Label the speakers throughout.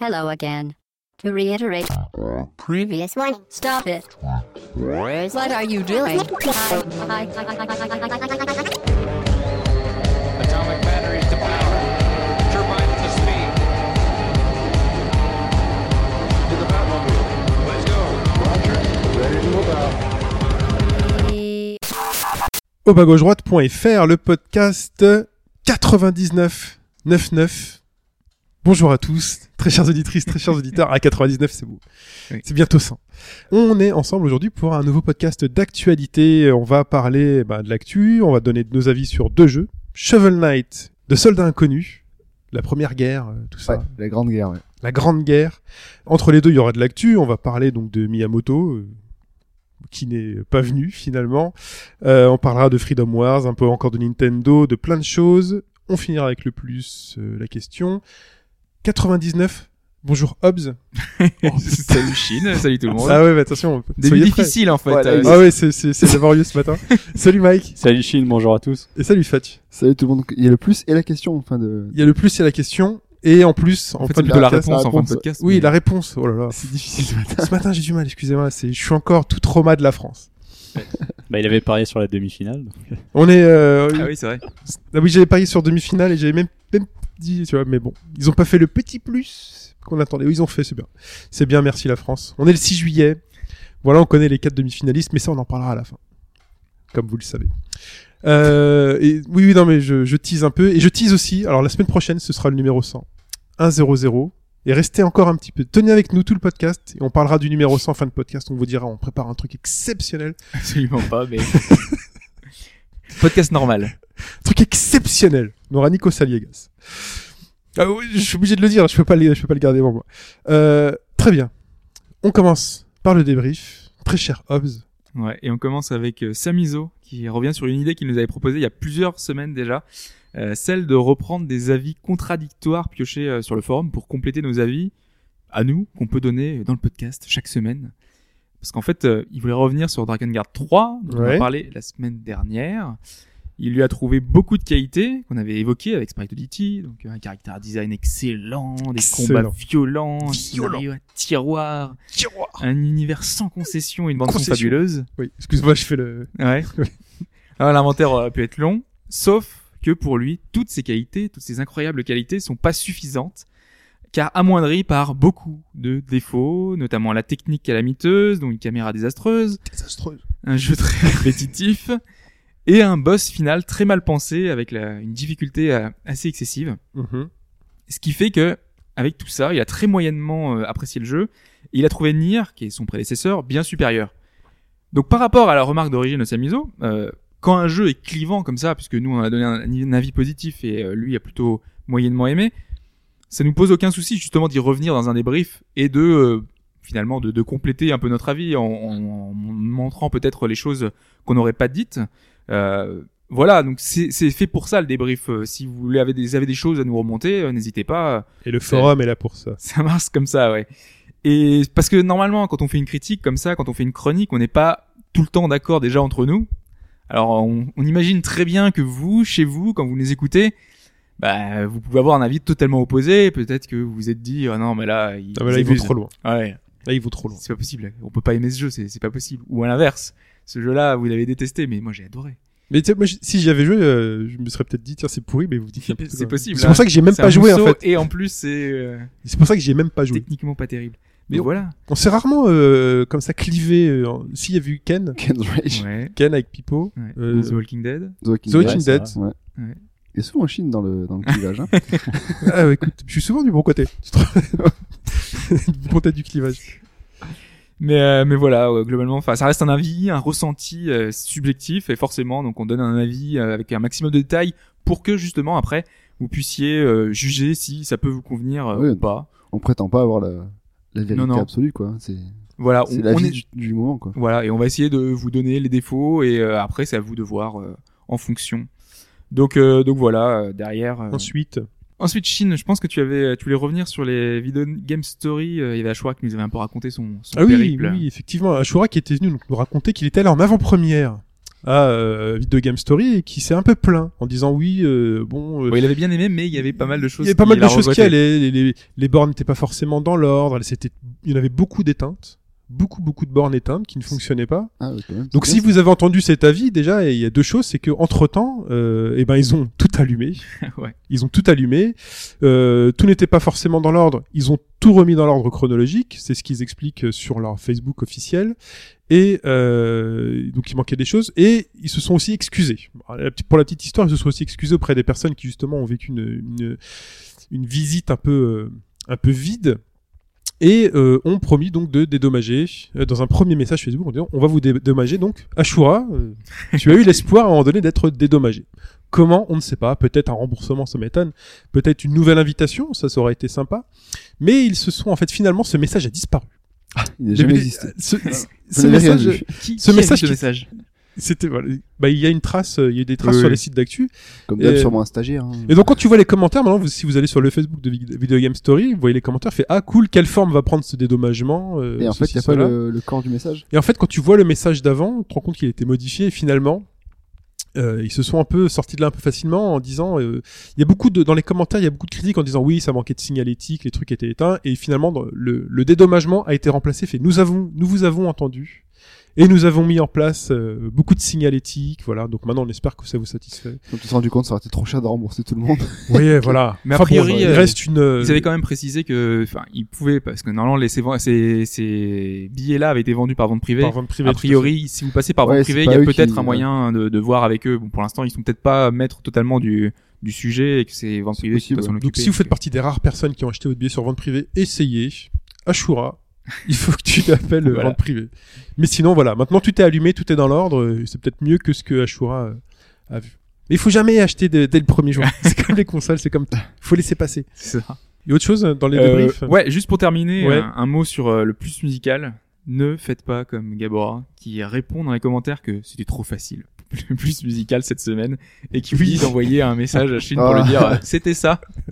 Speaker 1: Hello again. To reiterate, previous one, stop it. What are you doing?
Speaker 2: Atomic batteries to power. Turbines to speed. To the Batmobile. Let's go.
Speaker 3: au bas gauche droite.fr, le podcast 99 99. Bonjour à tous, très chères auditrices, très chers auditeurs. À 99, c'est beau.
Speaker 4: Oui.
Speaker 3: C'est bientôt 100. On est ensemble aujourd'hui pour un nouveau podcast d'actualité. On va parler bah, de l'actu, on va donner nos avis sur deux jeux. Shovel Knight, de soldats inconnus, la première guerre, euh, tout ça.
Speaker 4: Ouais, la grande guerre. ouais.
Speaker 3: La grande guerre. Entre les deux, il y aura de l'actu. On va parler donc de Miyamoto, euh, qui n'est pas venu finalement. Euh, on parlera de Freedom Wars, un peu encore de Nintendo, de plein de choses. On finira avec le plus euh, la question. 99. Bonjour Hobbs.
Speaker 5: salut Chine, salut tout le monde.
Speaker 3: Ah ouais, bah, attention.
Speaker 5: Début
Speaker 3: soyez prêts.
Speaker 5: difficile en fait.
Speaker 4: Voilà,
Speaker 5: Euh,
Speaker 4: oui.
Speaker 3: Ah ouais, c'est- c'est c'est laborieux ce matin. Salut Mike
Speaker 6: Salut Chine, bonjour à tous.
Speaker 3: et salut Fatch.
Speaker 4: Salut tout le monde. Il y a le plus et la question en fin de.
Speaker 3: Il y a le plus, c'est la question. Et en plus, en,
Speaker 5: en fait,
Speaker 3: fin
Speaker 5: c'est
Speaker 3: de
Speaker 5: plutôt la
Speaker 3: podcast-
Speaker 5: réponse en fin de
Speaker 4: réponse.
Speaker 5: podcast.
Speaker 3: Oui,
Speaker 5: mais-
Speaker 3: la réponse. Oh là là.
Speaker 4: C'est difficile ce matin.
Speaker 3: Ce matin, j'ai du mal, excusez-moi. c'est- Je suis encore tout trauma de la France.
Speaker 6: Bah, il avait parié sur la demi-finale.
Speaker 3: On est. euh,
Speaker 5: Ah oui, c'est vrai.
Speaker 3: Ah oui, j'avais parié sur demi-finale et j'avais même, même dit, tu vois, mais bon, ils ont pas fait le petit plus qu'on attendait. Oui, Ils ont fait, c'est bien. C'est bien, merci la France. On est le 6 juillet. Voilà, on connaît les quatre demi-finalistes, mais ça, on en parlera à la fin. Comme vous le savez. Euh, et, oui, oui, non, mais je, je tease un peu. Et je tease aussi. Alors, la semaine prochaine, ce sera le numéro 100. 1-0-0. Et restez encore un petit peu. Tenez avec nous tout le podcast. Et on parlera du numéro 100 fin de podcast. On vous dira, on prépare un truc exceptionnel.
Speaker 5: Absolument pas, mais. podcast normal.
Speaker 3: truc exceptionnel. On aura Nico Saliegas. Ah oui, je suis obligé de le dire, je peux pas le, je peux pas le garder pour moi. Euh, très bien. On commence par le débrief. Très cher Hobbs.
Speaker 5: Ouais, et on commence avec euh, Samizo qui revient sur une idée qu'il nous avait proposée il y a plusieurs semaines déjà, euh, celle de reprendre des avis contradictoires piochés euh, sur le forum pour compléter nos avis à nous qu'on peut donner dans le podcast chaque semaine. Parce qu'en fait, euh, il voulait revenir sur Dragon Guard 3, dont on
Speaker 3: Ouais.
Speaker 5: a parlé la semaine dernière. Il lui a trouvé beaucoup de qualités qu'on avait évoquées avec Sprite donc euh, un caractère design excellent, des
Speaker 3: Excellent.
Speaker 5: combats violents, un
Speaker 3: Violent.
Speaker 5: scénario à tiroir, un univers sans concession, une bande son
Speaker 3: Concession.
Speaker 5: fabuleuse.
Speaker 3: Oui, excuse-moi, je fais le.
Speaker 5: Ouais. Alors, L'inventaire euh, peut être long, sauf que pour lui, toutes ces qualités, toutes ces incroyables qualités sont pas suffisantes, car amoindries par beaucoup de défauts, notamment la technique calamiteuse, dont une caméra désastreuse, un jeu très répétitif, et un boss final très mal pensé avec la- une difficulté euh, assez excessive.
Speaker 3: Mhm.
Speaker 5: Ce qui fait que, avec tout ça, il a très moyennement euh, apprécié le jeu. Et il a trouvé Nier, qui est son prédécesseur, bien supérieur. Donc par rapport à la remarque d'origine de Samizo, euh, quand un jeu est clivant comme ça, puisque nous on a donné un, un avis positif et euh, lui a plutôt moyennement aimé, ça nous pose aucun souci justement d'y revenir dans un débrief et de euh, finalement de, de compléter un peu notre avis en, en- en montrant peut-être les choses qu'on n'aurait pas dites. Euh, voilà, donc c'est c'est fait pour ça le débrief. Euh, Si vous voulez- avez des, avez des choses à nous remonter, euh, n'hésitez pas.
Speaker 3: Et le forum est là pour ça.
Speaker 5: Ça marche comme ça, ouais. Et parce que normalement, quand on fait une critique comme ça, quand on fait une chronique, on n'est pas tout le temps d'accord déjà entre nous. Alors, on, on imagine très bien que vous, chez vous, quand vous nous écoutez, bah, vous pouvez avoir un avis totalement opposé. Peut-être que vous vous êtes dit, ah non, mais là, il,
Speaker 3: Ah, mais là, il vaut
Speaker 5: abusent.
Speaker 3: trop loin.
Speaker 5: Ouais,
Speaker 3: Là, il vaut trop loin.
Speaker 5: c'est pas possible. On peut pas aimer ce jeu, c'est c'est pas possible. Ou à l'inverse, ce jeu-là, vous l'avez détesté, mais moi j'ai adoré.
Speaker 3: Mais tiens, moi, je- si j'y avais joué, euh, je me serais peut-être dit, tiens, c'est pourri, mais vous dites n'importe
Speaker 5: C'est
Speaker 3: quoi.
Speaker 5: possible,
Speaker 3: C'est
Speaker 5: hein.
Speaker 3: pour ça que j'ai même
Speaker 5: C'est
Speaker 3: pas
Speaker 5: un
Speaker 3: joué, en
Speaker 5: mousseau,
Speaker 3: fait.
Speaker 5: Et en plus, c'est euh,
Speaker 3: C'est pour ça que j'ai même pas joué.
Speaker 5: techniquement pas terrible.
Speaker 3: Mais
Speaker 5: Mais
Speaker 3: on-
Speaker 5: voilà.
Speaker 3: On s'est rarement, euh, comme ça, clivé. euh, en- S'il y avait eu Ken,
Speaker 4: Ken Rage.
Speaker 5: Ouais.
Speaker 3: Ken avec Pipo.
Speaker 5: ouais.
Speaker 3: Euh,
Speaker 5: The Walking Dead.
Speaker 4: The Walking
Speaker 3: The Walking
Speaker 4: Dead.
Speaker 3: Dead.
Speaker 4: Ouais.
Speaker 5: Ouais.
Speaker 4: Et souvent en Chine dans le, dans le clivage. Hein.
Speaker 3: Ah, ouais, écoute, je suis souvent du bon côté. Tu te- du bon côté du clivage.
Speaker 5: Mais, euh, mais voilà, ouais, globalement, enfin, ça reste un avis, un ressenti euh, subjectif, et forcément, donc on donne un avis euh, avec un maximum de détails pour que justement après vous puissiez euh, juger si ça peut vous convenir euh,
Speaker 4: Oui.
Speaker 5: ou pas.
Speaker 4: On prétend pas avoir la, la vérité
Speaker 5: Non, non.
Speaker 4: absolue quoi. C'est
Speaker 3: Ah,
Speaker 5: Voilà,
Speaker 4: c'est
Speaker 5: on,
Speaker 4: la
Speaker 5: on
Speaker 4: vie
Speaker 5: est
Speaker 4: du, du moment quoi.
Speaker 5: voilà, et on va essayer de vous donner les défauts, et euh, après c'est à vous de voir euh, en fonction. Donc euh, donc voilà, euh, derrière. euh,
Speaker 3: Ensuite,
Speaker 5: Ensuite, Chine, je pense que tu avais, tu voulais revenir sur les video game story. euh, Il y avait Ashura qui nous avait un peu raconté son, son
Speaker 3: Ah oui,
Speaker 5: périple.
Speaker 3: oui, effectivement, Ashura qui était venu donc, nous raconter qu'il était allé en avant-première à euh, Video Game Story et qui s'est un peu plaint en disant oui, euh, bon, euh,
Speaker 5: Bon, il avait bien aimé, mais il y avait pas mal de choses.
Speaker 3: il y avait pas mal
Speaker 5: qu'il
Speaker 3: de
Speaker 5: a
Speaker 3: choses qui
Speaker 5: regrettées.
Speaker 3: allaient. Les, les- les bornes n'étaient pas forcément dans l'ordre. elles s'étaient- Il y en avait beaucoup d'éteintes. Beaucoup, beaucoup de bornes éteintes qui ne fonctionnaient pas.
Speaker 4: Ah, ouais, quand même,
Speaker 3: Donc,
Speaker 4: c'est
Speaker 3: si
Speaker 4: bien,
Speaker 3: vous avez entendu cet avis, déjà, il y a deux choses. C'est que entre temps, eh ben, ils ont tout allumé.
Speaker 5: Ouais.
Speaker 3: Ils ont tout allumé. Euh, tout n'était pas forcément dans l'ordre. Ils ont tout remis dans l'ordre chronologique. C'est ce qu'ils expliquent euh, sur leur Facebook officiel. Et euh, donc il manquait des choses. Et ils se sont aussi excusés. La petite- Pour la petite histoire, ils se sont aussi excusés auprès des personnes qui justement ont vécu une, une, une visite un peu euh, un peu vide. Et euh, ont promis donc de dédommager euh, dans un premier message Facebook en disant on va vous dédommager donc Ashura, euh, tu as eu l'espoir à un moment donné d'être dédommagé. Comment on ne sait pas, peut-être un remboursement ça m'étonne, peut-être une nouvelle invitation, ça ça aurait été sympa. Mais ils se sont en fait finalement ce message a disparu.
Speaker 4: Il n'a jamais
Speaker 3: Mais-
Speaker 4: existé. Ah,
Speaker 3: Ce,
Speaker 4: Vous
Speaker 3: ce
Speaker 4: n'avez rien
Speaker 3: message,
Speaker 4: vu.
Speaker 5: Qui,
Speaker 3: Ce
Speaker 5: qui a
Speaker 3: message
Speaker 5: vu
Speaker 3: qui-
Speaker 5: ce message
Speaker 3: c'était voilà. bah il y a une trace euh, il y a eu des traces
Speaker 5: Oui,
Speaker 3: sur
Speaker 5: oui.
Speaker 3: les sites d'actu
Speaker 4: Comme d'hab,
Speaker 3: Et-
Speaker 4: sûrement un stagiaire. hein.
Speaker 3: et donc quand tu vois les commentaires maintenant vous- si vous allez sur le Facebook de Vid- Video Game Story vous voyez les commentaires fait ah cool quelle forme va prendre ce dédommagement euh,
Speaker 4: Et en fait,
Speaker 3: ceci,
Speaker 4: il n'y a pas
Speaker 3: cela.
Speaker 4: le, le corps du message.
Speaker 3: et en fait quand tu vois le message d'avant tu te rends compte qu'il a été modifié et finalement euh, ils se sont un peu sortis de là un peu facilement en disant euh, il y a beaucoup de dans les commentaires il y a beaucoup de critiques en disant oui ça manquait de signalétique les trucs étaient éteints et finalement dans- le, le dédommagement a été remplacé fait nous avons nous vous avons entendu et nous avons mis en place euh, beaucoup de signalétique voilà donc maintenant on espère que ça vous satisfait
Speaker 4: Quand tu t'es rendu compte, ça aurait été trop cher de rembourser tout le monde.
Speaker 3: Oui, voilà.
Speaker 5: Mais a
Speaker 3: Enfin, bon,
Speaker 5: priori,
Speaker 3: il
Speaker 5: euh,
Speaker 3: reste une. euh,
Speaker 5: Ils avaient quand même précisé que, enfin, ils pouvaient, parce que normalement, les, ces, ces, ces billets-là avaient été vendus par vente privée.
Speaker 3: par vente privée,
Speaker 5: a
Speaker 3: tout à
Speaker 5: priori, si vous passez par
Speaker 4: Ouais,
Speaker 5: vente
Speaker 4: c'est
Speaker 5: privée, il y
Speaker 4: pas
Speaker 5: a
Speaker 4: eux
Speaker 5: peut-être
Speaker 4: qui-
Speaker 5: un moyen de, de voir avec eux. Bon, pour l'instant, ils sont peut-être pas maîtres totalement du, du sujet et que c'est vente
Speaker 4: C'est
Speaker 5: privée qui
Speaker 4: possible,
Speaker 5: doit s'en
Speaker 4: ouais.
Speaker 3: fait. Donc,
Speaker 5: occuper.
Speaker 3: si vous faites partie des rares personnes qui ont acheté votre billet sur vente privée, essayez. Ashura, il faut que tu appelles
Speaker 5: Voilà.
Speaker 3: vente privée. Mais sinon, voilà. Maintenant, tout est allumé, tout est dans l'ordre. euh, C'est peut-être mieux que ce que Ashura euh, a vu. Mais il faut jamais acheter dès- dès le premier jour. c'est comme les consoles, c'est comme. faut laisser passer.
Speaker 5: C'est ça.
Speaker 3: Et autre chose euh, dans les
Speaker 5: Euh,
Speaker 3: débriefs
Speaker 5: ouais, juste pour terminer,
Speaker 3: Ouais.
Speaker 5: un, un mot sur euh, le plus musical. Ne faites pas comme Gabora, qui répond dans les commentaires que c'était trop facile, le plus musical cette semaine, et qui vous dit d'envoyer un message à Chine pour
Speaker 4: Ah.
Speaker 5: lui dire euh, c'était ça.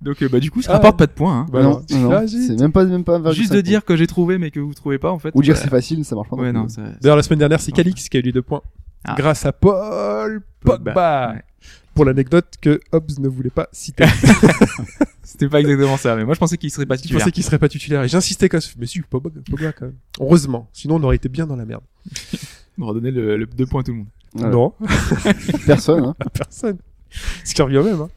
Speaker 5: Donc, euh, bah, du coup, ça
Speaker 3: Ah.
Speaker 5: rapporte pas de points. hein.
Speaker 3: Bah
Speaker 4: non,
Speaker 3: alors,
Speaker 4: non, non.
Speaker 3: ah, zut.
Speaker 4: c'est même pas, même pas 1,5
Speaker 5: Juste de dire que j'ai trouvé, mais que vous trouvez pas, en fait.
Speaker 4: Ou dire
Speaker 5: bah,
Speaker 4: c'est facile, ça marche pas.
Speaker 5: Ouais,
Speaker 4: plus.
Speaker 5: non, ça-
Speaker 3: D'ailleurs, la semaine dernière, c'est Calix qui a eu les deux points.
Speaker 5: Ah.
Speaker 3: Grâce à Paul
Speaker 5: Pogba.
Speaker 3: Pogba.
Speaker 5: Ouais.
Speaker 3: Pour l'anecdote que Hobbs ne voulait pas citer.
Speaker 5: C'était pas exactement ça, mais moi je pensais qu'il serait pas
Speaker 3: Je
Speaker 5: titulaire.
Speaker 3: pensais qu'il serait pas titulaire et j'insistais quand même. Mais si, Pogba, Pogba quand même. Heureusement, sinon on aurait été bien dans la merde.
Speaker 5: On redonnait le, le deux points à tout le monde.
Speaker 4: Voilà.
Speaker 3: Non,
Speaker 4: Personne, hein.
Speaker 3: personne. Ce qui revient au même. Hein.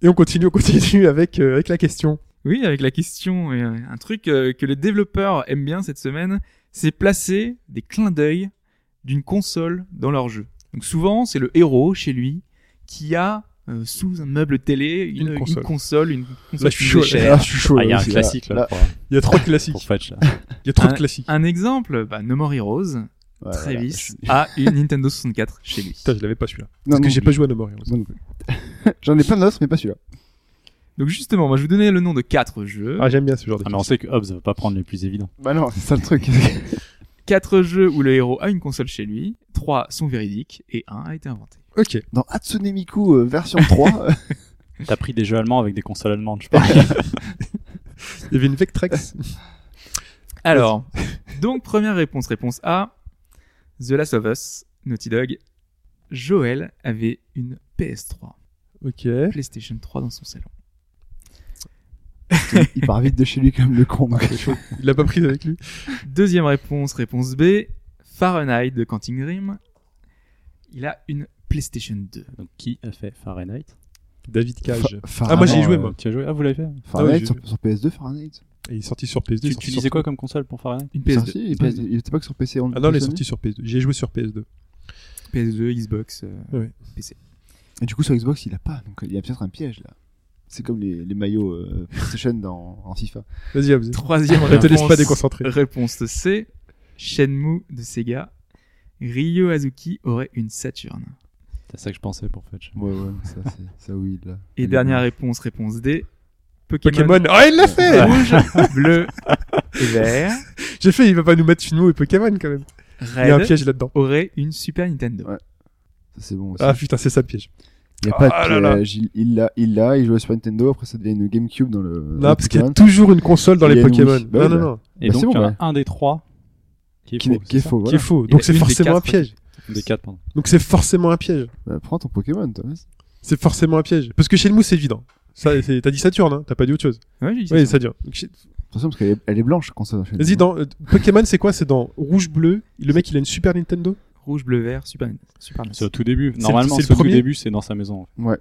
Speaker 3: Et on continue, on continue avec, euh, avec la question.
Speaker 5: Oui, avec la question, et, euh, un truc euh, que les développeurs aiment bien cette semaine, c'est placer des clins d'œil d'une console dans leur jeu. Donc souvent, c'est le héros chez lui qui a euh, sous un meuble télé une,
Speaker 3: Une
Speaker 5: une
Speaker 3: console.
Speaker 5: console, une
Speaker 3: Là,
Speaker 5: console,
Speaker 3: je
Speaker 5: qui
Speaker 3: suis chaud.
Speaker 5: lui est chère.
Speaker 3: Là, je suis chaud.
Speaker 6: Ah, il y a
Speaker 3: là,
Speaker 6: un
Speaker 3: aussi.
Speaker 6: classique là,
Speaker 4: là.
Speaker 6: pour,
Speaker 3: Il y a trop de classiques.
Speaker 6: pour Fetch. Là.
Speaker 3: Il y a trop de classiques.
Speaker 5: Un exemple, bah, No More Heroes,
Speaker 3: Bah,
Speaker 4: Ouais, voilà.
Speaker 5: Travis a une Nintendo 64 chez lui.
Speaker 3: Putain, je l'avais pas celui-là.
Speaker 4: Non,
Speaker 3: Parce
Speaker 4: non
Speaker 3: que j'ai
Speaker 4: plus.
Speaker 3: pas joué à hein, No More Heroes.
Speaker 4: Moi non plus. J'en ai plein d'autres, mais pas celui-là.
Speaker 5: Donc justement, moi je vous donnais le nom de quatre jeux.
Speaker 3: Ah, j'aime bien ce genre de
Speaker 6: Ah, mais on sait que Hobbs va pas prendre les plus évidents.
Speaker 4: Bah non, c'est ça le truc.
Speaker 5: Quatre jeux où le héros a une console chez lui, trois sont véridiques et un a été inventé.
Speaker 3: Ok.
Speaker 4: Dans Hatsune Miku euh, version 3, euh,
Speaker 6: T'as pris des jeux allemands avec des consoles allemandes, je pense.
Speaker 3: Il y avait une Vectrex.
Speaker 5: Alors, donc première réponse, réponse A, The Last of Us, Naughty Dog. Joël avait une PS3,
Speaker 3: ok.
Speaker 5: PlayStation 3 dans son salon.
Speaker 4: il part vite de chez lui comme le con. donc.
Speaker 3: Il l'a pas pris avec lui.
Speaker 5: Deuxième réponse, réponse B, Fahrenheit de Canting Dream. Il a une PlayStation 2.
Speaker 6: Donc, qui a fait Fahrenheit
Speaker 3: David Cage.
Speaker 4: Fa-
Speaker 3: Ah, moi, j'y ai
Speaker 6: non,
Speaker 3: joué,
Speaker 6: euh,
Speaker 3: moi.
Speaker 6: Tu as joué Ah, vous l'avez fait
Speaker 4: Fahrenheit
Speaker 3: Ah oui,
Speaker 4: sur, sur PS2, Fahrenheit.
Speaker 3: Et il est sorti sur PS2. il est
Speaker 6: Tu,
Speaker 3: sorti
Speaker 6: tu
Speaker 3: sur-
Speaker 6: disais quoi comme console pour Fahrenheit
Speaker 5: Une
Speaker 4: Il est
Speaker 5: PS2.
Speaker 4: sorti, il, est PS2. Il était pas que sur PC. on-
Speaker 3: Ah non, il est
Speaker 4: on-
Speaker 3: sorti sur PS2. J'ai joué sur PS2.
Speaker 5: PS2, Xbox. euh,
Speaker 4: Et du coup, sur Xbox, il a pas. Donc, il y a peut-être un piège là. C'est comme les, les maillots euh, PlayStation dans en FIFA.
Speaker 3: Vas-y, Hobbs.
Speaker 5: Troisième
Speaker 3: Ne
Speaker 5: réponse.
Speaker 3: te laisse Ah, pas déconcentrer.
Speaker 5: Réponse C, Shenmue de Sega. Ryo Azuki aurait une Saturn.
Speaker 6: C'est ça que je pensais pour Fetch.
Speaker 4: Ouais, ouais, ça, c'est ça, oui, là.
Speaker 5: Et dernière réponse, réponse D, Pokémon,
Speaker 3: Pokémon. Oh, il l'a fait
Speaker 5: rouge, bleu et vert.
Speaker 3: J'ai fait, il va pas nous mettre Finmo et Pokémon quand même. Il y a un
Speaker 5: Red
Speaker 3: piège là-dedans.
Speaker 5: aurait une Super Nintendo.
Speaker 4: Ouais. Ça, c'est bon aussi.
Speaker 3: Ah putain, c'est ça le piège.
Speaker 4: il y a pas de
Speaker 3: ah là là.
Speaker 4: piège. Il- Il l'a, il l'a, il joue à Super Nintendo. Après, ça devient une GameCube dans le. dans
Speaker 3: Non,
Speaker 4: le
Speaker 3: parce qu'il y a
Speaker 4: Pokémon.
Speaker 3: toujours une console dans
Speaker 4: Il y
Speaker 3: les
Speaker 4: a une
Speaker 3: Pokémon.
Speaker 4: Wii. Bah
Speaker 3: non,
Speaker 4: oui,
Speaker 3: non,
Speaker 4: bah.
Speaker 3: non,
Speaker 6: Et
Speaker 4: Bah,
Speaker 6: donc,
Speaker 4: c'est bon,
Speaker 6: il y en a
Speaker 4: ouais.
Speaker 6: un des trois qui est
Speaker 4: Qui
Speaker 6: faux.
Speaker 4: n'est- qui est
Speaker 6: c'est ça
Speaker 4: faux,
Speaker 3: qui est
Speaker 4: voilà.
Speaker 3: faux.
Speaker 5: Il y a
Speaker 3: Donc c'est
Speaker 5: une des
Speaker 3: forcément un
Speaker 5: quatre,
Speaker 3: piège.
Speaker 6: Des 4, pardon.
Speaker 3: Donc c'est forcément un piège.
Speaker 4: Bah, prends ton Pokémon, toi. vas-y.
Speaker 3: C'est forcément un piège. Parce que chez nous, c'est évident. Ça, c'est- t'as dit Saturne, hein t'as pas dit autre chose.
Speaker 5: Ouais, j'ai dit ça.
Speaker 3: Oui, Saturne. Donc, chez-
Speaker 4: Attention, parce qu'elle est, elle est blanche quand ça enchaîne.
Speaker 3: Vas-y, dans euh, Pokémon, c'est quoi C'est dans rouge bleu. Le mec, il a une Super Nintendo.
Speaker 5: Rouge, bleu, vert, super. super
Speaker 6: C'est au tout début.
Speaker 3: le-
Speaker 6: Normalement,
Speaker 3: c'est le
Speaker 6: c'est au tout
Speaker 3: premier
Speaker 6: début, c'est dans sa maison. en fait.
Speaker 4: Ouais.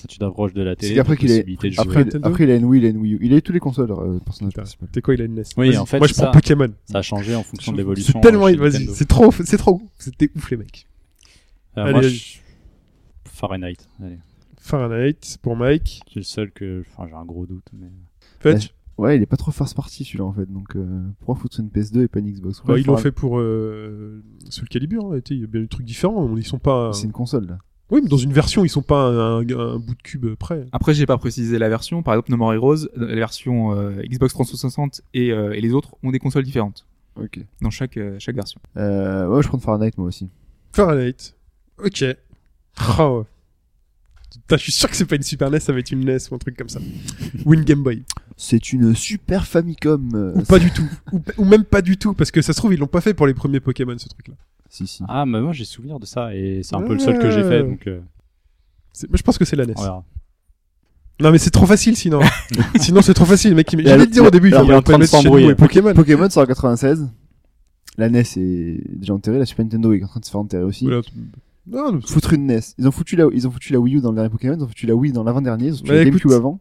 Speaker 6: Quand tu t'approches de la
Speaker 4: C'est
Speaker 6: télé,
Speaker 4: qu'après
Speaker 6: après
Speaker 4: qu'il
Speaker 6: qu'il
Speaker 4: est-
Speaker 6: possibilité de jouer.
Speaker 4: Après, il-
Speaker 3: Nintendo
Speaker 4: après, il a une Wii, il a une Wii U. Il a eu tous les consoles, euh, le personnage
Speaker 3: Putain.
Speaker 4: principal.
Speaker 3: T'es quoi, il a une NES
Speaker 6: Oui,
Speaker 3: Vas-y,
Speaker 6: en fait,
Speaker 3: Moi, je
Speaker 6: c'est
Speaker 3: prends
Speaker 6: ça.
Speaker 3: Pokémon.
Speaker 6: Ça a changé en fonction de l'évolution.
Speaker 3: C'est tellement.
Speaker 6: euh, chez
Speaker 3: Vas-y,
Speaker 6: Nintendo.
Speaker 3: c'est trop, c'est trop. C'était ouf, les mecs.
Speaker 6: Euh,
Speaker 3: Allez,
Speaker 6: moi,
Speaker 3: allez.
Speaker 6: je- Fahrenheit. Allez.
Speaker 3: Fahrenheit, c'est pour Mike.
Speaker 6: C'est le seul que. Enfin, j'ai un gros doute. Mais...
Speaker 3: Fudge.
Speaker 4: Ouais, il est pas trop first party celui-là en fait. Donc euh, pourquoi foutre sur une PS2 et pas une Xbox
Speaker 3: Bah,
Speaker 4: Ouais,
Speaker 3: ils l'ont
Speaker 4: faudra-
Speaker 3: fait pour euh, Soul Calibur. hein, tu sais, Il y a bien des trucs différents. Ils sont pas. hein.
Speaker 4: C'est une console là.
Speaker 3: Oui, mais dans une version, ils sont pas un, un- un bout de cube près.
Speaker 5: Après, j'ai pas précisé la version. Par exemple, No More Heroes, la version euh, Xbox 360 et, euh, et les autres ont des consoles différentes
Speaker 4: Ok.
Speaker 5: dans chaque, euh, chaque version.
Speaker 4: Euh, ouais, je prends Fahrenheit moi aussi.
Speaker 3: Fahrenheit. Ok. Oh. Putain, je suis sûr que c'est pas une Super NES, ça va être une NES ou un truc comme ça. ou une Game Boy.
Speaker 4: C'est une super Famicom. euh,
Speaker 3: Ou pas du tout. Ou, ou même pas du tout, parce que ça se trouve, ils l'ont pas fait pour les premiers Pokémon, ce truc-là.
Speaker 4: Si si.
Speaker 6: Ah, mais moi, j'ai souvenir de ça. Et c'est un peu le seul que j'ai fait. Donc, euh,
Speaker 3: C'est- Moi, je pense que c'est la NES.
Speaker 6: on verra.
Speaker 3: Non, mais c'est trop facile sinon. sinon, c'est trop facile, mec. il- Je
Speaker 4: Et
Speaker 3: vais
Speaker 4: alors-
Speaker 3: le dire au début, il
Speaker 4: alors,
Speaker 3: faudrait
Speaker 6: il est en train
Speaker 3: pas
Speaker 6: de
Speaker 3: mettre chez nous
Speaker 6: s'embrouiller.
Speaker 3: et Pokémon.
Speaker 4: Pokémon sort en 96. La NES est déjà enterrée, la Super Nintendo est en train de se faire enterrer aussi.
Speaker 3: Voilà. Non, non,
Speaker 4: Foutre une NES. Ils ont foutu la, ils ont foutu la Wii U dans le dernier Pokémon, ils ont foutu la Wii dans l'avant-dernier, ils ont foutu
Speaker 3: Bah,
Speaker 4: la
Speaker 3: écoute.
Speaker 4: GameCube avant.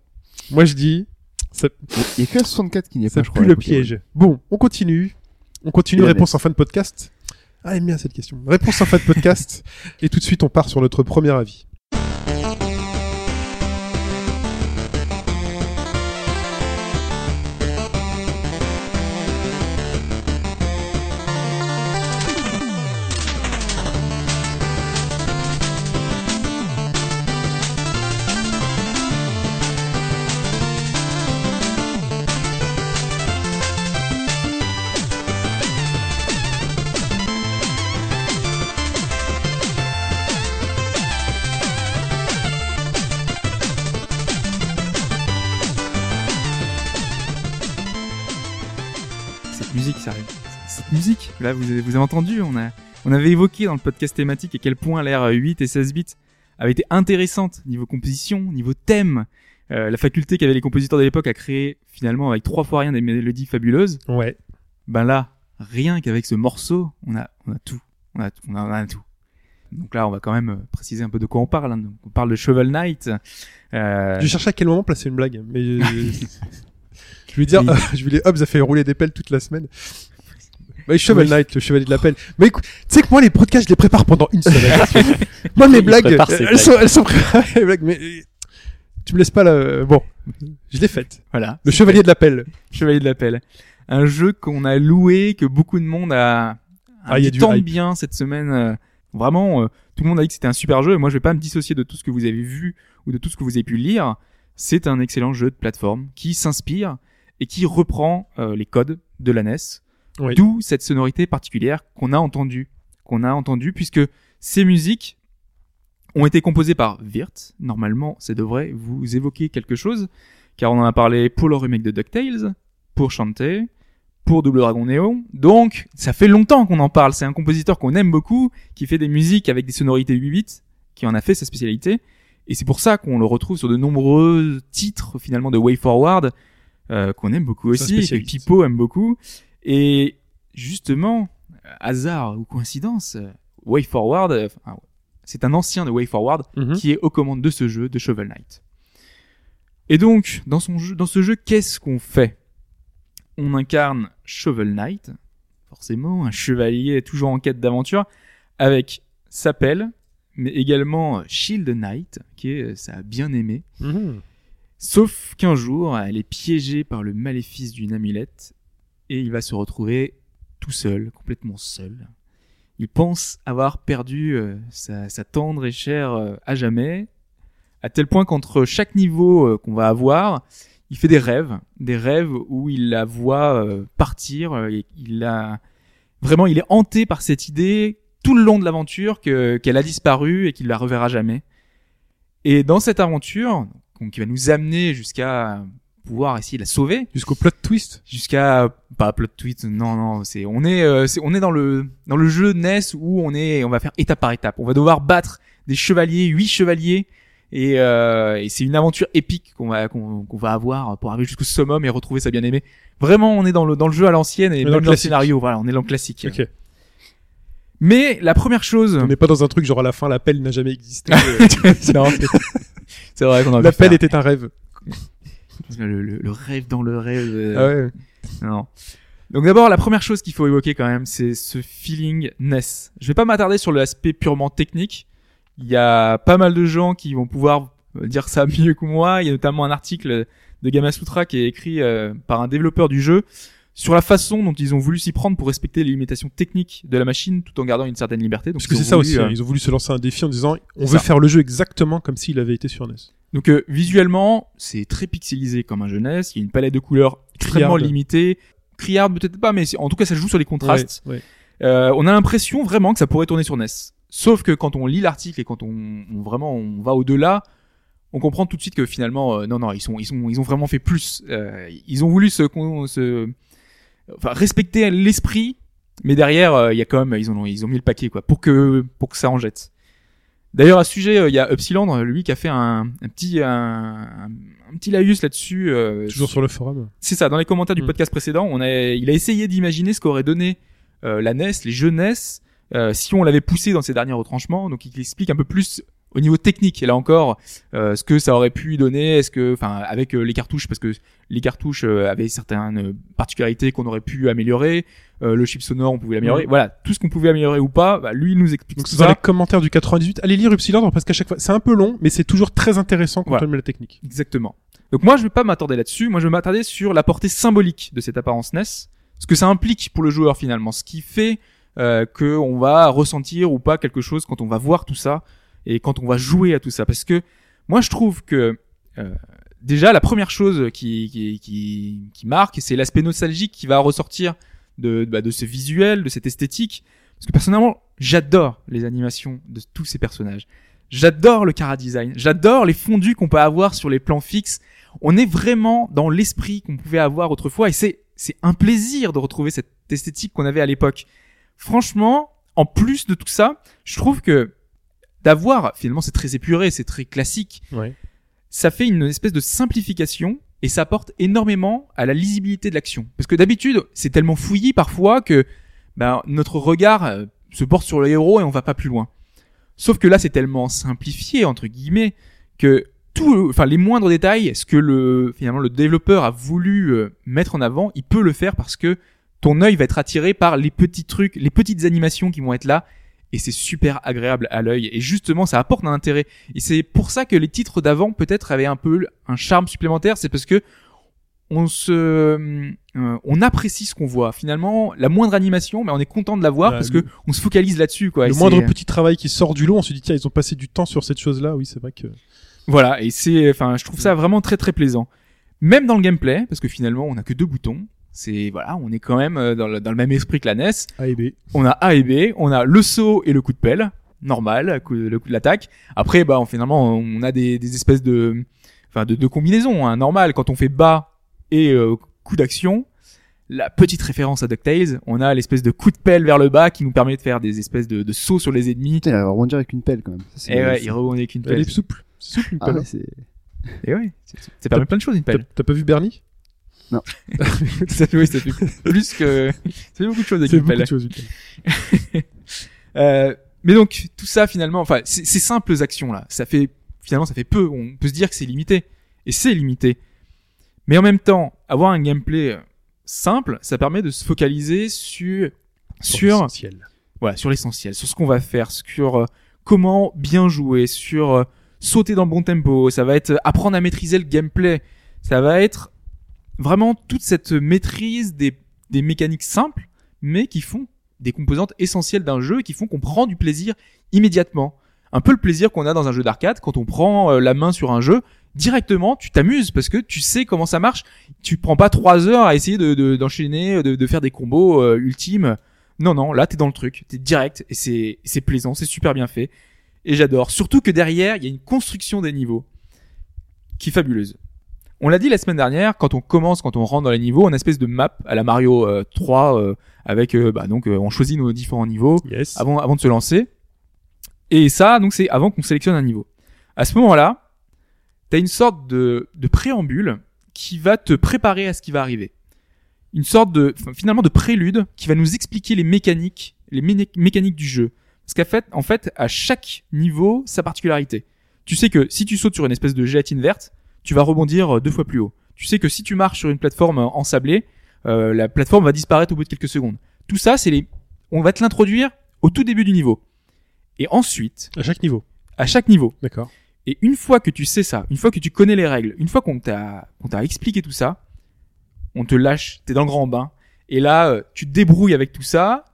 Speaker 3: moi, je dis, ça,
Speaker 4: Il y a que la 64 qui n'y est
Speaker 3: ça
Speaker 4: pas, je crois.
Speaker 3: pue
Speaker 4: la
Speaker 3: le
Speaker 4: Pokémon.
Speaker 3: piège. Bon, on continue. On continue.
Speaker 4: Et la
Speaker 3: Réponse en fin de podcast. Ah, aime bien cette question. Réponse en fin de podcast. Et tout de suite, on part sur notre premier avis.
Speaker 5: Cette musique, sérieux. Cette musique, là, vous avez, vous avez entendu, on, a, on avait évoqué dans le podcast thématique à quel point l'ère 8 et 16 bits avait été intéressante niveau composition, niveau thème. Euh, la faculté qu'avaient les compositeurs de l'époque à créer, finalement, avec trois fois rien des mélodies fabuleuses.
Speaker 3: Ouais.
Speaker 5: Ben là, rien qu'avec ce morceau, on a, on a tout. On a, on a, on a tout. Donc là, on va quand même euh, préciser un peu de quoi on parle. hein. Donc, on parle de Shovel Knight. Euh,
Speaker 3: Je cherchais à quel moment placer une blague, mais je, je vais dire,
Speaker 5: Oui.
Speaker 3: je vais dire, hop, ça fait rouler des pelles toute la semaine. Bah, Shovel
Speaker 5: Oui.
Speaker 3: Knight, le chevalier de la pelle. Mais écoute, tu sais que moi, les podcasts, je les prépare pendant une semaine. moi, mes
Speaker 6: Il
Speaker 3: blagues,
Speaker 6: prépare ses
Speaker 3: elles
Speaker 6: blagues.
Speaker 3: sont, elles sont préparées, les blagues, mais euh, tu me laisses pas là. Bon, je l'ai faite.
Speaker 5: voilà.
Speaker 3: Le chevalier de la pelle.
Speaker 5: Chevalier de l'appel. Un jeu qu'on a loué, que beaucoup de monde a,
Speaker 3: Ah,
Speaker 5: a
Speaker 3: il y a
Speaker 5: dit
Speaker 3: du
Speaker 5: tant de
Speaker 3: hype.
Speaker 5: bien cette semaine. euh, Vraiment, euh, tout le monde a dit que c'était un super jeu. Et moi, je vais pas me dissocier de tout ce que vous avez vu ou de tout ce que vous avez pu lire. C'est un excellent jeu de plateforme qui s'inspire et qui reprend euh, les codes de la NES.
Speaker 3: Oui.
Speaker 5: D'où cette sonorité particulière qu'on a entendue, qu'on a entendue, puisque ces musiques ont été composées par Wirth. Normalement, ça devrait vous évoquer quelque chose, car on en a parlé pour le remake de DuckTales, pour Shantae, pour Double Dragon Neo. Donc, ça fait longtemps qu'on en parle. C'est un compositeur qu'on aime beaucoup, qui fait des musiques avec des sonorités 8 bits, qui en a fait sa spécialité. Et c'est pour ça qu'on le retrouve sur de nombreux titres, finalement, de Way Forward, euh, qu'on aime beaucoup
Speaker 3: C'est un
Speaker 5: aussi, et que
Speaker 3: spécialiste.
Speaker 5: Pipo aime beaucoup. Et justement, euh, hasard ou coïncidence, euh, Way Forward, euh, enfin, c'est un ancien de Way Forward
Speaker 3: Mhm.
Speaker 5: qui est aux commandes de ce jeu de Shovel Knight. Et donc, dans, son jeu, dans ce jeu, qu'est-ce qu'on fait On incarne Shovel Knight, forcément, un chevalier toujours en quête d'aventure, avec sa pelle, mais également euh, Shield Knight, qui est euh, sa bien-aimée.
Speaker 3: Mhm.
Speaker 5: Sauf qu'un jour, elle est piégée par le maléfice d'une amulette et il va se retrouver tout seul, complètement seul. Il pense avoir perdu euh, sa, sa tendre et chère euh, à jamais, à tel point qu'entre chaque niveau euh, qu'on va avoir, il fait des rêves, des rêves où il la voit euh, partir. euh, et il a vraiment, il est hanté par cette idée tout le long de l'aventure que- qu'elle a disparu et qu'il la reverra jamais. Et dans cette aventure, donc, qui va nous amener jusqu'à pouvoir essayer de la sauver
Speaker 3: Jusqu'au plot twist.
Speaker 5: jusqu'à pas plot tweet non non c'est on est, euh, c'est on est dans le dans le jeu NES où on est on va faire étape par étape on va devoir battre des chevaliers huit chevaliers et, euh, et c'est une aventure épique qu'on va qu'on qu'on va avoir pour arriver jusqu'au summum et retrouver sa bien-aimée vraiment on est dans le dans le jeu à l'ancienne
Speaker 3: dans
Speaker 5: et même
Speaker 3: le
Speaker 5: dans le
Speaker 3: classique.
Speaker 5: scénario voilà on est dans le classique
Speaker 3: Ok.
Speaker 5: mais la première chose
Speaker 3: On n'est pas dans un truc genre à la fin, l'appel n'a jamais existé. euh,
Speaker 5: Non, Hein. c'est- c'est vrai qu'on aurait pu
Speaker 3: l'appel
Speaker 5: faire.
Speaker 3: était un rêve.
Speaker 5: le, le- le rêve dans le rêve euh,
Speaker 3: Ah ouais.
Speaker 5: Non. Donc d'abord, la première chose qu'il faut évoquer quand même, c'est ce feeling NES. Je vais pas m'attarder sur l'aspect purement technique. Il y a pas mal de gens qui vont pouvoir euh, dire ça mieux que moi. Il y a notamment un article de Gamasutra qui est écrit euh, par un développeur du jeu sur la façon dont ils ont voulu s'y prendre pour respecter les limitations techniques de la machine tout en gardant une certaine liberté. Donc,
Speaker 3: Parce que
Speaker 5: ils ont
Speaker 3: c'est ça
Speaker 5: voulu,
Speaker 3: aussi.
Speaker 5: euh,
Speaker 3: hein, Ils ont voulu se lancer un défi en disant on
Speaker 5: C'est
Speaker 3: veut
Speaker 5: ça.
Speaker 3: faire le jeu exactement comme s'il avait été sur E NES.
Speaker 5: Donc euh, visuellement, c'est très pixelisé comme un jeunesse. Il y a une palette de couleurs extrêmement
Speaker 3: Criarde.
Speaker 5: limitée. Criarde peut-être pas, mais c'est- en tout cas ça joue sur les contrastes.
Speaker 3: Ouais, ouais.
Speaker 5: Euh, on a l'impression vraiment que ça pourrait tourner sur NES. Sauf que quand on lit l'article et quand on, on vraiment on va au-delà, on comprend tout de suite que finalement euh, non non ils sont ils sont ils ont vraiment fait plus. Euh, ils ont voulu se, con- se- enfin respecter l'esprit, mais derrière euh, il y a quand même ils ont ils ont mis le paquet quoi pour que pour que ça en jette. D'ailleurs à ce sujet euh, il y a Upsilandre lui qui a fait un, un petit un, un- un petit laïus là-dessus. euh,
Speaker 3: Toujours sur le forum.
Speaker 5: c'est ça, dans les commentaires du
Speaker 3: Mm.
Speaker 5: podcast précédent, on a, il a essayé d'imaginer ce qu'aurait donné euh, la NES, les jeux NES, euh, si on l'avait poussé dans ses derniers retranchements. Donc il explique un peu plus au niveau technique, et là encore, euh, ce que ça aurait pu donner, est-ce que, enfin, avec euh, les cartouches, parce que les cartouches euh, avaient certaines euh, particularités qu'on aurait pu améliorer, euh, le chip sonore, on pouvait l'améliorer,
Speaker 3: Mm.
Speaker 5: voilà, tout ce qu'on pouvait améliorer ou pas, bah, lui, il nous explique
Speaker 3: Donc c'est dans les
Speaker 5: ça.
Speaker 3: commentaires du 98. Allez lire Upsilon parce qu'à chaque fois, c'est un peu long, mais c'est toujours très intéressant quand
Speaker 5: Voilà.
Speaker 3: on aime la technique.
Speaker 5: Exactement. Donc moi, je vais pas m'attarder là-dessus. Moi, je vais m'attarder sur la portée symbolique de cette apparence NES, ce que ça implique pour le joueur finalement, ce qui fait euh, que on va ressentir ou pas quelque chose quand on va voir tout ça et quand on va jouer à tout ça. Parce que moi, je trouve que euh, déjà la première chose qui qui qui, qui marque, c'est l'aspect nostalgique qui va ressortir de bah, de ce visuel, de cette esthétique. Parce que personnellement, j'adore les animations de tous ces personnages. J'adore le cara design. J'adore les fondus qu'on peut avoir sur les plans fixes. On est vraiment dans l'esprit qu'on pouvait avoir autrefois et c'est, c'est un plaisir de retrouver cette esthétique qu'on avait à l'époque. Franchement, en plus de tout ça, je trouve que d'avoir, finalement, c'est très épuré, c'est très classique.
Speaker 3: Ouais.
Speaker 5: Ça fait une espèce de simplification et ça apporte énormément à la lisibilité de l'action. Parce que d'habitude, c'est tellement fouillis parfois que, ben, notre regard euh, se porte sur le héros et on va pas plus loin. Sauf que là, c'est tellement simplifié entre guillemets que tout, enfin les moindres détails, ce que le finalement le développeur a voulu euh, mettre en avant, il peut le faire parce que ton œil va être attiré par les petits trucs, les petites animations qui vont être là, et c'est super agréable à l'œil. Et justement, ça apporte un intérêt. Et c'est pour ça que les titres d'avant peut-être avaient un peu un charme supplémentaire, c'est parce que on se, euh, on apprécie ce qu'on voit. Finalement, la moindre animation, mais on est content de la voir
Speaker 3: Ouais,
Speaker 5: parce
Speaker 3: Bah, le-
Speaker 5: que on se focalise là-dessus, quoi. Et
Speaker 3: le
Speaker 5: c'est- euh,
Speaker 3: moindre petit travail qui sort du lot, on se dit tiens, ils ont passé du temps sur cette chose-là. Oui, c'est vrai que.
Speaker 5: Voilà, et c'est, enfin, je trouve
Speaker 3: Mm.
Speaker 5: ça vraiment très très plaisant. Même dans le gameplay, parce que finalement, on a que deux boutons. C'est voilà, on est quand même euh, dans le, dans le même esprit que la NES.
Speaker 3: A et B.
Speaker 5: On a A et B, on a le saut et le coup de pelle, normal, coup- le coup de l'attaque. Après, bah, on- finalement, on a des, des espèces de, enfin, de, de combinaisons, hein, normal. Quand on fait bas et euh, coup d'action, la petite référence à DuckTales, on a l'espèce de coup de pelle vers le bas qui nous permet de faire des espèces de, de sauts sur les ennemis.
Speaker 4: Putain, il va rebondir avec une pelle quand même. Ça, c'est-
Speaker 6: Eh
Speaker 5: Et ouais,
Speaker 4: c'est-
Speaker 5: il rebondit avec une
Speaker 3: Elle
Speaker 5: pelle.
Speaker 3: est souple. C'est souple une
Speaker 4: Ah
Speaker 3: pelle.
Speaker 4: ouais, c'est-
Speaker 5: Et ouais, c'est- c'est- ça permet plein de choses une pelle.
Speaker 3: T'as- T'as pas vu Bernie
Speaker 5: ça fait, oui, ça fait plus que ça fait beaucoup de choses avec
Speaker 3: C'est
Speaker 5: une
Speaker 3: beaucoup
Speaker 5: pelle.
Speaker 3: de choses. une pelle.
Speaker 5: Euh, mais donc tout ça finalement, enfin ces ces simples actions là, ça fait finalement ça fait peu. On peut se dire que c'est limité et c'est limité. Mais en même temps, avoir un gameplay euh, simple, ça permet de se focaliser sur sur
Speaker 3: Essentiel.
Speaker 5: voilà, sur l'essentiel, sur ce qu'on va faire, sur euh, comment bien jouer, sur euh, sauter dans le bon tempo, ça va être euh, apprendre à maîtriser le gameplay, ça va être vraiment toute cette maîtrise des, des mécaniques simples, mais qui font des composantes essentielles d'un jeu et qui font qu'on prend du plaisir immédiatement. Un peu le plaisir qu'on a dans un jeu d'arcade, quand on prend euh, la main sur un jeu, directement tu t'amuses parce que tu sais comment ça marche, tu prends pas trois heures à essayer de- de- d'enchaîner, de, de, faire des combos euh, ultimes. Non, non, là, t'es dans le truc, t'es direct, et c'est, c'est plaisant, c'est super bien fait. Et j'adore. Surtout que derrière, il y a une construction des niveaux qui est fabuleuse. On l'a dit la semaine dernière, quand on commence, quand on rentre dans les niveaux, on a une espèce de map à la Mario euh, 3 euh, avec euh, bah, donc euh, on choisit nos différents niveaux
Speaker 3: Yes.
Speaker 5: avant avant de se lancer. Et ça donc c'est avant qu'on sélectionne un niveau. À ce moment-là, t'as une sorte de de préambule qui va te préparer à ce qui va arriver. Une sorte de fin- finalement de prélude qui va nous expliquer les mécaniques, les méni- mécaniques du jeu. Parce qu'à fait, en fait, à chaque niveau, sa particularité. Tu sais que si tu sautes sur une espèce de gélatine verte, tu vas rebondir euh, deux fois plus haut. Tu sais que si tu marches sur une plateforme euh, ensablée, euh, la plateforme va disparaître au bout de quelques secondes. Tout ça, c'est les. On va te l'introduire au tout début du niveau. Et ensuite,
Speaker 3: À chaque niveau.
Speaker 5: à chaque niveau,
Speaker 3: D'accord.
Speaker 5: et une fois que tu sais ça, une fois que tu connais les règles, une fois qu'on t'a, qu'on t'a expliqué tout ça, on te lâche, t'es dans le grand bain. Et là, euh, tu te débrouilles avec tout ça.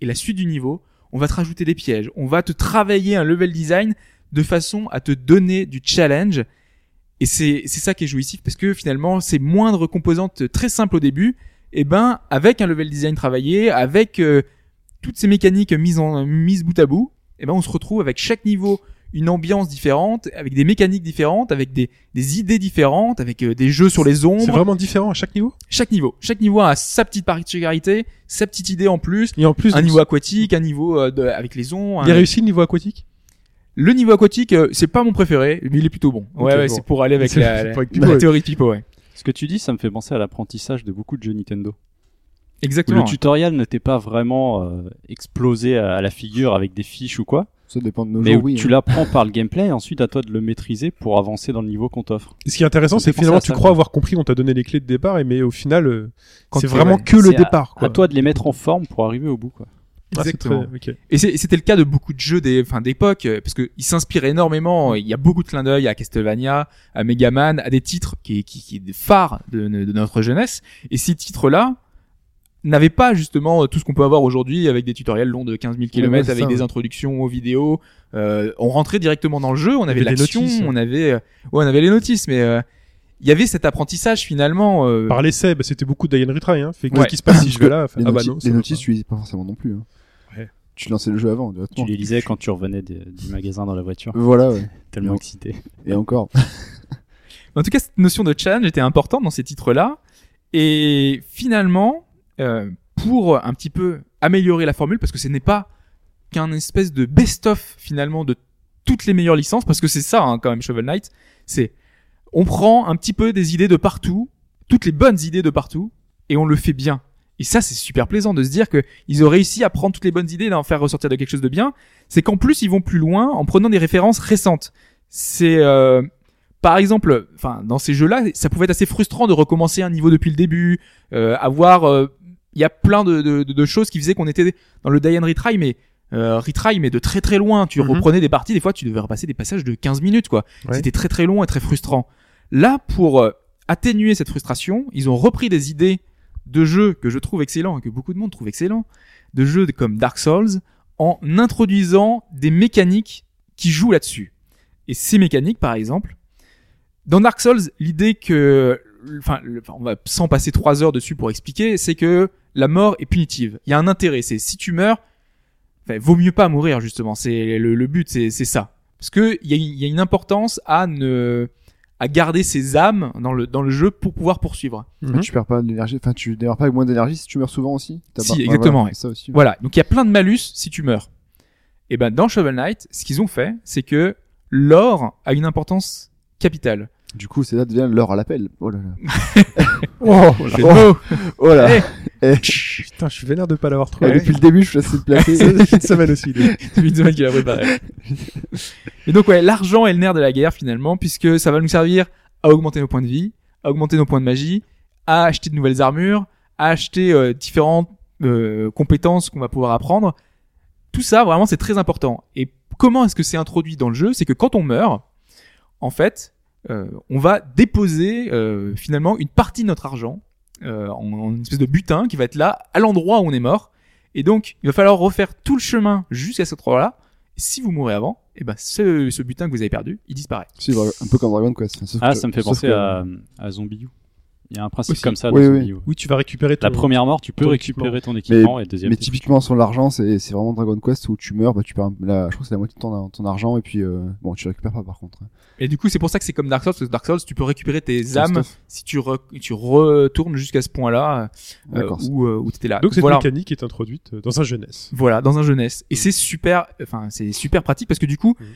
Speaker 5: Et la suite du niveau, on va te rajouter des pièges. On va te travailler un level design de façon à te donner du challenge. Et c'est, c'est ça qui est jouissif parce que finalement, ces moindres composantes très simples au début, eh ben, avec un level design travaillé, avec euh, toutes ces mécaniques mises en, mises bout à bout, eh ben, on se retrouve avec chaque niveau une ambiance différente, avec des mécaniques différentes, avec des, des idées différentes, avec euh, des jeux sur les
Speaker 3: C'est
Speaker 5: ombres.
Speaker 3: vraiment différent à chaque niveau.
Speaker 5: Chaque niveau, chaque niveau a sa petite particularité, sa petite idée en plus.
Speaker 3: Et en plus,
Speaker 5: Un
Speaker 3: donc,
Speaker 5: niveau aquatique, un niveau euh, de- avec les ondes.
Speaker 3: il a
Speaker 5: un-
Speaker 3: réussi le niveau aquatique.
Speaker 5: Le niveau aquatique, euh, c'est pas mon préféré, mais il est plutôt bon.
Speaker 3: Ok,
Speaker 5: Ouais, ouais,
Speaker 3: bon.
Speaker 5: c'est pour aller avec
Speaker 3: C'est-
Speaker 5: la,
Speaker 3: c'est
Speaker 5: la-
Speaker 3: pour avec
Speaker 5: la
Speaker 3: Pipo, ouais.
Speaker 5: théorie de Pipo, ouais.
Speaker 6: Ce que tu dis, ça me fait penser à l'apprentissage de beaucoup de jeux Nintendo. Où
Speaker 5: Exactement.
Speaker 6: le tutoriel ne t'est pas vraiment euh, explosé à, à la figure avec des fiches ou quoi,
Speaker 4: Ça dépend de nos
Speaker 6: mais
Speaker 4: jours,
Speaker 6: où
Speaker 4: oui.
Speaker 6: tu
Speaker 4: hein.
Speaker 6: l'apprends par le gameplay et ensuite à toi de le maîtriser pour avancer dans le niveau qu'on t'offre.
Speaker 3: Et ce qui est intéressant,
Speaker 6: Ça
Speaker 3: c'est que
Speaker 6: fait
Speaker 3: finalement,
Speaker 6: penser à
Speaker 3: tu
Speaker 6: ça,
Speaker 3: crois
Speaker 6: quoi.
Speaker 3: avoir compris, on t'a donné les clés de départ, et mais au final, euh,
Speaker 5: Quand
Speaker 3: c'est
Speaker 5: tu-
Speaker 3: vraiment
Speaker 5: ouais.
Speaker 3: que le
Speaker 6: C'est
Speaker 3: départ. quoi.
Speaker 6: À toi de les mettre en forme pour arriver au bout. Quoi.
Speaker 3: Ah, c'est très-
Speaker 5: Exactement.
Speaker 3: ok.
Speaker 5: Et c'est- c'était le cas de beaucoup de jeux des, enfin, d'époque, euh, parce que ils s'inspirent énormément. Il y a beaucoup de clins d'œil à Castlevania, à Megaman, à des titres qui, qui, qui des phares de, de notre jeunesse. Et ces titres-là n'avaient pas justement euh, tout ce qu'on peut avoir aujourd'hui avec des tutoriels longs de 15 000 km,
Speaker 4: ouais, c'est
Speaker 5: avec
Speaker 4: ça,
Speaker 5: des
Speaker 4: ouais.
Speaker 5: introductions aux vidéos. Euh, on rentrait directement dans le jeu, on avait,
Speaker 3: avait des
Speaker 5: l'action,
Speaker 3: notices.
Speaker 5: on avait, euh, ouais, on avait les notices, mais euh, il y avait cet apprentissage finalement. euh,
Speaker 3: Par l'essai, bah, c'était beaucoup d'Alien Retry. Hein. Fait que
Speaker 5: Ouais.
Speaker 3: qu'est-ce qui se passe si je vais là Enfin,
Speaker 4: Les
Speaker 3: Ah bah
Speaker 4: notices,
Speaker 3: non. ça
Speaker 4: les
Speaker 3: va
Speaker 4: notices,
Speaker 3: pas.
Speaker 4: tu les lis pas forcément non plus. hein.
Speaker 3: Ouais.
Speaker 4: Tu lançais le jeu avant,
Speaker 6: Tu
Speaker 4: directement.
Speaker 6: les lisais quand tu revenais des- du magasin dans la voiture,
Speaker 4: Voilà, ouais.
Speaker 6: tellement
Speaker 4: Non.
Speaker 6: excité.
Speaker 4: Et encore.
Speaker 5: En tout cas, cette notion de challenge était importante dans ces titres-là. Et finalement, euh, pour un petit peu améliorer la formule, parce que ce n'est pas qu'un espèce de best-of finalement de toutes les meilleures licences, parce que c'est ça hein, quand même Shovel Knight, c'est on prend un petit peu des idées de partout, toutes les bonnes idées de partout, et on le fait bien. Et ça, c'est super plaisant de se dire que ils ont réussi à prendre toutes les bonnes idées et d'en faire ressortir de quelque chose de bien. C'est qu'en plus, ils vont plus loin en prenant des références récentes. C'est euh, par exemple, enfin dans ces jeux-là, ça pouvait être assez frustrant de recommencer un niveau depuis le début, euh, avoir, euh, il y a plein de, de, de- de choses qui faisaient qu'on était dans le die and retry, mais euh, retry, mais de très très loin. Tu
Speaker 3: Mhm.
Speaker 5: reprenais des parties, des fois tu devais repasser des passages de 15 minutes, quoi.
Speaker 3: Ouais.
Speaker 5: C'était très très long et très frustrant. Là, pour euh, atténuer cette frustration, ils ont repris des idées de jeux que je trouve excellents et que beaucoup de monde trouve excellents, de jeux comme Dark Souls, en introduisant des mécaniques qui jouent là-dessus. Et ces mécaniques, par exemple, dans Dark Souls, l'idée que, enfin, le- enfin, on va sans passer trois heures dessus pour expliquer, c'est que la mort est punitive. Il y a un intérêt, c'est si tu meurs, enfin, vaut mieux pas mourir justement. C'est le, le but, c'est c'est ça. Parce que il y, a une- il y a une importance à ne, à garder ses âmes dans le dans le jeu pour pouvoir poursuivre.
Speaker 3: Mhm.
Speaker 4: Tu perds pas d'énergie. Enfin, tu n'as pas avec moins d'énergie si tu meurs souvent aussi. T'as
Speaker 5: Si,
Speaker 4: pas- ouais,
Speaker 5: exactement,
Speaker 4: voilà,
Speaker 5: ouais.
Speaker 4: Ça aussi.
Speaker 5: Voilà, donc il y a plein de malus si tu meurs. Et ben dans Shovel Knight, ce qu'ils ont fait, c'est que l'or a une importance capitale.
Speaker 4: Du coup, c'est là devient l'heure à l'appel. Oh là là.
Speaker 3: Oh,
Speaker 5: Jeu de
Speaker 3: oh,
Speaker 5: mots.
Speaker 4: Oh là.
Speaker 5: Eh.
Speaker 4: Eh.
Speaker 3: putain, je suis vénère de pas l'avoir
Speaker 4: Ouais,
Speaker 3: trouvé.
Speaker 4: Depuis le début, je suis assez placé.
Speaker 3: Ça, ça fait une semaine aussi. lui.
Speaker 5: C'est une semaine qu'il a préparé. et donc ouais, l'argent est le nerf de la guerre finalement, puisque ça va nous servir à augmenter nos points de vie, à augmenter nos points de magie, à acheter de nouvelles armures, à acheter euh, différentes euh, compétences qu'on va pouvoir apprendre. Tout ça, vraiment, c'est très important. Et comment est-ce que c'est introduit dans le jeu C'est que quand on meurt, en fait, euh, on va déposer euh, finalement une partie de notre argent euh, en, en une espèce de butin qui va être là, à l'endroit où on est mort. Et donc, il va falloir refaire tout le chemin jusqu'à cet endroit-là. Si vous mourrez avant, eh ben ce, ce butin que vous avez perdu, il disparaît.
Speaker 4: C'est un peu comme Dragon Quest. Sauf
Speaker 6: Ah,
Speaker 4: que-
Speaker 6: ça me fait
Speaker 4: sauf
Speaker 6: penser
Speaker 4: que-
Speaker 6: à, à Zombie U. Il y a un principe
Speaker 3: Aussi.
Speaker 6: comme ça
Speaker 4: Oui,
Speaker 6: dans
Speaker 4: oui.
Speaker 6: ce niveau.
Speaker 3: Oui, tu vas récupérer ton...
Speaker 6: La première mort, tu peux
Speaker 3: Ton
Speaker 6: récupérer ton équipement et le deuxième.
Speaker 4: Mais
Speaker 6: t'es
Speaker 4: typiquement sur l'argent, c'est c'est vraiment Dragon Quest où tu meurs, bah tu perds la, je crois que c'est la moitié de ton, ton argent et puis euh, bon tu récupères pas par contre. hein.
Speaker 5: Et du coup, c'est pour ça que c'est comme Dark Souls, parce que Dark Souls, tu peux récupérer tes
Speaker 4: Ton
Speaker 5: âmes
Speaker 4: stuff.
Speaker 5: si tu, re- tu retournes jusqu'à ce point-là euh,
Speaker 4: D'accord.
Speaker 5: où, euh, où t'étais là.
Speaker 3: Ah, Donc cette
Speaker 5: voilà.
Speaker 3: mécanique est introduite euh, dans un jeunesse.
Speaker 5: Voilà, dans un jeunesse.
Speaker 4: Mm.
Speaker 5: Et c'est super, enfin, c'est super pratique parce que du coup,
Speaker 3: Mhm.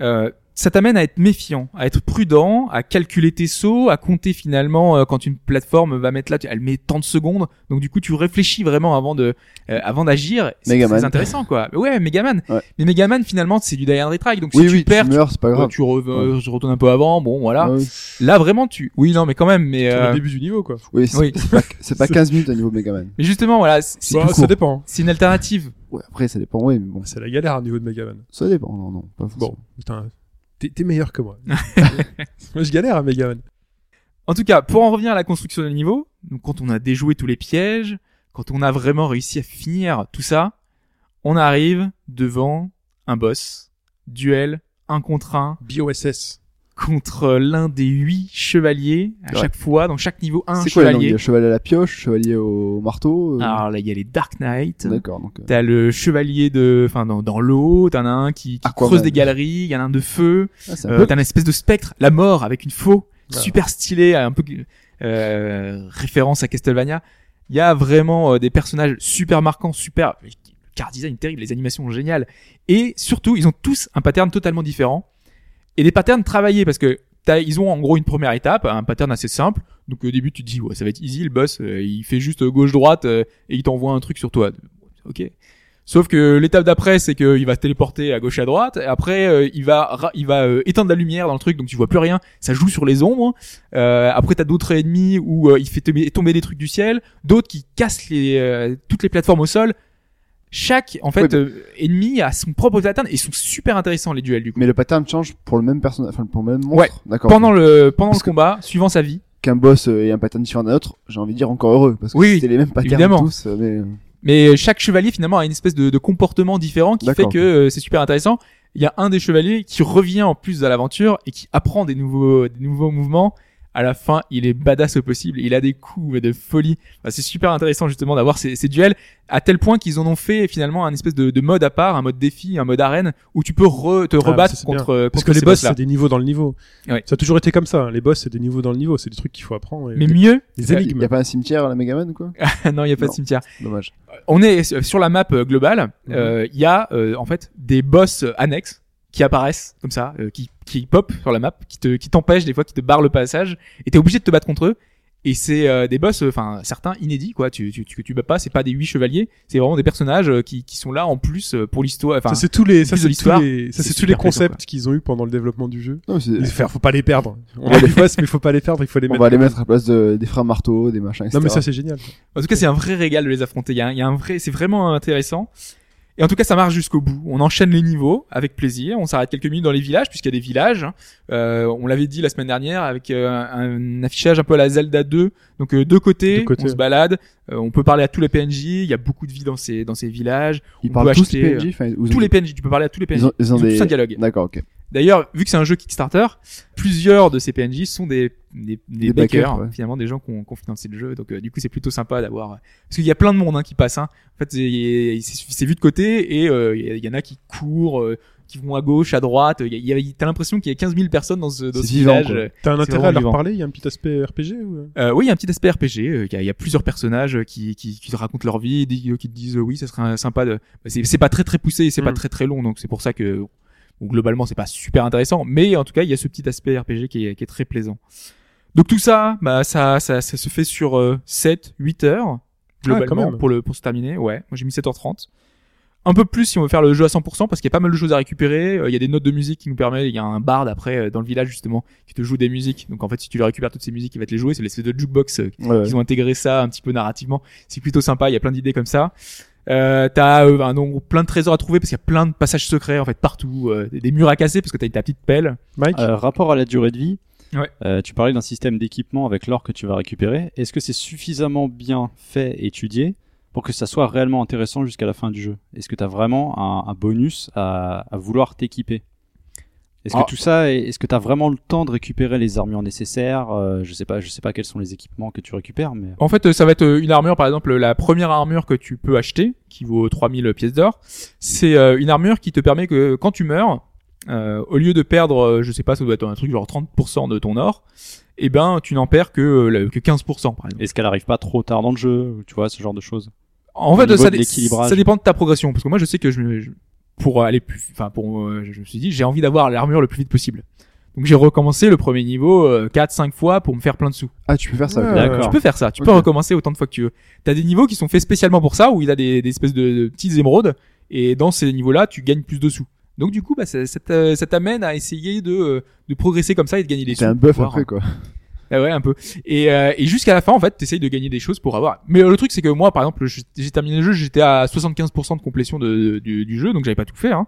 Speaker 5: euh, ça t'amène à être méfiant, à être prudent, à calculer tes sauts, à compter finalement euh, quand une plateforme va mettre là, tu- elle met tant de secondes. Donc du coup, tu réfléchis vraiment avant de, euh, avant d'agir. C'est
Speaker 4: Megaman.
Speaker 5: très intéressant, quoi. Ouais, Megaman.
Speaker 4: Ouais.
Speaker 5: Mais Megaman, finalement, c'est du die and retry. Donc
Speaker 4: oui
Speaker 5: si
Speaker 4: oui
Speaker 5: tu perds, tu,
Speaker 4: meurs c'est pas grave.
Speaker 5: tu re- euh, je retourne un peu avant. Bon, voilà.
Speaker 4: Ouais, ouais.
Speaker 5: Là, vraiment, tu. Oui, non, mais quand même, mais.
Speaker 3: C'est
Speaker 5: euh,
Speaker 3: le début du niveau, quoi.
Speaker 4: Oui, c'est
Speaker 5: Oui.
Speaker 4: c'est pas, c'est pas
Speaker 3: C'est-
Speaker 4: 15 minutes à niveau Megaman.
Speaker 5: Mais justement, voilà, c'est c'est-
Speaker 3: Bah,
Speaker 4: plus
Speaker 3: ça
Speaker 4: court.
Speaker 3: dépend.
Speaker 5: c'est une alternative.
Speaker 4: Ouais, après ça dépend oui mais bon
Speaker 3: C'est la galère à niveau de Megaman.
Speaker 4: ça dépend non non pas forcément.
Speaker 3: Bon, putain, t'es t'es meilleur que moi. moi, je galère à Megaman.
Speaker 5: En tout cas, pour en revenir à la construction des niveaux, donc quand on a déjoué tous les pièges, quand on a vraiment réussi à finir tout ça, on arrive devant un boss, duel, un contre un,
Speaker 3: BioSS.
Speaker 5: contre l'un des huit chevaliers à
Speaker 4: Ouais.
Speaker 5: chaque fois, dans chaque niveau, un
Speaker 4: C'est quoi la langue Il y
Speaker 5: chevalier. Ah,
Speaker 4: a Chevalier à la pioche, chevalier au marteau. euh,
Speaker 5: Alors là, il y a les Dark Knights,
Speaker 4: D'accord donc. euh,
Speaker 5: T'as le chevalier de, enfin dans, dans l'eau, t'en as un qui, qui
Speaker 4: Aquaman.
Speaker 5: creuse des galeries, il y en a un de feu,
Speaker 4: ah, c'est un
Speaker 5: euh,
Speaker 4: peu-
Speaker 5: t'as une espèce de spectre, la mort avec une faux,
Speaker 3: Ah.
Speaker 5: super stylé, un peu euh, référence à Castlevania. Il y a vraiment euh, des personnages super marquants, super le car design terrible, les animations géniales, et surtout ils ont tous un pattern totalement différent et des patterns travaillés parce que t'as- ils ont en gros une première étape, un pattern assez simple. Donc au début tu te dis ouais ça va être easy, le boss euh, il fait juste gauche droite et il t'envoie un truc sur toi. Ok. Sauf que l'étape d'après, c'est qu'il va se téléporter à gauche à droite. Et après, euh, il va ra- il va euh, éteindre la lumière dans le truc, donc tu vois plus rien. Ça joue sur les ombres. Euh, après, t'as d'autres ennemis où euh, il fait tomber, tomber des trucs du ciel, d'autres qui cassent les euh, toutes les plateformes au sol. Chaque en
Speaker 4: Oui,
Speaker 5: fait
Speaker 4: mais-
Speaker 5: euh, ennemi a son propre pattern et ils sont super intéressants les duels du coup.
Speaker 4: Mais le pattern change pour le même personnage, enfin pour le même monstre.
Speaker 5: Ouais.
Speaker 4: D'accord.
Speaker 5: Pendant le pendant
Speaker 4: Parce
Speaker 5: le combat, suivant sa vie.
Speaker 4: Qu'un boss euh, ait un pattern différent d'un autre, j'ai envie de dire encore heureux parce que
Speaker 5: Oui,
Speaker 4: c'était les mêmes patterns
Speaker 5: évidemment.
Speaker 4: tous. euh, Mais...
Speaker 5: Mais chaque chevalier finalement a une espèce de, de comportement différent qui fait
Speaker 4: D'accord.
Speaker 5: que euh, c'est super intéressant. Il y a un des chevaliers qui revient en plus à l'aventure et qui apprend des nouveaux, des nouveaux mouvements. À la fin, il est badass au possible. Il a des coups mais de folie. Enfin, c'est super intéressant justement d'avoir ces, ces duels à tel point qu'ils en ont fait finalement un espèce de, de mode à part, un mode défi, un mode arène où tu peux re- te
Speaker 3: bah,
Speaker 5: rebattre
Speaker 3: ça, c'est bien.
Speaker 5: contre, euh,
Speaker 3: Parce
Speaker 5: contre
Speaker 3: que les
Speaker 5: ces
Speaker 3: boss,
Speaker 5: boss-là.
Speaker 3: c'est des niveaux dans le niveau.
Speaker 5: Ouais.
Speaker 3: Ça a toujours été comme ça. hein. Les boss, c'est des niveaux dans le niveau. C'est des trucs qu'il faut apprendre. et-
Speaker 5: Mais mieux
Speaker 3: des
Speaker 4: Il y
Speaker 3: énigmes.
Speaker 4: a pas un cimetière à la Megaman ou quoi
Speaker 5: Non, il y a pas de
Speaker 4: Non.
Speaker 5: cimetière.
Speaker 4: Dommage.
Speaker 5: on est euh, sur la map euh, globale.
Speaker 3: Mhm.
Speaker 5: euh, Il y a euh, en fait des boss euh, annexes qui apparaissent comme ça, euh, qui qui pop sur la map, qui te qui t'empêchent des fois, qui te barrent le passage. Et t'es obligé de te battre contre eux. Et c'est euh, des boss, enfin certains inédits quoi. Tu tu tu, que tu bats pas, c'est pas des huit chevaliers, c'est vraiment des personnages euh, qui qui sont là en plus euh, pour l'histoire.
Speaker 3: Ça,
Speaker 5: Enfin
Speaker 3: c'est tous les, ça,
Speaker 5: plus de
Speaker 3: c'est tous
Speaker 5: l'histoire,
Speaker 3: les, ça,
Speaker 5: c'est
Speaker 3: c'est tous
Speaker 5: super
Speaker 3: les
Speaker 5: plaisant,
Speaker 3: concepts qu'ils ont eu pendant le développement du jeu.
Speaker 4: Non, mais c'est-
Speaker 3: Il faut pas les perdre. On
Speaker 4: Ouais.
Speaker 3: a des boss, mais il faut pas les perdre. Il faut les
Speaker 4: On
Speaker 3: mettre.
Speaker 4: va les mettre à la place de, des freins marteaux, des machins. Etc.
Speaker 3: Non, mais ça, c'est génial.
Speaker 5: En tout cas, c'est un vrai régal de les affronter. Il y a, un- il y a un vrai, c'est vraiment intéressant. Et en tout cas, ça marche jusqu'au bout. On enchaîne les niveaux avec plaisir. On s'arrête quelques minutes dans les villages, puisqu'il y a des villages. hein. Euh, on l'avait dit la semaine dernière avec euh, un affichage un peu à la Zelda 2. Donc euh, deux côtés,
Speaker 3: Deux côtés,
Speaker 5: on se
Speaker 3: ouais.
Speaker 5: balade. Euh, on peut parler à tous les PNJ. Il y a beaucoup de vie dans ces dans ces villages.
Speaker 4: Ils
Speaker 5: on
Speaker 4: parlent
Speaker 5: peut
Speaker 4: tous
Speaker 5: acheter,
Speaker 4: les PNJ. enfin, ils ont-
Speaker 5: Tous les PNJ, tu peux parler à tous les PNJ.
Speaker 4: Ils ont, ils ont
Speaker 5: Ils ont
Speaker 4: des.
Speaker 5: tous un dialogue.
Speaker 4: D'accord, ok.
Speaker 5: D'ailleurs, vu que c'est un jeu Kickstarter, plusieurs de ces PNJ sont des, des, des,
Speaker 4: Des
Speaker 5: backers,
Speaker 4: backers, ouais.
Speaker 5: finalement des gens qui ont, qui ont financé le jeu. Donc euh, du coup, c'est plutôt sympa d'avoir. Parce qu'il y a plein de monde hein, qui passe. Hein. En fait, c'est c'est- c'est vu de côté et euh, il y, en a qui courent, euh, qui vont à gauche, à droite. Il y a- il y a- T'as l'impression qu'il y a 15 000 personnes dans ce, dans
Speaker 4: C'est
Speaker 5: ce
Speaker 4: vivant,
Speaker 5: village.
Speaker 4: quoi.
Speaker 5: euh,
Speaker 3: T'as un
Speaker 5: C'est
Speaker 3: intérêt
Speaker 5: vraiment
Speaker 3: à leur
Speaker 5: vivant.
Speaker 3: parler? Il y a un petit aspect RPG ou...
Speaker 5: euh, oui, il y a un petit aspect RPG. euh, Il y, a, il y a plusieurs personnages euh, qui, qui, qui te racontent leur vie, des- qui te disent euh, oui, ça serait un- sympa de. C'est c'est pas très très poussé, et c'est pas
Speaker 3: Mm.
Speaker 5: très très long, donc c'est pour ça que bon, globalement c'est pas super intéressant. Mais en tout cas, il y a ce petit aspect RPG qui est, qui est très plaisant. Donc tout ça, bah ça ça, ça se fait sur 7 8 heures globalement
Speaker 3: Ah, quand même.
Speaker 5: pour le pour se terminer. Ouais, moi j'ai mis 7h30. Un peu plus si on veut faire le jeu à 100% parce qu'il y a pas mal de choses à récupérer. Euh, Il y a des notes de musique qui nous permettent. Il y a un bard après euh, dans le village justement qui te joue des musiques. Donc en fait si tu lui récupères toutes ces musiques, il va te les jouer. C'est l'espèce de jukebox euh,
Speaker 4: Ouais, ouais.
Speaker 5: ils ont intégré ça un petit peu narrativement. C'est plutôt sympa. Il y a plein d'idées comme ça. Euh, t'as euh, un nombre- plein de trésors à trouver parce qu'il y a plein de passages secrets en fait partout, euh, des murs à casser parce que t'as ta petite pelle.
Speaker 3: Mike?
Speaker 6: Euh, rapport à la durée de vie,
Speaker 5: Ouais.
Speaker 6: euh, tu parlais d'un système d'équipement avec l'or que tu vas récupérer. Est-ce que c'est suffisamment bien fait, et étudié, pour que ça soit réellement intéressant jusqu'à la fin du jeu Est-ce que tu as vraiment un, un bonus à, à vouloir t'équiper Est-ce que
Speaker 5: Ah.
Speaker 6: tout ça, est- est-ce que t'as vraiment le temps de récupérer les armures nécessaires Euh, Je sais pas, je sais pas quels sont les équipements que tu récupères, mais
Speaker 5: En fait, euh, ça va être euh, une armure, par exemple, la première armure que tu peux acheter, qui vaut 3000 pièces d'or, c'est euh, une armure qui te permet que quand tu meurs, euh, au lieu de perdre, euh, je sais pas, ça doit être un truc genre 30% de ton or, eh ben, tu n'en perds que, euh, le- que 15%, par exemple.
Speaker 6: est-ce qu'elle arrive pas trop tard dans le jeu, ou tu vois, ce genre de choses
Speaker 5: En
Speaker 6: Au
Speaker 5: fait,
Speaker 6: niveau
Speaker 5: ça,
Speaker 6: de
Speaker 5: dé-
Speaker 6: l'équilibrage.
Speaker 5: ça dépend de ta progression, parce que moi, je sais que je, me- je- pour aller plus, enfin, pour, euh, je je me suis dit, j'ai envie d'avoir l'armure le plus vite possible. Donc j'ai recommencé le premier niveau 4-5 fois pour me faire plein de sous.
Speaker 4: Ah, tu peux faire ça.
Speaker 3: Ouais.
Speaker 4: ok.
Speaker 6: D'accord.
Speaker 5: Tu peux faire ça, tu peux
Speaker 4: Ok.
Speaker 5: recommencer autant de fois que tu veux. T'as des niveaux qui sont faits spécialement pour ça, où il a des, des espèces de, de petites émeraudes, et dans ces niveaux-là, tu gagnes plus de sous. Donc du coup, bah, ça, ça t'a- ça t'amène à essayer de, euh, de progresser comme ça et de gagner des sous.
Speaker 4: C'est un buff
Speaker 5: pour avoir-
Speaker 4: après, quoi.
Speaker 5: Ah ouais, un peu. Et, euh, et jusqu'à la fin, en fait, t'essayes de gagner des choses pour avoir. Mais euh, le truc, c'est que moi, par exemple, je- j'ai terminé le jeu, j'étais à 75% de complétion de, du, du jeu, donc j'avais pas tout fait. Hein.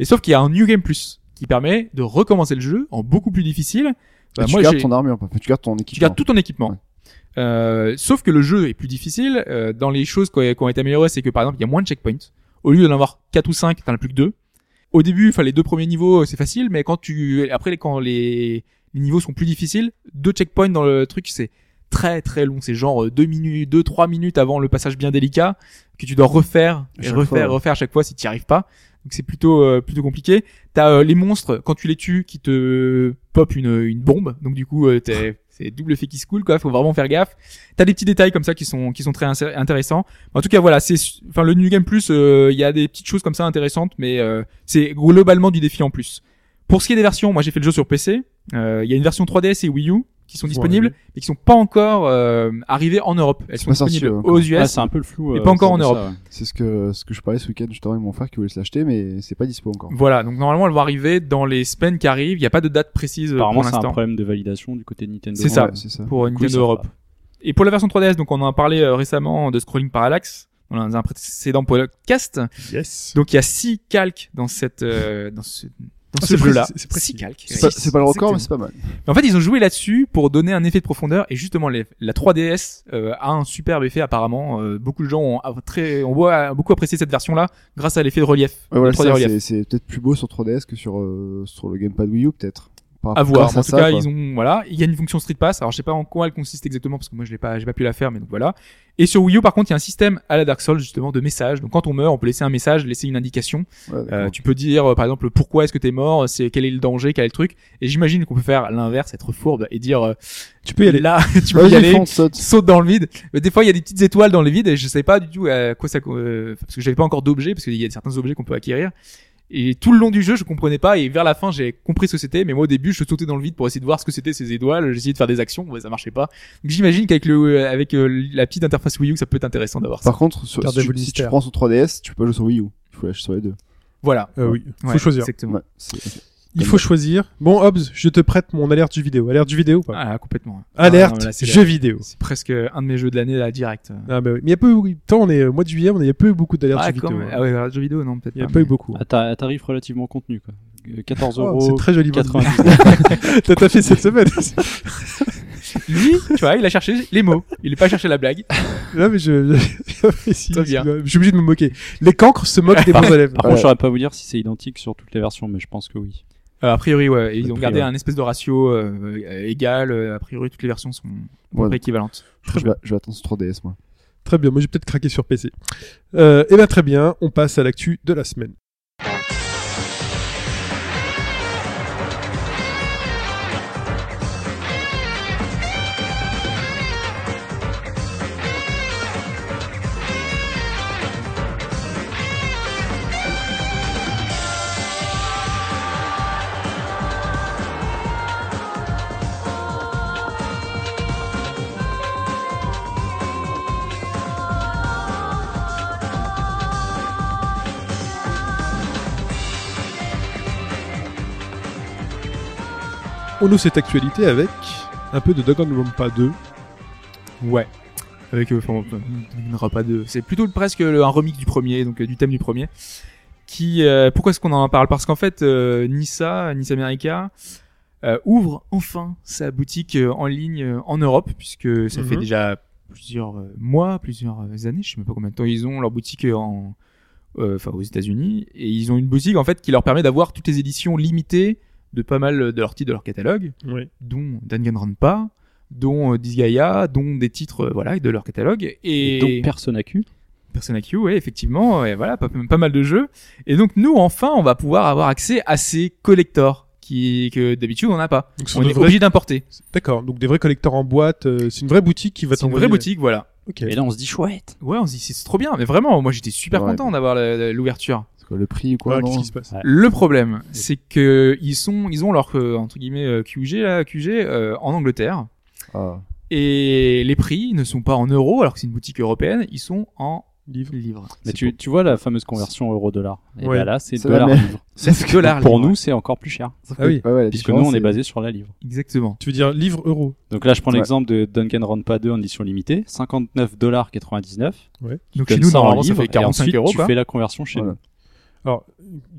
Speaker 5: Et sauf qu'il y a un New Game Plus qui permet de recommencer le jeu en beaucoup plus difficile. Bah,
Speaker 4: Et tu
Speaker 5: moi,
Speaker 4: gardes
Speaker 5: j'ai-
Speaker 4: ton armure, enfin, tu gardes ton équipement.
Speaker 5: tu gardes tout ton équipement. Euh, sauf que le jeu est plus difficile. Euh, dans les choses qui ont qui ont été améliorées, c'est que par exemple, il y a moins de checkpoints. Au lieu d'en avoir 4 ou 5, t'en as plus que 2. Au début, enfin les deux premiers niveaux, euh, c'est facile, mais quand tu après les- quand les, les niveaux sont plus difficiles, deux checkpoints dans le truc, c'est très très long, c'est genre euh, 2 minutes, 2 3 minutes avant le passage bien délicat que tu dois refaire
Speaker 4: À
Speaker 5: et
Speaker 4: chaque
Speaker 5: refaire
Speaker 4: fois, ouais.
Speaker 5: refaire à chaque fois si tu arrives pas. Donc c'est plutôt euh, plutôt compliqué. T'as euh, les monstres quand tu les tues qui te pop une, une bombe. Donc du coup euh, t'es- c'est double effet qui se coule quoi. Faut vraiment faire gaffe. T'as des petits détails comme ça qui sont qui sont très insé- intéressants. En tout cas voilà c'est su- enfin le New Game Plus euh, il y a des petites choses comme ça intéressantes mais euh, c'est globalement du défi en plus. Pour ce qui est des versions, moi j'ai fait le jeu sur PC. Euh, Il y a une version 3DS et Wii U qui sont
Speaker 3: Ouais.
Speaker 5: disponibles mais qui sont pas encore euh, arrivées en Europe. Elles sont
Speaker 4: pas sorti,
Speaker 5: disponibles
Speaker 4: euh, encore.
Speaker 5: aux US.
Speaker 6: Ah, c'est un peu le flou.
Speaker 5: mais
Speaker 6: euh,
Speaker 5: pas encore
Speaker 6: autour
Speaker 5: en
Speaker 6: de ça, ouais.
Speaker 4: C'est ce que, ce que je parlais ce week-end, justement, avec mon frère qui voulait se l'acheter, mais c'est pas dispo encore.
Speaker 5: Voilà, donc normalement elle va arriver dans les semaines qui arrivent. Il n'y a pas de date précise euh,
Speaker 6: Apparemment,
Speaker 5: pour
Speaker 6: c'est un
Speaker 5: l'instant
Speaker 6: problème de validation du côté de Nintendo.
Speaker 5: C'est ça.
Speaker 4: Ouais, c'est ça.
Speaker 5: pour
Speaker 6: ils
Speaker 5: Nintendo
Speaker 6: savent
Speaker 5: Europe.
Speaker 6: pas.
Speaker 5: Et pour la version 3DS, donc on en a parlé euh, récemment de Scrolling Parallax dans un précédent podcast.
Speaker 3: Yes.
Speaker 5: Donc il y a six calques dans cette euh, dans ce, dans
Speaker 3: Ah,
Speaker 5: ce
Speaker 3: c'est
Speaker 5: jeu-là.
Speaker 3: précis, c'est précis.
Speaker 5: Six calques.
Speaker 4: C'est pas, c'est pas le record, mais c'est
Speaker 5: Exactement.
Speaker 4: pas mal.
Speaker 5: Mais En fait, ils ont joué là-dessus pour donner un effet de profondeur et justement les- la 3DS euh, a un superbe effet apparemment. Euh, beaucoup de gens ont a- très on voit beaucoup apprécié cette version-là grâce à l'effet de relief.
Speaker 4: Ouais, voilà,
Speaker 5: le
Speaker 4: c'est
Speaker 5: 3D
Speaker 4: ça,
Speaker 5: relief.
Speaker 4: c'est, c'est peut-être plus beau sur 3DS que sur, euh, sur le gamepad Wii U, peut-être. Par-
Speaker 5: à voir.
Speaker 4: grâce
Speaker 5: En tout
Speaker 4: ça,
Speaker 5: cas,
Speaker 4: quoi.
Speaker 5: ils ont voilà, il y a une fonction Street Pass. Alors je sais pas en quoi elle consiste exactement parce que moi je l'ai pas, j'ai pas pu la faire, mais donc voilà. Et sur Wii U, par contre, il y a un système à la Dark Souls justement de messages. Donc quand on meurt, on peut laisser un message, laisser une indication.
Speaker 4: Ouais, d'accord.
Speaker 5: Euh, tu peux dire euh, par exemple pourquoi est-ce que t'es mort, c'est quel est le danger, quel est le truc. Et j'imagine qu'on peut faire l'inverse, être fourbe et dire euh,
Speaker 3: Tu peux y aller.
Speaker 5: là, tu peux
Speaker 4: Vas-y,
Speaker 5: y aller.
Speaker 4: fonce, saute.
Speaker 5: Saute dans le vide. Mais des fois, il y a des petites étoiles dans le vide et je sais pas du tout à quoi ça, co- euh, parce que j'avais pas encore d'objets, parce qu'il y a certains objets qu'on peut acquérir. Et tout le long du jeu, je comprenais pas et vers la fin, j'ai compris ce que c'était. Mais moi, au début, je sautais dans le vide pour essayer de voir ce que c'était ces étoiles. J'essayais de faire des actions, mais ça marchait pas. Donc, j'imagine qu'avec le, euh, avec euh, la petite interface Wii U, ça peut être intéressant d'avoir ça.
Speaker 4: Par contre, sur-
Speaker 3: Gardez-vous
Speaker 4: si,
Speaker 3: le
Speaker 4: tu- si tu
Speaker 3: mystère.
Speaker 4: prends sur 3DS, tu peux pas jouer sur Wii U. Il faut l'acheter sur les deux.
Speaker 5: Voilà.
Speaker 3: Euh, oui. Faut
Speaker 5: Ouais,
Speaker 3: choisir.
Speaker 5: Exactement.
Speaker 4: Ouais, c'est-
Speaker 3: Il faut choisir. Bon, Hobbs, je te prête mon alerte du vidéo. Alerte du vidéo ou pas
Speaker 5: Ah, complètement. Ah, non,
Speaker 3: Alerte
Speaker 5: là, c'est
Speaker 3: jeu vidéo.
Speaker 5: c'est presque un de mes jeux de l'année là direct.
Speaker 3: Ah bah oui. Mais il y a peu, oui, tant on est euh, mois de juillet, on est- il y a peu beaucoup d'alertes
Speaker 5: Ah,
Speaker 3: jeux
Speaker 5: quand
Speaker 3: vidéo.
Speaker 5: même.
Speaker 3: hein.
Speaker 5: ah ouais, alors, jeux vidéo non peut-être.
Speaker 3: Il y a
Speaker 5: pas,
Speaker 3: pas eu
Speaker 5: mais-
Speaker 3: beaucoup.
Speaker 6: À, ta- à tarif relativement contenu, quoi. Euh, 14
Speaker 3: Oh,
Speaker 6: euros.
Speaker 3: c'est très joli.
Speaker 6: 90.
Speaker 3: T'as t'as fait cette semaine.
Speaker 5: Lui, tu vois, il a cherché les mots. Il est pas cherché la blague.
Speaker 3: Là, mais je, je- j'apprécie.
Speaker 5: Très bien.
Speaker 3: Je suis obligé de me moquer. Les cancres se moquent des bons élèves.
Speaker 6: Par contre, je saurais pas vous dire si c'est identique sur toutes les versions, mais je pense que oui.
Speaker 5: Euh, a priori, ouais. Ils
Speaker 6: A
Speaker 5: ont
Speaker 6: priori.
Speaker 5: gardé un espèce de ratio euh, euh, égal. Euh, A priori, toutes les versions sont à peu
Speaker 4: Ouais.
Speaker 5: près équivalentes.
Speaker 4: je, vais, je vais attendre sur 3DS, moi.
Speaker 3: Très bien. Moi, j'ai peut-être craqué sur PC. Euh, et ben, très bien. On passe à l'actu de la semaine. On ouvre cette actualité avec un peu de Danganronpa 2.
Speaker 5: Ouais. Avec, euh, enfin, euh, il n'y aura pas de. C'est plutôt presque le- un remix du premier, donc euh, du thème du premier. Qui, euh, pourquoi est-ce qu'on en parle Parce qu'en fait, euh, Nissa, Nice America, euh, ouvre enfin sa boutique euh, en ligne euh, en Europe, puisque ça
Speaker 3: Mhm.
Speaker 5: fait déjà plusieurs euh, mois, plusieurs euh, années, je sais même pas combien de temps ils ont leur boutique euh, en, euh, enfin aux États-Unis, et ils ont une boutique en fait qui leur permet d'avoir toutes les éditions limitées de pas mal de leurs titres de leur catalogue,
Speaker 3: Oui.
Speaker 5: dont Danganronpa, dont euh, Disgaea, dont des titres euh, voilà de leur catalogue et,
Speaker 6: Donc personne à cul.
Speaker 5: Persona Q, ouais, effectivement, ouais, voilà, pas, pas mal de jeux. Et donc nous, enfin, on va pouvoir avoir accès à ces collectors qui que d'habitude on n'a pas.
Speaker 3: Donc, ce sont
Speaker 5: On
Speaker 3: de
Speaker 5: est
Speaker 3: vrais-
Speaker 5: obligé d'importer.
Speaker 3: D'accord, donc des vrais collecteurs en boîte, euh, c'est une vraie boutique qui va
Speaker 5: C'est une
Speaker 3: t'envoyer.
Speaker 5: vraie boutique, voilà.
Speaker 3: Ok.
Speaker 6: Et là, on se dit chouette.
Speaker 5: Ouais, on se dit c'est trop bien, mais vraiment, moi j'étais super
Speaker 4: Ouais,
Speaker 5: content d'avoir la- la- l'ouverture.
Speaker 4: C'est quoi le prix ou quoi
Speaker 3: Ouais,
Speaker 4: non
Speaker 3: Qu'est-ce qui se passe
Speaker 6: Ouais.
Speaker 5: Le problème, c'est que ils sont, ils ont leur euh, entre guillemets euh, QG là, QG euh, en Angleterre
Speaker 4: Ah.
Speaker 5: et les prix ne sont pas en euros alors que c'est une boutique européenne, ils sont en
Speaker 3: Livre.
Speaker 5: livres.
Speaker 6: Mais
Speaker 4: C'est
Speaker 6: tu, tu vois la fameuse conversion euro-dollar. Et
Speaker 3: Ouais.
Speaker 6: ben là, c'est
Speaker 4: C'est
Speaker 6: dollar
Speaker 4: la même.
Speaker 6: livre.
Speaker 5: C'est dollars
Speaker 6: Pour
Speaker 5: livres.
Speaker 6: nous, c'est encore plus cher.
Speaker 4: Sauf
Speaker 3: Ah
Speaker 4: que-
Speaker 3: oui.
Speaker 4: ouais, ouais, la
Speaker 6: Puisque nous, on
Speaker 4: différence,
Speaker 6: est
Speaker 4: c'est-
Speaker 6: basé sur la livre.
Speaker 5: exactement.
Speaker 3: Tu veux dire livre euro
Speaker 6: Donc là, je prends
Speaker 4: Ouais.
Speaker 6: l'exemple de Danganronpa 2 en édition limitée, 59,99$.
Speaker 5: Donc
Speaker 6: Comme
Speaker 5: chez nous
Speaker 6: ça en
Speaker 5: normalement ça
Speaker 6: livre,
Speaker 5: fait 45
Speaker 6: et ensuite,
Speaker 5: euros
Speaker 6: tu
Speaker 5: quoi.
Speaker 6: fais la conversion chez
Speaker 4: Voilà.
Speaker 6: nous.
Speaker 3: Alors,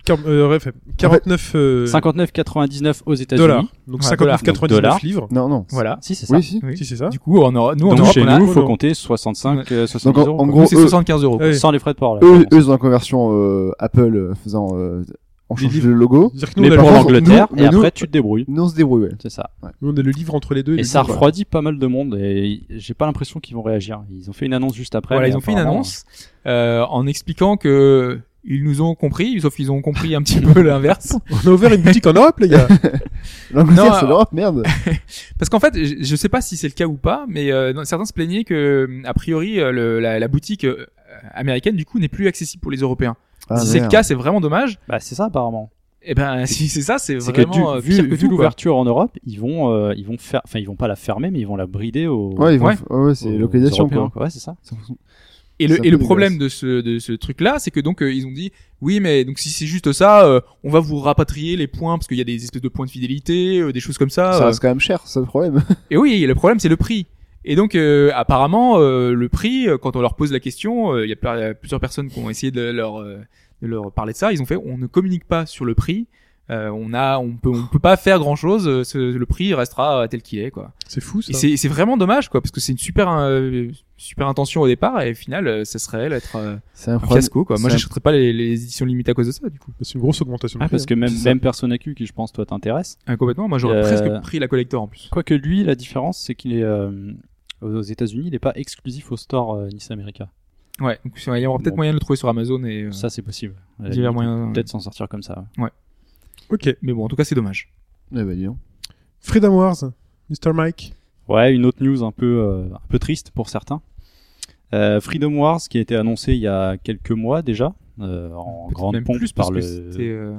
Speaker 3: quar- euh, ref- 49 euh,
Speaker 6: 59,99 aux États-Unis.
Speaker 3: dollars. Donc
Speaker 5: Ouais,
Speaker 3: 59,99
Speaker 6: dollars.
Speaker 3: livres.
Speaker 4: Non, non.
Speaker 5: Voilà.
Speaker 6: Si, c'est ça.
Speaker 4: Oui, si.
Speaker 5: Oui.
Speaker 3: Si c'est ça.
Speaker 5: Du coup, en Euro- nous en
Speaker 6: Donc
Speaker 5: Europe,
Speaker 6: chez
Speaker 5: on a-
Speaker 6: nous, il faut
Speaker 3: Oh, non.
Speaker 6: compter 65, euh, 70
Speaker 4: Donc, en-
Speaker 6: euros.
Speaker 4: en
Speaker 6: quoi.
Speaker 4: gros,
Speaker 5: nous, c'est
Speaker 4: eux-
Speaker 5: 75 euros.
Speaker 3: Ouais.
Speaker 6: sans les frais de port. Là,
Speaker 4: Eux,
Speaker 6: vraiment.
Speaker 4: eux, ils ont la conversion euh, Apple euh, faisant euh, en
Speaker 3: Les
Speaker 4: changeant
Speaker 3: livres.
Speaker 4: le logo.
Speaker 3: C'est-à-dire que nous,
Speaker 6: mais
Speaker 3: on a
Speaker 6: pour
Speaker 3: le-
Speaker 4: chance,
Speaker 6: l'Angleterre,
Speaker 4: nous-
Speaker 6: et
Speaker 4: mais nous-
Speaker 6: après, tu te débrouilles.
Speaker 4: Nous, on se débrouille, ouais.
Speaker 6: C'est ça.
Speaker 3: nous, on a le livre entre les deux. bah,
Speaker 6: Et
Speaker 3: le
Speaker 6: ça
Speaker 3: livre.
Speaker 6: refroidit pas mal de monde. Et j'ai pas l'impression qu'ils vont réagir. Ils ont fait une annonce juste après.
Speaker 5: voilà,
Speaker 6: mais
Speaker 5: ils ont fait une
Speaker 6: apparemment,
Speaker 5: annonce euh, en expliquant que ils nous ont compris, sauf qu'ils ont compris un petit peu l'inverse.
Speaker 3: On a ouvert une boutique en Europe, les gars.
Speaker 5: Non,
Speaker 4: L'Angleterre, c'est
Speaker 5: alors-
Speaker 4: l'Europe, merde.
Speaker 5: Parce qu'en fait, je je sais pas si c'est le cas ou pas, mais euh, dans- certains se plaignaient que, a priori, euh, le- la, la boutique euh, américaine, du coup, n'est plus accessible pour les Européens.
Speaker 4: Ah,
Speaker 5: si c'est le
Speaker 4: merde.
Speaker 5: cas, c'est vraiment dommage.
Speaker 6: euh, Bah, c'est ça, apparemment.
Speaker 5: Et ben, si c'est ça, c'est
Speaker 6: C'est que du,
Speaker 5: vraiment euh,
Speaker 6: vu,
Speaker 5: pire que
Speaker 6: vu
Speaker 5: tout, quoi.
Speaker 6: l'ouverture en Europe, ils vont, euh, ils vont faire, enfin, ils vont pas la fermer, mais ils vont la brider au.
Speaker 4: Ouais, ils vont-
Speaker 5: Ouais.
Speaker 4: ouais, ouais, c'est
Speaker 6: aux
Speaker 4: localisation,
Speaker 6: Européens,
Speaker 4: quoi.
Speaker 6: Ouais, c'est ça.
Speaker 5: Et
Speaker 4: c'est
Speaker 5: le,
Speaker 4: un
Speaker 5: et le
Speaker 4: peu
Speaker 5: problème de ce, de ce truc-là, c'est que donc, euh, ils ont dit, oui, mais donc si c'est juste ça, euh, on va vous rapatrier les points, parce qu'il y a des espèces de points de fidélité, euh, des choses comme ça.
Speaker 4: Ça
Speaker 5: euh,
Speaker 4: reste quand même cher, c'est ça le problème.
Speaker 5: Et oui, le problème c'est le prix. Et donc euh, apparemment euh, le prix, euh, quand on leur pose la question, euh, il y a pla- plusieurs personnes qui ont essayé de leur euh, de leur parler de ça. Ils ont fait, on ne communique pas sur le prix. Euh, on a, on peut, on peut pas faire grand chose. le prix restera euh, tel qu'il est quoi.
Speaker 3: C'est fou, ça.
Speaker 5: Et c'est c'est vraiment dommage quoi, parce que c'est une super euh, super intention au départ et au final euh, ça serait être euh,
Speaker 4: C'est un
Speaker 5: un
Speaker 4: problème.
Speaker 5: fiasco quoi. Moi
Speaker 4: c'est un-
Speaker 5: j'achèterais pas les, les éditions limitées à cause de ça du coup.
Speaker 3: C'est une grosse augmentation de
Speaker 6: Ah,
Speaker 3: prix. hein.
Speaker 6: parce que même,
Speaker 4: c'est ça.
Speaker 6: même Persona Q, qui je pense, toi, t'intéresse.
Speaker 5: Ah, complètement. Moi j'aurais
Speaker 6: Euh,
Speaker 5: presque pris la collector en plus.
Speaker 6: Quoique lui, la différence, c'est qu'il est euh, aux États-Unis, il n'est pas exclusif au store euh, Nice America.
Speaker 5: Ouais. Donc il y aura peut-être
Speaker 6: Bon.
Speaker 5: moyen de le trouver sur Amazon et euh,
Speaker 6: Ça, c'est possible. À la
Speaker 5: divers
Speaker 6: limite, on
Speaker 5: moyens.
Speaker 6: peut Peut-être s'en sortir comme ça.
Speaker 3: hein. Ok.
Speaker 5: Mais bon, en tout cas c'est dommage.
Speaker 4: Eh ben, dis donc.
Speaker 3: Freedom Wars, Mr. Mike.
Speaker 6: Ouais, une autre news un peu, euh, un peu triste pour certains. Euh, Freedom Wars, qui a été annoncé il y a quelques mois déjà, euh, en
Speaker 5: Peut-être
Speaker 6: grande
Speaker 5: même
Speaker 6: pompe
Speaker 5: plus parce que
Speaker 6: par le.
Speaker 5: c'était, euh,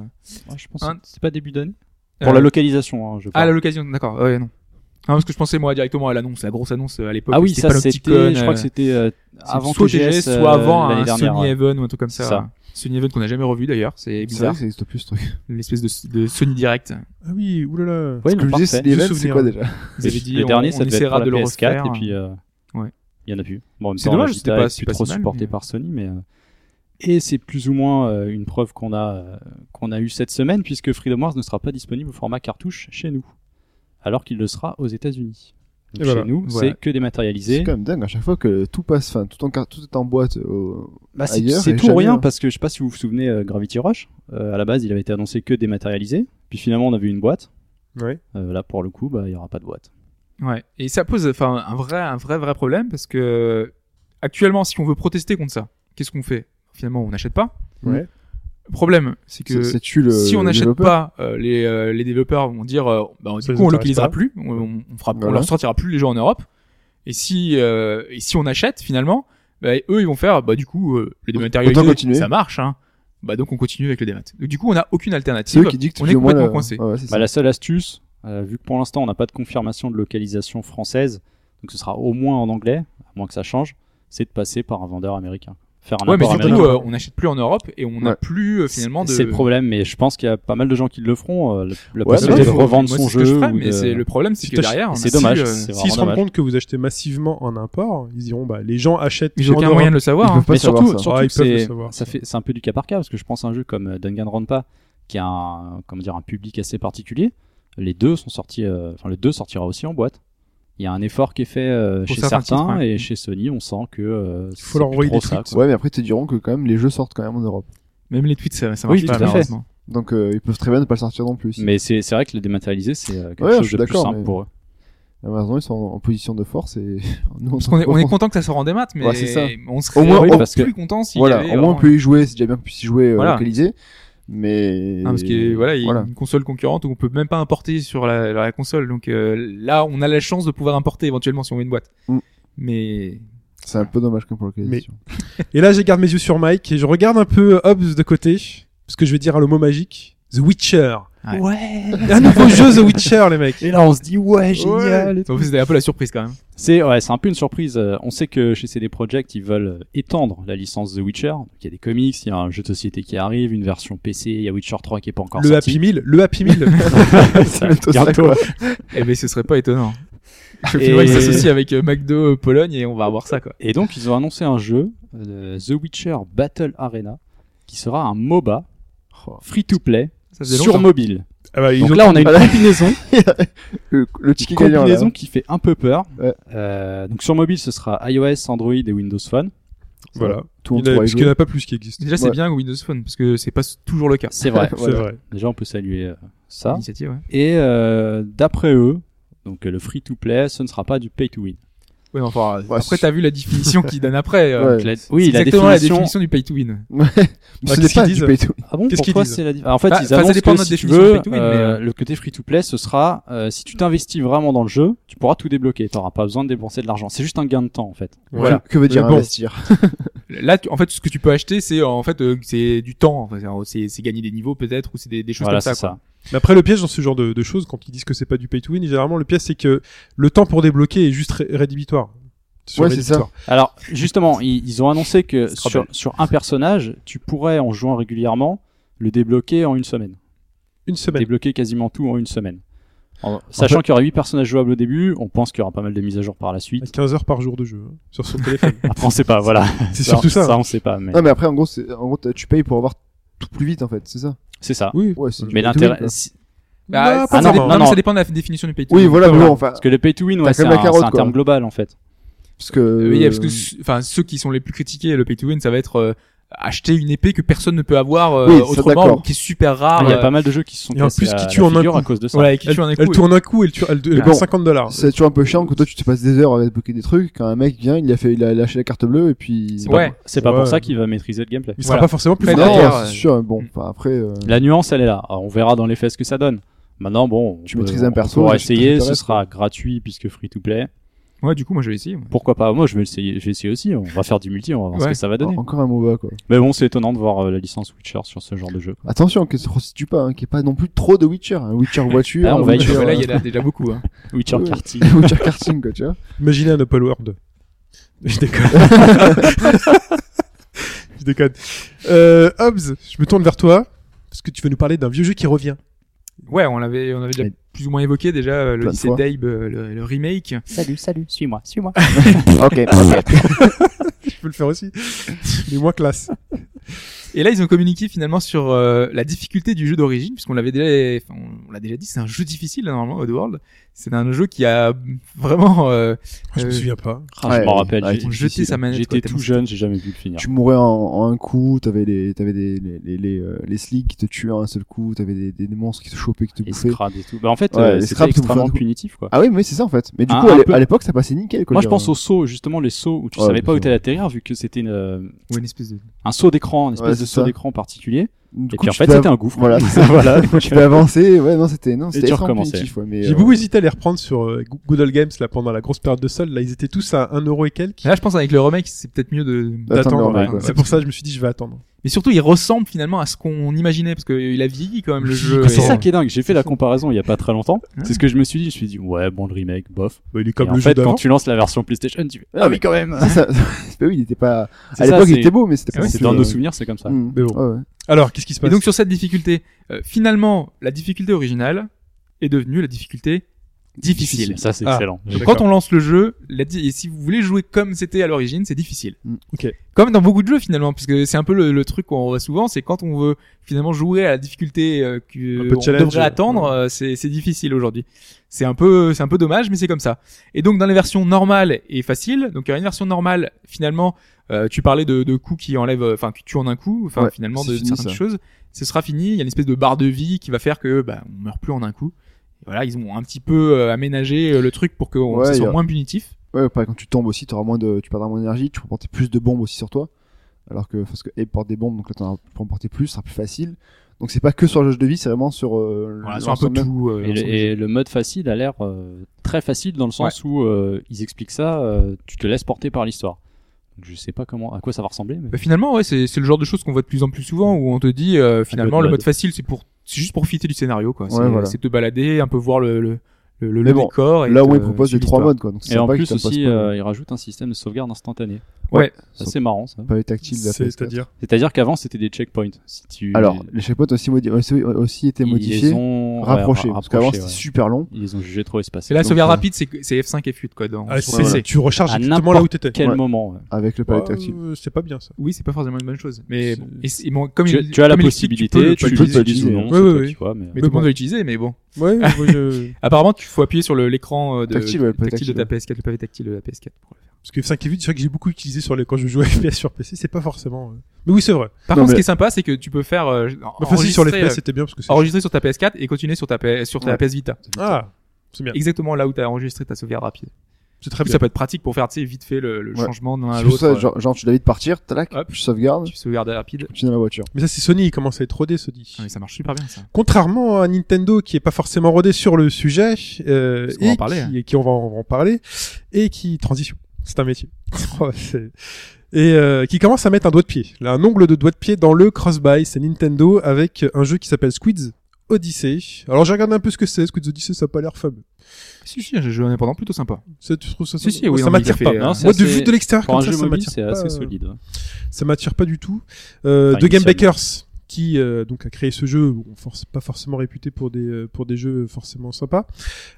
Speaker 6: Ouais, je pense.
Speaker 5: un-
Speaker 6: que C'était pas début d'année.
Speaker 5: euh,
Speaker 6: Pour la localisation, hein, je
Speaker 5: Ah,
Speaker 6: parle.
Speaker 5: la location, d'accord, ouais, non. Non, parce que je pensais, moi, directement à l'annonce, la grosse annonce euh, à l'époque.
Speaker 6: Ah oui,
Speaker 5: c'était
Speaker 6: ça
Speaker 5: pas l'Opticon,
Speaker 6: c'était, je crois
Speaker 5: euh,
Speaker 6: que c'était euh,
Speaker 5: c'est
Speaker 6: avant
Speaker 5: soit
Speaker 6: TGS, euh,
Speaker 5: soit avant
Speaker 6: l'année
Speaker 5: un
Speaker 6: dernière,
Speaker 5: Sony
Speaker 6: ouais.
Speaker 5: Heaven ou un truc comme ça.
Speaker 6: C'est ça.
Speaker 5: Sony Heaven qu'on n'a jamais revu d'ailleurs, c'est
Speaker 4: C'est vrai
Speaker 5: bizarre.
Speaker 4: que ça existe plus ce truc.
Speaker 5: L'espèce de, de Sony Direct.
Speaker 3: Ah oui, oulala.
Speaker 6: Ouais,
Speaker 4: Ce que
Speaker 6: le
Speaker 4: je disais, c'est
Speaker 6: parfait.
Speaker 4: l'event,
Speaker 3: Je me
Speaker 4: c'est quoi
Speaker 3: souviens.
Speaker 4: déjà
Speaker 5: Vous avez dit,
Speaker 6: le
Speaker 5: on,
Speaker 6: dernier,
Speaker 5: on
Speaker 6: ça devait être
Speaker 5: essaiera
Speaker 6: pour la
Speaker 5: de le
Speaker 6: PS4
Speaker 5: refaire.
Speaker 6: et puis euh,
Speaker 5: Ouais.
Speaker 6: il y en a plus. Bon, en même
Speaker 5: C'est
Speaker 6: temps,
Speaker 5: dommage,
Speaker 6: la
Speaker 5: c'était
Speaker 6: Vita
Speaker 5: pas-
Speaker 6: est
Speaker 5: c'est
Speaker 6: plus
Speaker 5: pas
Speaker 6: trop
Speaker 5: si mal,
Speaker 6: supporté
Speaker 5: mais-
Speaker 6: par Sony, mais euh, et c'est plus ou moins euh, une preuve qu'on a euh, qu'on a eu cette semaine puisque Freedom Wars ne sera pas disponible au format cartouche chez nous, alors qu'il le sera aux États-Unis. Donc,
Speaker 3: Et
Speaker 6: chez
Speaker 3: voilà.
Speaker 6: nous,
Speaker 5: Voilà.
Speaker 6: c'est que dématérialisé.
Speaker 4: C'est quand même dingue à chaque fois que tout passe, enfin tout, en, car- tout est en boîte. euh, au-
Speaker 6: Bah, c'est
Speaker 4: ailleurs,
Speaker 6: c'est
Speaker 4: et
Speaker 6: tout ou
Speaker 4: jamais,
Speaker 6: rien
Speaker 4: hein.
Speaker 6: parce que je sais pas si vous vous souvenez euh, Gravity Rush. euh, à la base, il avait été annoncé que dématérialisé. Puis finalement, on a vu une boîte.
Speaker 3: Ouais.
Speaker 6: Euh, là, pour le coup, bah, il y aura pas de boîte.
Speaker 5: Ouais. Et ça pose, enfin, un vrai, un vrai, vrai problème parce que, actuellement, si on veut protester contre ça, qu'est-ce qu'on fait? Finalement, on n'achète pas.
Speaker 3: Ouais.
Speaker 5: Le problème, c'est que.
Speaker 4: Ça, ça tue le.
Speaker 5: si on
Speaker 4: le
Speaker 5: n'achète
Speaker 4: développeur.
Speaker 5: pas, euh, les, euh, les développeurs vont dire, euh, bah,
Speaker 3: Ça
Speaker 5: du
Speaker 3: les
Speaker 5: coup, on
Speaker 3: intéresse
Speaker 5: localisera
Speaker 3: pas.
Speaker 5: plus, on, on, on fera, on
Speaker 4: Voilà.
Speaker 5: leur sortira plus les jeux en Europe. Et si, euh, et si on achète finalement, bah, eux, ils vont faire, bah, du coup, euh, le
Speaker 4: Autant
Speaker 5: dématérialisé,
Speaker 4: continuer.
Speaker 5: ça marche, hein. Bah, donc on continue avec le démat. Donc, du coup, on n'a aucune
Speaker 4: C'est eux
Speaker 5: alternative.
Speaker 4: qui dictent
Speaker 5: on
Speaker 4: plus
Speaker 5: est
Speaker 4: ou moins euh,
Speaker 5: complètement
Speaker 4: la-
Speaker 5: coincé.
Speaker 4: Ouais, ouais, c'est
Speaker 6: Bah,
Speaker 4: ça.
Speaker 6: la seule astuce, euh, vu que pour l'instant on n'a pas de confirmation de localisation française, donc ce sera au moins en anglais, à moins que ça change, c'est de passer par un vendeur américain. Faire un
Speaker 5: Ouais, mais
Speaker 6: import
Speaker 5: du coup,
Speaker 6: américain.
Speaker 5: euh, on n'achète plus en Europe et on n'a
Speaker 4: Ouais.
Speaker 5: plus euh, finalement de.
Speaker 6: C'est le problème, mais je pense qu'il y a pas mal de gens qui le feront, euh, la- la
Speaker 4: Ouais,
Speaker 6: possibilité
Speaker 4: mais
Speaker 6: de
Speaker 4: faut-
Speaker 6: revendre
Speaker 5: Moi,
Speaker 6: son
Speaker 5: c'est ce que je
Speaker 6: jeu.
Speaker 5: ferais,
Speaker 6: ou
Speaker 5: mais
Speaker 6: de-
Speaker 5: c'est le problème, c'est
Speaker 3: Si
Speaker 5: que
Speaker 3: t'achètes-
Speaker 5: derrière, on
Speaker 6: c'est
Speaker 5: a
Speaker 6: dommage,
Speaker 5: plus, euh,
Speaker 6: c'est
Speaker 3: S'ils
Speaker 6: vraiment
Speaker 3: se rendent
Speaker 6: dommage.
Speaker 3: compte que vous achetez massivement en import, ils diront bah les gens achètent.
Speaker 5: J'ai aucun
Speaker 3: en
Speaker 5: moyen
Speaker 3: Europe.
Speaker 5: de le
Speaker 4: Ils
Speaker 5: savoir.
Speaker 4: peuvent
Speaker 5: hein.
Speaker 4: pas
Speaker 6: Mais
Speaker 4: savoir
Speaker 6: surtout,
Speaker 4: ça.
Speaker 6: surtout
Speaker 3: Ah, ils
Speaker 6: que
Speaker 3: peuvent le
Speaker 6: c'est-
Speaker 3: savoir,
Speaker 6: ça
Speaker 3: ça.
Speaker 6: fait, c'est un peu du cas par cas, parce que je pense à un jeu comme euh, Danganronpa, qui a un, comment dire, un public assez particulier. Les deux sont sortis, euh, enfin, le 2 sortira aussi en boîte. Il y a un effort qui est fait euh,
Speaker 5: Pour
Speaker 6: chez
Speaker 5: certains
Speaker 6: certains,
Speaker 5: titres, ouais.
Speaker 6: et chez Sony, on sent que euh,
Speaker 3: faut
Speaker 6: c'est
Speaker 3: leur
Speaker 6: plus
Speaker 3: envoyer
Speaker 6: trop
Speaker 3: des
Speaker 6: ça,
Speaker 3: tweets.
Speaker 6: quoi.
Speaker 4: Ouais, mais après, ils te diront que quand même les jeux sortent quand même en Europe.
Speaker 5: Même les tweets, ça, ça
Speaker 6: Oui,
Speaker 5: marche
Speaker 6: tout
Speaker 5: pas
Speaker 6: à fait.
Speaker 5: malheureusement.
Speaker 4: Donc euh, ils peuvent très bien ne pas le sortir non plus.
Speaker 6: Mais c'est c'est vrai que le dématérialisé, c'est euh, quelque
Speaker 4: Ouais, je
Speaker 6: chose
Speaker 4: suis
Speaker 6: de plus
Speaker 4: d'accord,
Speaker 6: simple
Speaker 4: mais-
Speaker 6: pour eux.
Speaker 4: Amazon, ils sont en position de force et nous,
Speaker 5: Parce
Speaker 4: s'en
Speaker 5: qu'on est,
Speaker 4: fout
Speaker 5: on est
Speaker 4: vraiment.
Speaker 5: content que ça sorte en démat, mais
Speaker 4: Ouais, c'est ça.
Speaker 5: on serait
Speaker 4: Au moins,
Speaker 5: encore
Speaker 4: au-
Speaker 5: plus
Speaker 6: parce
Speaker 5: content si.
Speaker 4: Voilà, au moins on peut y jouer, c'est déjà bien qu'on puisse y jouer euh,
Speaker 5: Voilà.
Speaker 4: localisé. Mais.
Speaker 5: Ah, parce que voilà, il y a une console concurrente où on peut même pas importer sur la, la console. Donc euh, là, on a la chance de pouvoir importer éventuellement si on met une boîte.
Speaker 4: Mm.
Speaker 5: Mais
Speaker 4: C'est un peu dommage comme pour localisation.
Speaker 3: Et là, je garde mes yeux sur Mike et je regarde un peu euh, Hobbs de côté, parce que je vais dire le mot magique, The Witcher.
Speaker 5: Ouais.
Speaker 3: Un nouveau jeu The Witcher, les mecs.
Speaker 6: Et là, on se dit, ouais, génial.
Speaker 5: En fait, c'était un peu la surprise quand même.
Speaker 6: C'est ouais, c'est un peu une surprise. Euh, On sait que chez CD Projekt, ils veulent euh, étendre la licence The Witcher. Donc, Il y a des comics, il y a un jeu de société qui arrive, une version PC, il y a Witcher 3 qui est pas encore
Speaker 3: Le Happy
Speaker 6: sorti.
Speaker 3: Meal, le Happy Meal.
Speaker 6: Ça,
Speaker 4: Bientôt ça,
Speaker 6: bientôt.
Speaker 4: quoi.
Speaker 5: Eh ben, ce serait pas étonnant.
Speaker 6: Et-
Speaker 5: Effectivement, ils s'associent avec euh, McDo euh, Pologne et on va avoir ça quoi.
Speaker 6: Et donc, ils ont annoncé un jeu, euh, The Witcher Battle Arena, qui sera un MOBA
Speaker 4: Oh.
Speaker 6: free to play
Speaker 5: Ça faisait
Speaker 6: sur
Speaker 5: longtemps.
Speaker 6: mobile.
Speaker 3: ah bah, ils
Speaker 6: Donc
Speaker 3: ont-
Speaker 6: là, on a une
Speaker 4: Voilà.
Speaker 6: combinaison,
Speaker 4: Le, le ticket
Speaker 6: une
Speaker 4: gagnant. Là.
Speaker 6: combinaison qui fait un peu peur.
Speaker 4: Ouais.
Speaker 6: Euh, donc sur mobile, ce sera iOS, Android et Windows Phone.
Speaker 3: voilà.
Speaker 4: Tout le
Speaker 3: Il y en a-
Speaker 4: monde pourra y
Speaker 3: parce qu'il n'y
Speaker 4: jouer.
Speaker 3: en a pas plus qui existe.
Speaker 5: Déjà, c'est
Speaker 4: Ouais.
Speaker 5: bien que Windows Phone parce que c'est pas toujours le cas.
Speaker 6: C'est vrai.
Speaker 3: C'est
Speaker 4: Voilà.
Speaker 3: vrai.
Speaker 6: Déjà, on peut saluer euh, ça.
Speaker 5: Initiative, ouais.
Speaker 6: Et euh, d'après eux, donc euh, le free to play, ce ne sera pas du pay to win.
Speaker 5: Ouais, mais enfin,
Speaker 4: Ouais,
Speaker 5: après,
Speaker 4: c'est-
Speaker 5: t'as vu la définition qu'ils donnent après. euh,
Speaker 4: Ah, Ouais.
Speaker 6: Donc, la-
Speaker 5: c'est
Speaker 6: oui, la
Speaker 5: exactement
Speaker 6: définition...
Speaker 5: la définition du pay to win.
Speaker 4: Mais ce
Speaker 3: qu'est-ce
Speaker 4: n'est
Speaker 3: qu'ils
Speaker 4: pas
Speaker 3: disent
Speaker 4: du pay to
Speaker 6: Ah bon
Speaker 3: Qu'est-ce qu'ils
Speaker 6: Pourquoi
Speaker 3: disent
Speaker 6: c'est la différence En fait,
Speaker 5: Bah,
Speaker 6: ils
Speaker 5: enfin, ça
Speaker 6: annoncent
Speaker 5: dépend de
Speaker 6: que
Speaker 5: notre
Speaker 6: si tu
Speaker 5: définition de
Speaker 6: veux,
Speaker 5: pay to win,
Speaker 6: euh,
Speaker 5: mais, euh,
Speaker 6: le côté free to play, ce sera euh, si tu t'investis vraiment dans le jeu, tu pourras tout débloquer. Tu n'auras pas besoin de dépenser de l'argent. C'est juste un gain de temps en fait.
Speaker 3: Voilà.
Speaker 4: Que veut dire
Speaker 3: Mais bon.
Speaker 4: investir
Speaker 5: Là, tu- en fait, ce que tu peux acheter, c'est en fait, euh, c'est du temps. Enfin, c'est- c'est, c'est gagner des niveaux peut-être ou c'est des, des choses
Speaker 6: voilà,
Speaker 5: comme ça.
Speaker 6: c'est
Speaker 5: quoi.
Speaker 6: ça.
Speaker 3: Mais après, le piège dans ce genre de, de choses, quand ils disent que c'est pas du pay to win, généralement, le piège, c'est que le temps pour débloquer est juste ré- rédhibitoire. Sur
Speaker 4: Ouais, c'est ça.
Speaker 3: rédhibitoire.
Speaker 6: Alors justement, ils, ils ont annoncé que
Speaker 5: Scrabble.
Speaker 6: sur, sur un personnage, tu pourrais en jouant régulièrement le débloquer en une semaine.
Speaker 3: Une semaine.
Speaker 6: Débloquer quasiment tout en une semaine. En- sachant qu'il y aura 8 personnages jouables au début, on pense qu'il y aura pas mal de mises à jour par la
Speaker 3: À
Speaker 6: suite.
Speaker 3: 15 heures par jour de jeu hein, sur son téléphone.
Speaker 6: Après, on sait pas, voilà.
Speaker 3: c'est surtout ça. hein.
Speaker 6: Ça, on sait pas, mais
Speaker 4: Non, mais après, en gros, c'est- en gros, t- tu payes pour avoir tout plus vite, en fait, c'est ça
Speaker 6: c'est ça.
Speaker 3: Oui.
Speaker 4: Ouais, c'est du
Speaker 6: Mais
Speaker 4: pay to win,
Speaker 6: l'intérêt,
Speaker 4: quoi.
Speaker 6: si-
Speaker 5: Bah,
Speaker 3: Non,
Speaker 5: ça
Speaker 3: pas
Speaker 5: dépend-
Speaker 6: non,
Speaker 5: non, mais
Speaker 6: non.
Speaker 5: ça dépend de la définition du pay to win.
Speaker 4: Oui, voilà, mais bon, enfin.
Speaker 6: parce que le pay to win, ouais,
Speaker 4: T'as
Speaker 6: c'est
Speaker 4: quand
Speaker 6: un,
Speaker 4: même la carotte,
Speaker 6: c'est un
Speaker 4: quoi.
Speaker 6: terme global en fait.
Speaker 4: Parce que.
Speaker 5: Oui, parce que c- enfin, ceux qui sont les plus critiqués, le pay to win, ça va être euh, acheter une épée que personne ne peut avoir euh,
Speaker 4: Oui, ça,
Speaker 5: autrement,
Speaker 4: d'accord.
Speaker 5: ou qui est super rare.
Speaker 6: Il y a
Speaker 5: euh,
Speaker 6: pas mal de jeux qui se sont
Speaker 3: Et en
Speaker 6: cassés
Speaker 3: plus,
Speaker 6: à
Speaker 3: qui
Speaker 6: la
Speaker 3: tue en un
Speaker 6: figure
Speaker 3: coup.
Speaker 6: à cause de ça.
Speaker 5: Voilà, et qui
Speaker 3: Elle,
Speaker 5: tuent un
Speaker 3: elle
Speaker 5: coup.
Speaker 3: tourne un coup, elle, tue- elle, elle
Speaker 4: Mais
Speaker 3: coûte
Speaker 4: bon.
Speaker 3: 50 dollars.
Speaker 4: euh, C'est toujours un peu chiant que toi tu te passes des heures à débloquer des trucs quand un mec vient il a fait il a lâché la carte bleue et puis
Speaker 5: C'est Ouais.
Speaker 6: C'est pas
Speaker 3: Ouais.
Speaker 6: pour ça qu'il va maîtriser le gameplay.
Speaker 3: Il sera
Speaker 5: Voilà.
Speaker 3: pas forcément plus
Speaker 5: Après,
Speaker 3: fort.
Speaker 4: non
Speaker 5: derrière, euh,
Speaker 4: c'est sûr bon enfin, après euh,
Speaker 6: La nuance, elle est là. Alors, on verra dans les faits ce que ça donne. Maintenant, bon, on
Speaker 4: Tu
Speaker 6: peut-
Speaker 4: maîtrises un
Speaker 6: on
Speaker 4: perso,
Speaker 6: pourra
Speaker 4: tu peux
Speaker 6: essayer.
Speaker 4: tout
Speaker 6: Ce
Speaker 4: faire,
Speaker 6: sera gratuit puisque free to play.
Speaker 5: Ouais, du coup, moi, je vais essayer. ouais.
Speaker 6: Pourquoi pas Moi, je vais essayer, je vais essayer aussi. On va faire du multi, on va voir
Speaker 5: Ouais.
Speaker 6: ce que ça va donner.
Speaker 4: encore un MOBA quoi
Speaker 6: Mais bon, c'est étonnant de voir euh, la licence Witcher sur ce genre de jeu.
Speaker 4: attention qu'elle se prostitue pas hein, qu'il n'y ait pas non plus trop de Witcher hein. Witcher voiture
Speaker 6: Ah, on va y
Speaker 4: Witcher,
Speaker 6: jouer,
Speaker 5: Là, il
Speaker 4: euh,
Speaker 5: y en a déjà beaucoup. hein.
Speaker 6: Witcher
Speaker 4: Ouais.
Speaker 6: karting.
Speaker 4: Witcher karting quoi tu vois
Speaker 3: Imaginez un Apple World. Je déconne. je déconne. Euh, Hobbs, je me tourne vers toi parce que tu veux nous parler d'un vieux jeu qui revient.
Speaker 5: Ouais, on l'avait, on avait déjà
Speaker 4: Mais-
Speaker 5: plus ou moins évoqué déjà euh,
Speaker 4: Plein de
Speaker 5: le lycée
Speaker 4: fois.
Speaker 5: d'Abe, euh, le, le remake.
Speaker 6: Salut, salut, suis-moi, suis-moi.
Speaker 4: ok
Speaker 3: Je peux le faire aussi, mais moins classe.
Speaker 5: Et là, ils ont communiqué finalement sur euh, la difficulté du jeu d'origine, puisqu'on l'avait déjà, enfin, on l'a déjà dit, c'est un jeu difficile là, normalement. Oddworld, c'est un jeu qui a vraiment euh,
Speaker 3: Je me
Speaker 5: Euh,
Speaker 3: souviens pas.
Speaker 6: je
Speaker 4: Ouais,
Speaker 6: m'en rappelle.
Speaker 4: ouais,
Speaker 6: j'ai-
Speaker 4: difficile.
Speaker 5: jeté sa manette. quoi,
Speaker 6: J'étais tout
Speaker 5: tellement-
Speaker 6: jeune, j'ai jamais pu le finir.
Speaker 4: tu mourais en, en un coup t'avais les t'avais des les les les, euh, les sligs qui te tuaient en un seul coup t'avais des, des, des monstres qui te chopaient qui te
Speaker 6: Et
Speaker 4: bouffaient
Speaker 6: Scrad et tout. Bah, en fait,
Speaker 4: Ouais,
Speaker 6: euh,
Speaker 4: les
Speaker 6: c'était
Speaker 4: scraps, tout
Speaker 6: extrêmement
Speaker 4: bouffe-
Speaker 6: punitif, quoi.
Speaker 4: ah oui mais c'est ça en fait mais du
Speaker 6: Un-
Speaker 4: coup à
Speaker 6: un
Speaker 4: l'é-
Speaker 6: peu-
Speaker 4: à l'époque ça passait nickel quoi euh,
Speaker 6: Moi,
Speaker 4: je
Speaker 6: je
Speaker 4: veux
Speaker 6: pense
Speaker 4: dire.
Speaker 6: aux sauts, justement, les sauts où tu
Speaker 4: Ouais,
Speaker 6: savais pas où
Speaker 4: bien sûr.
Speaker 6: t'allais atterrir, vu que c'était une, euh,
Speaker 5: Ou une espèce de.
Speaker 6: un saut d'écran, une espèce
Speaker 4: Ouais,
Speaker 6: de
Speaker 4: c'est
Speaker 6: saut
Speaker 4: ça.
Speaker 6: d'écran particulier.
Speaker 4: Du
Speaker 6: Et
Speaker 4: coup,
Speaker 6: puis en
Speaker 4: tu
Speaker 6: fait,
Speaker 4: fais
Speaker 6: c'était
Speaker 4: av-
Speaker 6: un gouffre.
Speaker 4: voilà c'est ça, voilà tu fais avancer ouais non c'était non c'était
Speaker 6: tu
Speaker 4: extrêmement
Speaker 6: recommençais.
Speaker 4: punitif ouais, mais
Speaker 3: J'ai
Speaker 4: euh,
Speaker 3: beaucoup hésité à les reprendre sur euh, Go- Good Old Games là pendant la grosse période de solde. Là, ils étaient tous à 1 euro et quelques.
Speaker 5: Là, je pense avec le remake, c'est peut-être mieux de.
Speaker 4: D'attendre,
Speaker 3: D'attendre.
Speaker 5: ouais,
Speaker 3: hein.
Speaker 5: quoi.
Speaker 3: C'est pour ça que je me suis dit je vais attendre.
Speaker 5: Mais surtout, il ressemble finalement à ce qu'on imaginait, parce qu'il a vieilli quand même le jeu.
Speaker 6: C'est
Speaker 5: et-
Speaker 6: ça qui est dingue. J'ai fait la comparaison il y a pas très longtemps.
Speaker 5: Hein
Speaker 6: C'est ce que je me suis dit. Je me suis dit, ouais, bon, le remake, bof.
Speaker 3: Bah, il est
Speaker 6: Et
Speaker 3: comme
Speaker 6: en
Speaker 3: le jeu
Speaker 6: fait,
Speaker 3: d'avant.
Speaker 6: quand tu lances la version PlayStation, tu fais,
Speaker 4: Ah oui,
Speaker 6: quand même.
Speaker 4: C'est ça. C'est- oui, il était pas.
Speaker 6: C'est
Speaker 4: À
Speaker 6: ça,
Speaker 4: l'époque, il
Speaker 6: c'est-
Speaker 4: était Mm. beau, mais c'était pas.
Speaker 6: C'est dans nos souvenirs, c'est comme ça.
Speaker 3: Mais
Speaker 4: Mais
Speaker 3: bon.
Speaker 4: bon. Ouais, ouais.
Speaker 3: Alors, qu'est-ce qui se
Speaker 5: Et
Speaker 3: passe
Speaker 5: donc sur cette difficulté, euh, finalement, la difficulté originale est devenue la difficulté difficile.
Speaker 6: Ça, c'est
Speaker 3: Ah.
Speaker 6: excellent.
Speaker 3: D'accord.
Speaker 5: Quand on lance le jeu, la di- et si vous voulez jouer comme c'était à l'origine, c'est difficile.
Speaker 4: Mm,
Speaker 3: ok.
Speaker 5: Comme dans beaucoup de jeux finalement, puisque c'est un peu le, le truc qu'on voit souvent, c'est quand on veut finalement jouer à la difficulté euh,
Speaker 3: Un
Speaker 5: que
Speaker 3: peu de
Speaker 5: on
Speaker 3: challenge,
Speaker 5: devrait
Speaker 3: ouais.
Speaker 5: attendre, euh, c'est c'est difficile aujourd'hui. C'est un peu, c'est un peu dommage, mais c'est comme ça. Et donc dans les versions normales et faciles, donc il y a une version normale finalement, euh, tu parlais de, de coups qui enlèvent, euh, enfin qui tuent en un coup, enfin
Speaker 4: Ouais,
Speaker 5: finalement
Speaker 4: c'est
Speaker 5: de, de
Speaker 4: fini,
Speaker 5: certaines
Speaker 4: ça.
Speaker 5: choses. Ce sera fini. Il y a une espèce de barre de vie qui va faire que bah, on meurt plus en un coup. Voilà, ils ont un petit peu euh, aménagé euh, le truc pour que on-
Speaker 4: Ouais,
Speaker 5: ça soit
Speaker 4: y a-
Speaker 5: moins punitif.
Speaker 4: Ouais, pareil, quand tu tombes aussi, t'auras moins de, tu perdras moins d'énergie, tu peux porter plus de bombes aussi sur toi. Alors que, parce que Abe porte des bombes, donc là, t'en as- tu peux en porter plus, ça sera plus facile. Donc c'est pas que sur le jeu de vie, c'est vraiment sur, euh,
Speaker 5: Voilà,
Speaker 4: le-
Speaker 5: sur un peu
Speaker 4: l'ensemble même.
Speaker 5: tout. euh,
Speaker 6: Et le,
Speaker 5: l'ensemble.
Speaker 6: et le mode facile a l'air euh, très facile dans le sens où euh, ils expliquent ça, euh, tu te laisses porter par l'histoire. Donc, Je sais pas comment, à quoi ça va ressembler. Mais...
Speaker 5: Bah, finalement, ouais, c'est c'est le genre de choses qu'on voit de plus en plus souvent où on te dit euh, finalement
Speaker 6: mode
Speaker 5: le mode
Speaker 6: balade.
Speaker 5: facile c'est pour c'est juste profiter du scénario quoi. c'est
Speaker 4: Ouais, voilà.
Speaker 5: c'est te balader, un peu voir le le le, le
Speaker 4: Mais bon,
Speaker 5: décor. et
Speaker 4: Là,
Speaker 5: te-
Speaker 6: euh,
Speaker 4: où il propose les
Speaker 5: suivre
Speaker 4: trois
Speaker 5: l'histoire.
Speaker 4: modes, quoi. Donc c'est
Speaker 6: Et en
Speaker 4: sympa que
Speaker 6: plus
Speaker 4: ça passe
Speaker 6: aussi,
Speaker 4: pas-
Speaker 6: euh, ils rajoutent un système de sauvegarde instantanée.
Speaker 5: Ouais.
Speaker 6: Ça c'est marrant ça.
Speaker 4: Pas les tactiles de la PS4.
Speaker 3: C'est-à-dire
Speaker 6: C'est-à-dire qu'avant c'était des checkpoints. Si tu...
Speaker 4: Alors, les checkpoints ont aussi, modi- aussi, aussi été
Speaker 6: ils
Speaker 4: modifiés,
Speaker 6: les ont
Speaker 4: rapprochés.
Speaker 6: ouais,
Speaker 4: parce qu'avant,
Speaker 6: ouais.
Speaker 4: c'était super long.
Speaker 6: Ils les ont jugés trop espacés.
Speaker 5: C'est la
Speaker 6: Donc,
Speaker 5: sauvegarde
Speaker 4: euh,
Speaker 5: rapide, c'est que- c'est F5 et F8 quoi. Dans,
Speaker 3: Ah,
Speaker 5: sur
Speaker 3: c'est-
Speaker 5: PC.
Speaker 4: voilà.
Speaker 3: Tu recharges
Speaker 6: À
Speaker 3: exactement
Speaker 6: n'importe
Speaker 3: là où t'étais.
Speaker 6: Quel
Speaker 4: Ouais.
Speaker 6: moment ouais.
Speaker 4: avec le
Speaker 3: Ouais,
Speaker 4: palais tactile.
Speaker 3: euh, C'est pas bien ça.
Speaker 5: Oui, c'est pas forcément une bonne chose, mais
Speaker 6: C'est-
Speaker 5: bon, et c'est- bon, comme
Speaker 6: tu,
Speaker 5: il-
Speaker 6: tu as la
Speaker 5: comme il explique,
Speaker 6: possibilité, tu
Speaker 4: peux
Speaker 6: l'utilises
Speaker 4: l'utiliser.
Speaker 6: ou non,
Speaker 3: Oui,
Speaker 6: c'est
Speaker 3: oui,
Speaker 6: toi
Speaker 3: oui.
Speaker 6: qui vois, mais-
Speaker 5: Mais
Speaker 3: Mais
Speaker 5: tout le monde
Speaker 3: bon.
Speaker 5: va l'utiliser, mais bon.
Speaker 3: Ouais, moi, je-
Speaker 5: Apparemment, tu faut appuyer sur le- l'écran euh, de,
Speaker 4: Tactile, ouais, le pavé
Speaker 5: tactile de ta
Speaker 4: tactile,
Speaker 5: PS4, le pavé tactile de la PS4. pour le faire.
Speaker 3: parce que 5 et 8, c'est vrai que j'ai beaucoup utilisé sur les... quand je jouais à FPS sur PC, c'est pas forcément. euh, Mais oui, c'est vrai.
Speaker 5: Par
Speaker 4: Non,
Speaker 5: contre, ce
Speaker 4: mais-
Speaker 5: qui est sympa, c'est que tu peux faire euh,
Speaker 3: Enfin, si, sur les
Speaker 5: enregistrer,
Speaker 3: FPS, c'était bien parce que c'est.
Speaker 5: euh, enregistrer sur ta PS4 et continuer sur ta, P- sur ta
Speaker 4: Ouais.
Speaker 5: PS Vita.
Speaker 3: Ah, c'est bien.
Speaker 5: Exactement là où tu as enregistré ta sauvegarde rapide.
Speaker 3: C'est très
Speaker 5: Du coup,
Speaker 3: bien.
Speaker 5: Ça peut être pratique pour faire tu sais, vite fait le, le
Speaker 4: Ouais.
Speaker 5: changement d'un à
Speaker 4: C'est pour
Speaker 5: l'autre.
Speaker 4: ça,
Speaker 5: euh,
Speaker 4: genre, genre, tu David partir, tac,
Speaker 5: Hop.
Speaker 4: je sauvegarde,
Speaker 5: Tu sauvegardes rapide.
Speaker 4: je suis dans la voiture.
Speaker 3: Mais ça, c'est Sony, il commence à être rodé, Sony.
Speaker 5: Ah, mais ça marche super bien ça.
Speaker 3: Contrairement à Nintendo, qui est pas forcément rodé sur le sujet, euh,
Speaker 5: Parce qu'on va en
Speaker 3: et,
Speaker 5: parler, hein.
Speaker 3: qui, et qui on va, en- on va en parler, et qui transition, c'est un métier, Oh, c'est- et euh, qui commence à mettre un doigt de pied, là, un ongle de doigt de pied dans le cross-buy, c'est Nintendo avec un jeu qui s'appelle Squids Odyssey. Alors j'ai regardé un peu ce que c'est, Squids Odyssey, ça a pas l'air fameux.
Speaker 5: Si, si, un jeu indépendant plutôt sympa.
Speaker 3: Ça, tu trouves ça
Speaker 5: Si, si,
Speaker 3: Moi,
Speaker 5: oui,
Speaker 3: ça
Speaker 5: non, mais il a
Speaker 3: m'attire
Speaker 5: fait,
Speaker 3: pas.
Speaker 5: euh,
Speaker 6: Non, c'est
Speaker 3: Moi, de
Speaker 6: assez-
Speaker 3: vue de l'extérieur,
Speaker 6: Pour
Speaker 3: comme
Speaker 6: un
Speaker 3: ça,
Speaker 6: jeu
Speaker 3: ça
Speaker 6: mobile,
Speaker 3: m'attire
Speaker 6: c'est
Speaker 3: pas.
Speaker 6: assez
Speaker 3: euh,
Speaker 6: solide. ouais.
Speaker 3: ça m'attire pas du tout. Euh,
Speaker 6: Enfin,
Speaker 3: de Game
Speaker 6: initialement.
Speaker 3: Bakers qui euh, donc a créé ce jeu, bon, force- pas forcément réputé pour des euh, pour des jeux forcément sympas.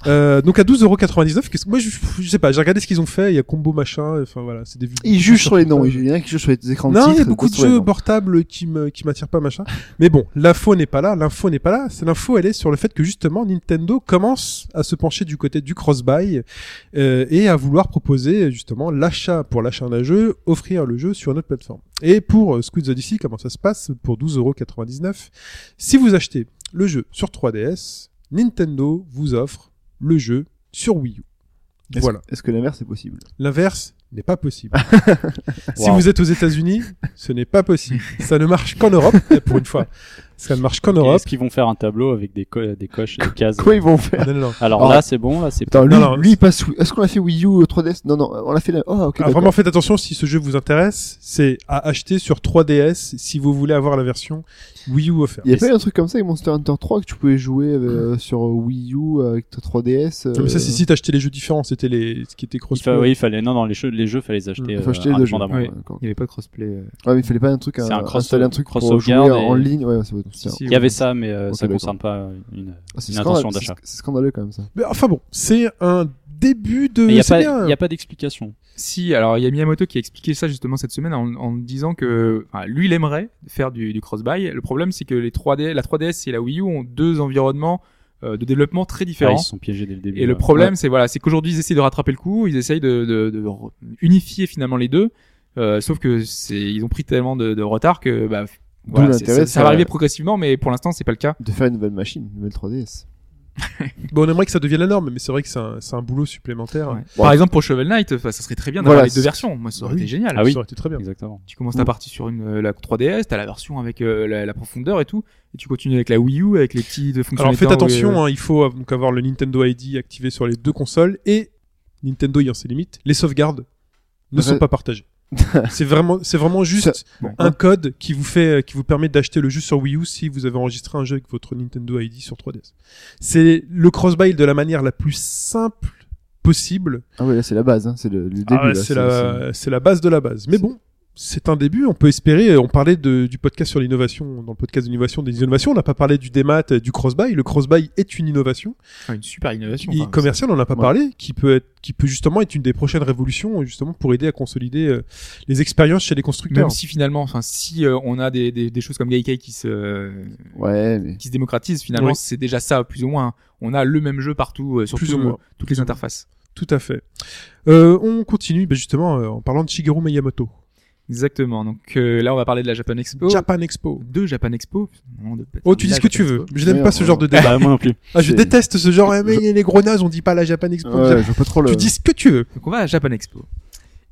Speaker 3: Euh, donc à 12,99€, qu'est-ce que- moi je, je sais pas, j'ai regardé ce qu'ils ont fait, il y a combo machin, enfin voilà, c'est des
Speaker 4: Ils jugent sur les noms, il y en a qui jugent sur les écrans de
Speaker 3: non,
Speaker 4: hein.
Speaker 3: il y a
Speaker 4: titres,
Speaker 3: beaucoup de
Speaker 4: d'autres sur les
Speaker 3: jeux
Speaker 4: noms.
Speaker 3: portables qui me qui m'attirent pas machin. Mais bon, l'info n'est pas là, l'info n'est pas là. C'est l'info, elle est sur le fait que justement Nintendo commence à se pencher du côté du cross-buy euh, et à vouloir proposer justement l'achat pour l'achat d'un jeu, offrir le jeu sur notre plateforme. Et pour euh, Squid Odyssey, comment ça se passe Pour 12,99€, si vous achetez le jeu sur 3DS, Nintendo vous offre le jeu sur Wii U.
Speaker 4: Est-ce-
Speaker 3: Voilà.
Speaker 4: Est-ce que l'inverse est possible
Speaker 3: L'inverse n'est pas possible. si
Speaker 6: Wow.
Speaker 3: vous êtes aux États-Unis, ce n'est pas possible. Ça ne marche qu'en Europe, pour une fois. Ça ne marche qu'en
Speaker 6: Et
Speaker 3: Europe.
Speaker 6: Est-ce qu'ils vont faire un tableau avec des, co- des coches, et des cases
Speaker 4: Quoi ils vont faire
Speaker 3: Non, non, non.
Speaker 6: Alors
Speaker 4: Ah
Speaker 6: là,
Speaker 4: ouais.
Speaker 6: c'est bon, là, c'est
Speaker 4: Attends, lui,
Speaker 3: Non, non,
Speaker 4: lui il passe. Wii- Est-ce qu'on a fait Wii U euh, 3DS Non, non, on l'a fait. La... Oh, ok.
Speaker 3: Ah,
Speaker 4: d'accord.
Speaker 3: vraiment, faites attention si ce jeu vous intéresse. C'est à acheter sur 3DS si vous voulez avoir la version Wii U offerte.
Speaker 4: Il y a pas eu un truc comme ça avec Monster Hunter 3 que tu pouvais jouer euh, sur Wii U avec ta 3DS. euh,
Speaker 3: Hmm. Non, Mais ça, c'est si t'achetais les jeux différents. C'était les, ce qui était
Speaker 6: Il
Speaker 3: cross
Speaker 6: fa- oui, il fallait non non les jeux les jeux fallait les acheter,
Speaker 4: Il
Speaker 6: euh,
Speaker 4: faut acheter les deux jeux.
Speaker 6: indépendamment.
Speaker 5: Oui.
Speaker 4: Ouais, d'accord.
Speaker 5: Il n'y avait pas de crossplay. euh.
Speaker 4: Ouais, mais il fallait pas un truc,
Speaker 6: C'est un
Speaker 4: un,
Speaker 6: cross-
Speaker 4: installer un truc
Speaker 6: cross
Speaker 4: pour jouer
Speaker 6: sauvegarde
Speaker 4: en
Speaker 6: et-
Speaker 4: ligne. Ouais, ouais, ça doit être-
Speaker 5: Si, si,
Speaker 6: Il
Speaker 5: ouais.
Speaker 6: y avait ça mais euh,
Speaker 4: Ok,
Speaker 6: ça
Speaker 4: d'accord.
Speaker 6: concerne pas une,
Speaker 4: Ah, c'est
Speaker 6: une
Speaker 4: scandaleux,
Speaker 6: intention d'achat.
Speaker 4: c'est- C'est scandaleux quand même ça.
Speaker 3: Mais enfin bon, c'est un début de.
Speaker 6: Mais il y a
Speaker 3: c'est
Speaker 6: pas
Speaker 3: bien.
Speaker 6: il y a pas d'explication.
Speaker 5: Si, alors il y a Miyamoto qui a expliqué ça justement cette semaine en, en disant que enfin, lui il aimerait faire du, du cross-buy. Le problème c'est que les 3D, la 3DS et la Wii U ont deux environnements euh, de développement très
Speaker 6: Ah,
Speaker 5: différents.
Speaker 6: ils se sont piégés dès le début.
Speaker 5: Et le
Speaker 6: ouais.
Speaker 5: problème, c'est voilà, c'est qu'aujourd'hui ils essayent de rattraper le coup, ils essayent de, de, de re- unifier finalement les deux. Euh, sauf que c'est, ils ont pris tellement de, de retard que bah, voilà, c'est-
Speaker 4: l'intérêt,
Speaker 5: ça, ça
Speaker 4: ça-
Speaker 5: va arriver progressivement, mais pour l'instant c'est pas le cas.
Speaker 4: De faire une nouvelle machine, une nouvelle 3DS.
Speaker 3: Bon, on aimerait que ça devienne la norme, mais c'est vrai que c'est un, c'est un boulot supplémentaire.
Speaker 5: Ouais. Par exemple, pour Shovel Knight, enfin, ça serait très bien d'avoir
Speaker 4: Voilà,
Speaker 5: les deux
Speaker 4: c'est-
Speaker 5: versions. Moi, ça
Speaker 3: Bah
Speaker 5: aurait
Speaker 3: oui.
Speaker 5: été génial.
Speaker 6: Ah oui.
Speaker 3: Ça aurait été très bien.
Speaker 6: Exactement.
Speaker 5: Tu
Speaker 3: Mm.
Speaker 5: commences ta partie sur une euh, la 3DS, t'as la version avec euh, la, la profondeur et tout, et tu continues avec la Wii U avec les petits de
Speaker 3: Alors
Speaker 5: fonctionnalités.
Speaker 3: faites attention,
Speaker 5: euh,
Speaker 3: hein, il faut euh, donc avoir le Nintendo ID activé sur les deux consoles et Nintendo ayant ses limites, les sauvegardes ne sont
Speaker 4: Re-
Speaker 3: pas partagées. c'est vraiment, c'est vraiment juste
Speaker 5: bon.
Speaker 3: un code qui vous fait, euh, qui vous permet d'acheter le jeu sur Wii U si vous avez enregistré un jeu avec votre Nintendo ID sur 3DS. C'est le cross-buy de la manière la plus simple possible.
Speaker 4: Ah ouais, là c'est la base, hein, c'est le, le début.
Speaker 3: Ah ouais,
Speaker 4: là,
Speaker 3: c'est la, c'est la base de la base. Mais
Speaker 4: c'est-
Speaker 3: bon, c'est un début. On peut espérer. euh, On parlait de- du podcast sur l'innovation, dans le podcast d'innovation des innovations. On n'a pas parlé du démat, euh, du cross-buy. Le cross-buy est une innovation.
Speaker 5: Enfin, une super innovation.
Speaker 3: Et
Speaker 5: enfin,
Speaker 3: commercial, on n'en a pas
Speaker 4: ouais.
Speaker 3: parlé, qui peut être, qui peut justement être une des prochaines révolutions, justement pour aider à consolider euh, les expériences chez les constructeurs.
Speaker 5: Même si finalement, enfin, si euh, on a des, des, des choses comme Gaikai qui se,
Speaker 4: Ouais, mais.
Speaker 5: qui se démocratisent, finalement,
Speaker 3: Oui.
Speaker 5: c'est déjà ça, plus ou moins. On a le même jeu partout, euh, sur
Speaker 3: Plus
Speaker 5: tout-
Speaker 3: ou moins.
Speaker 5: toutes les interfaces.
Speaker 3: Tout à fait. Euh, on continue, ben, justement, euh, en parlant de Shigeru Miyamoto,
Speaker 5: Exactement. Donc euh, là, on va parler de la Japan Expo.
Speaker 3: Japan Expo.
Speaker 5: de Japan Expo. Non, de-
Speaker 3: Oh, tu dis
Speaker 5: la
Speaker 3: ce que tu
Speaker 5: Japan
Speaker 3: veux.
Speaker 5: Expo.
Speaker 3: Je n'aime
Speaker 4: Oui,
Speaker 3: pas ce
Speaker 4: on-
Speaker 3: genre de débat.
Speaker 6: Bah, moi non plus.
Speaker 3: Ah, je
Speaker 4: c'est-
Speaker 3: déteste ce genre. eh, mais les gros nazes, on dit pas la Japan Expo.
Speaker 4: Ouais, je veux pas trop le.
Speaker 3: Tu dis ce que tu veux.
Speaker 5: Donc on va à Japan Expo.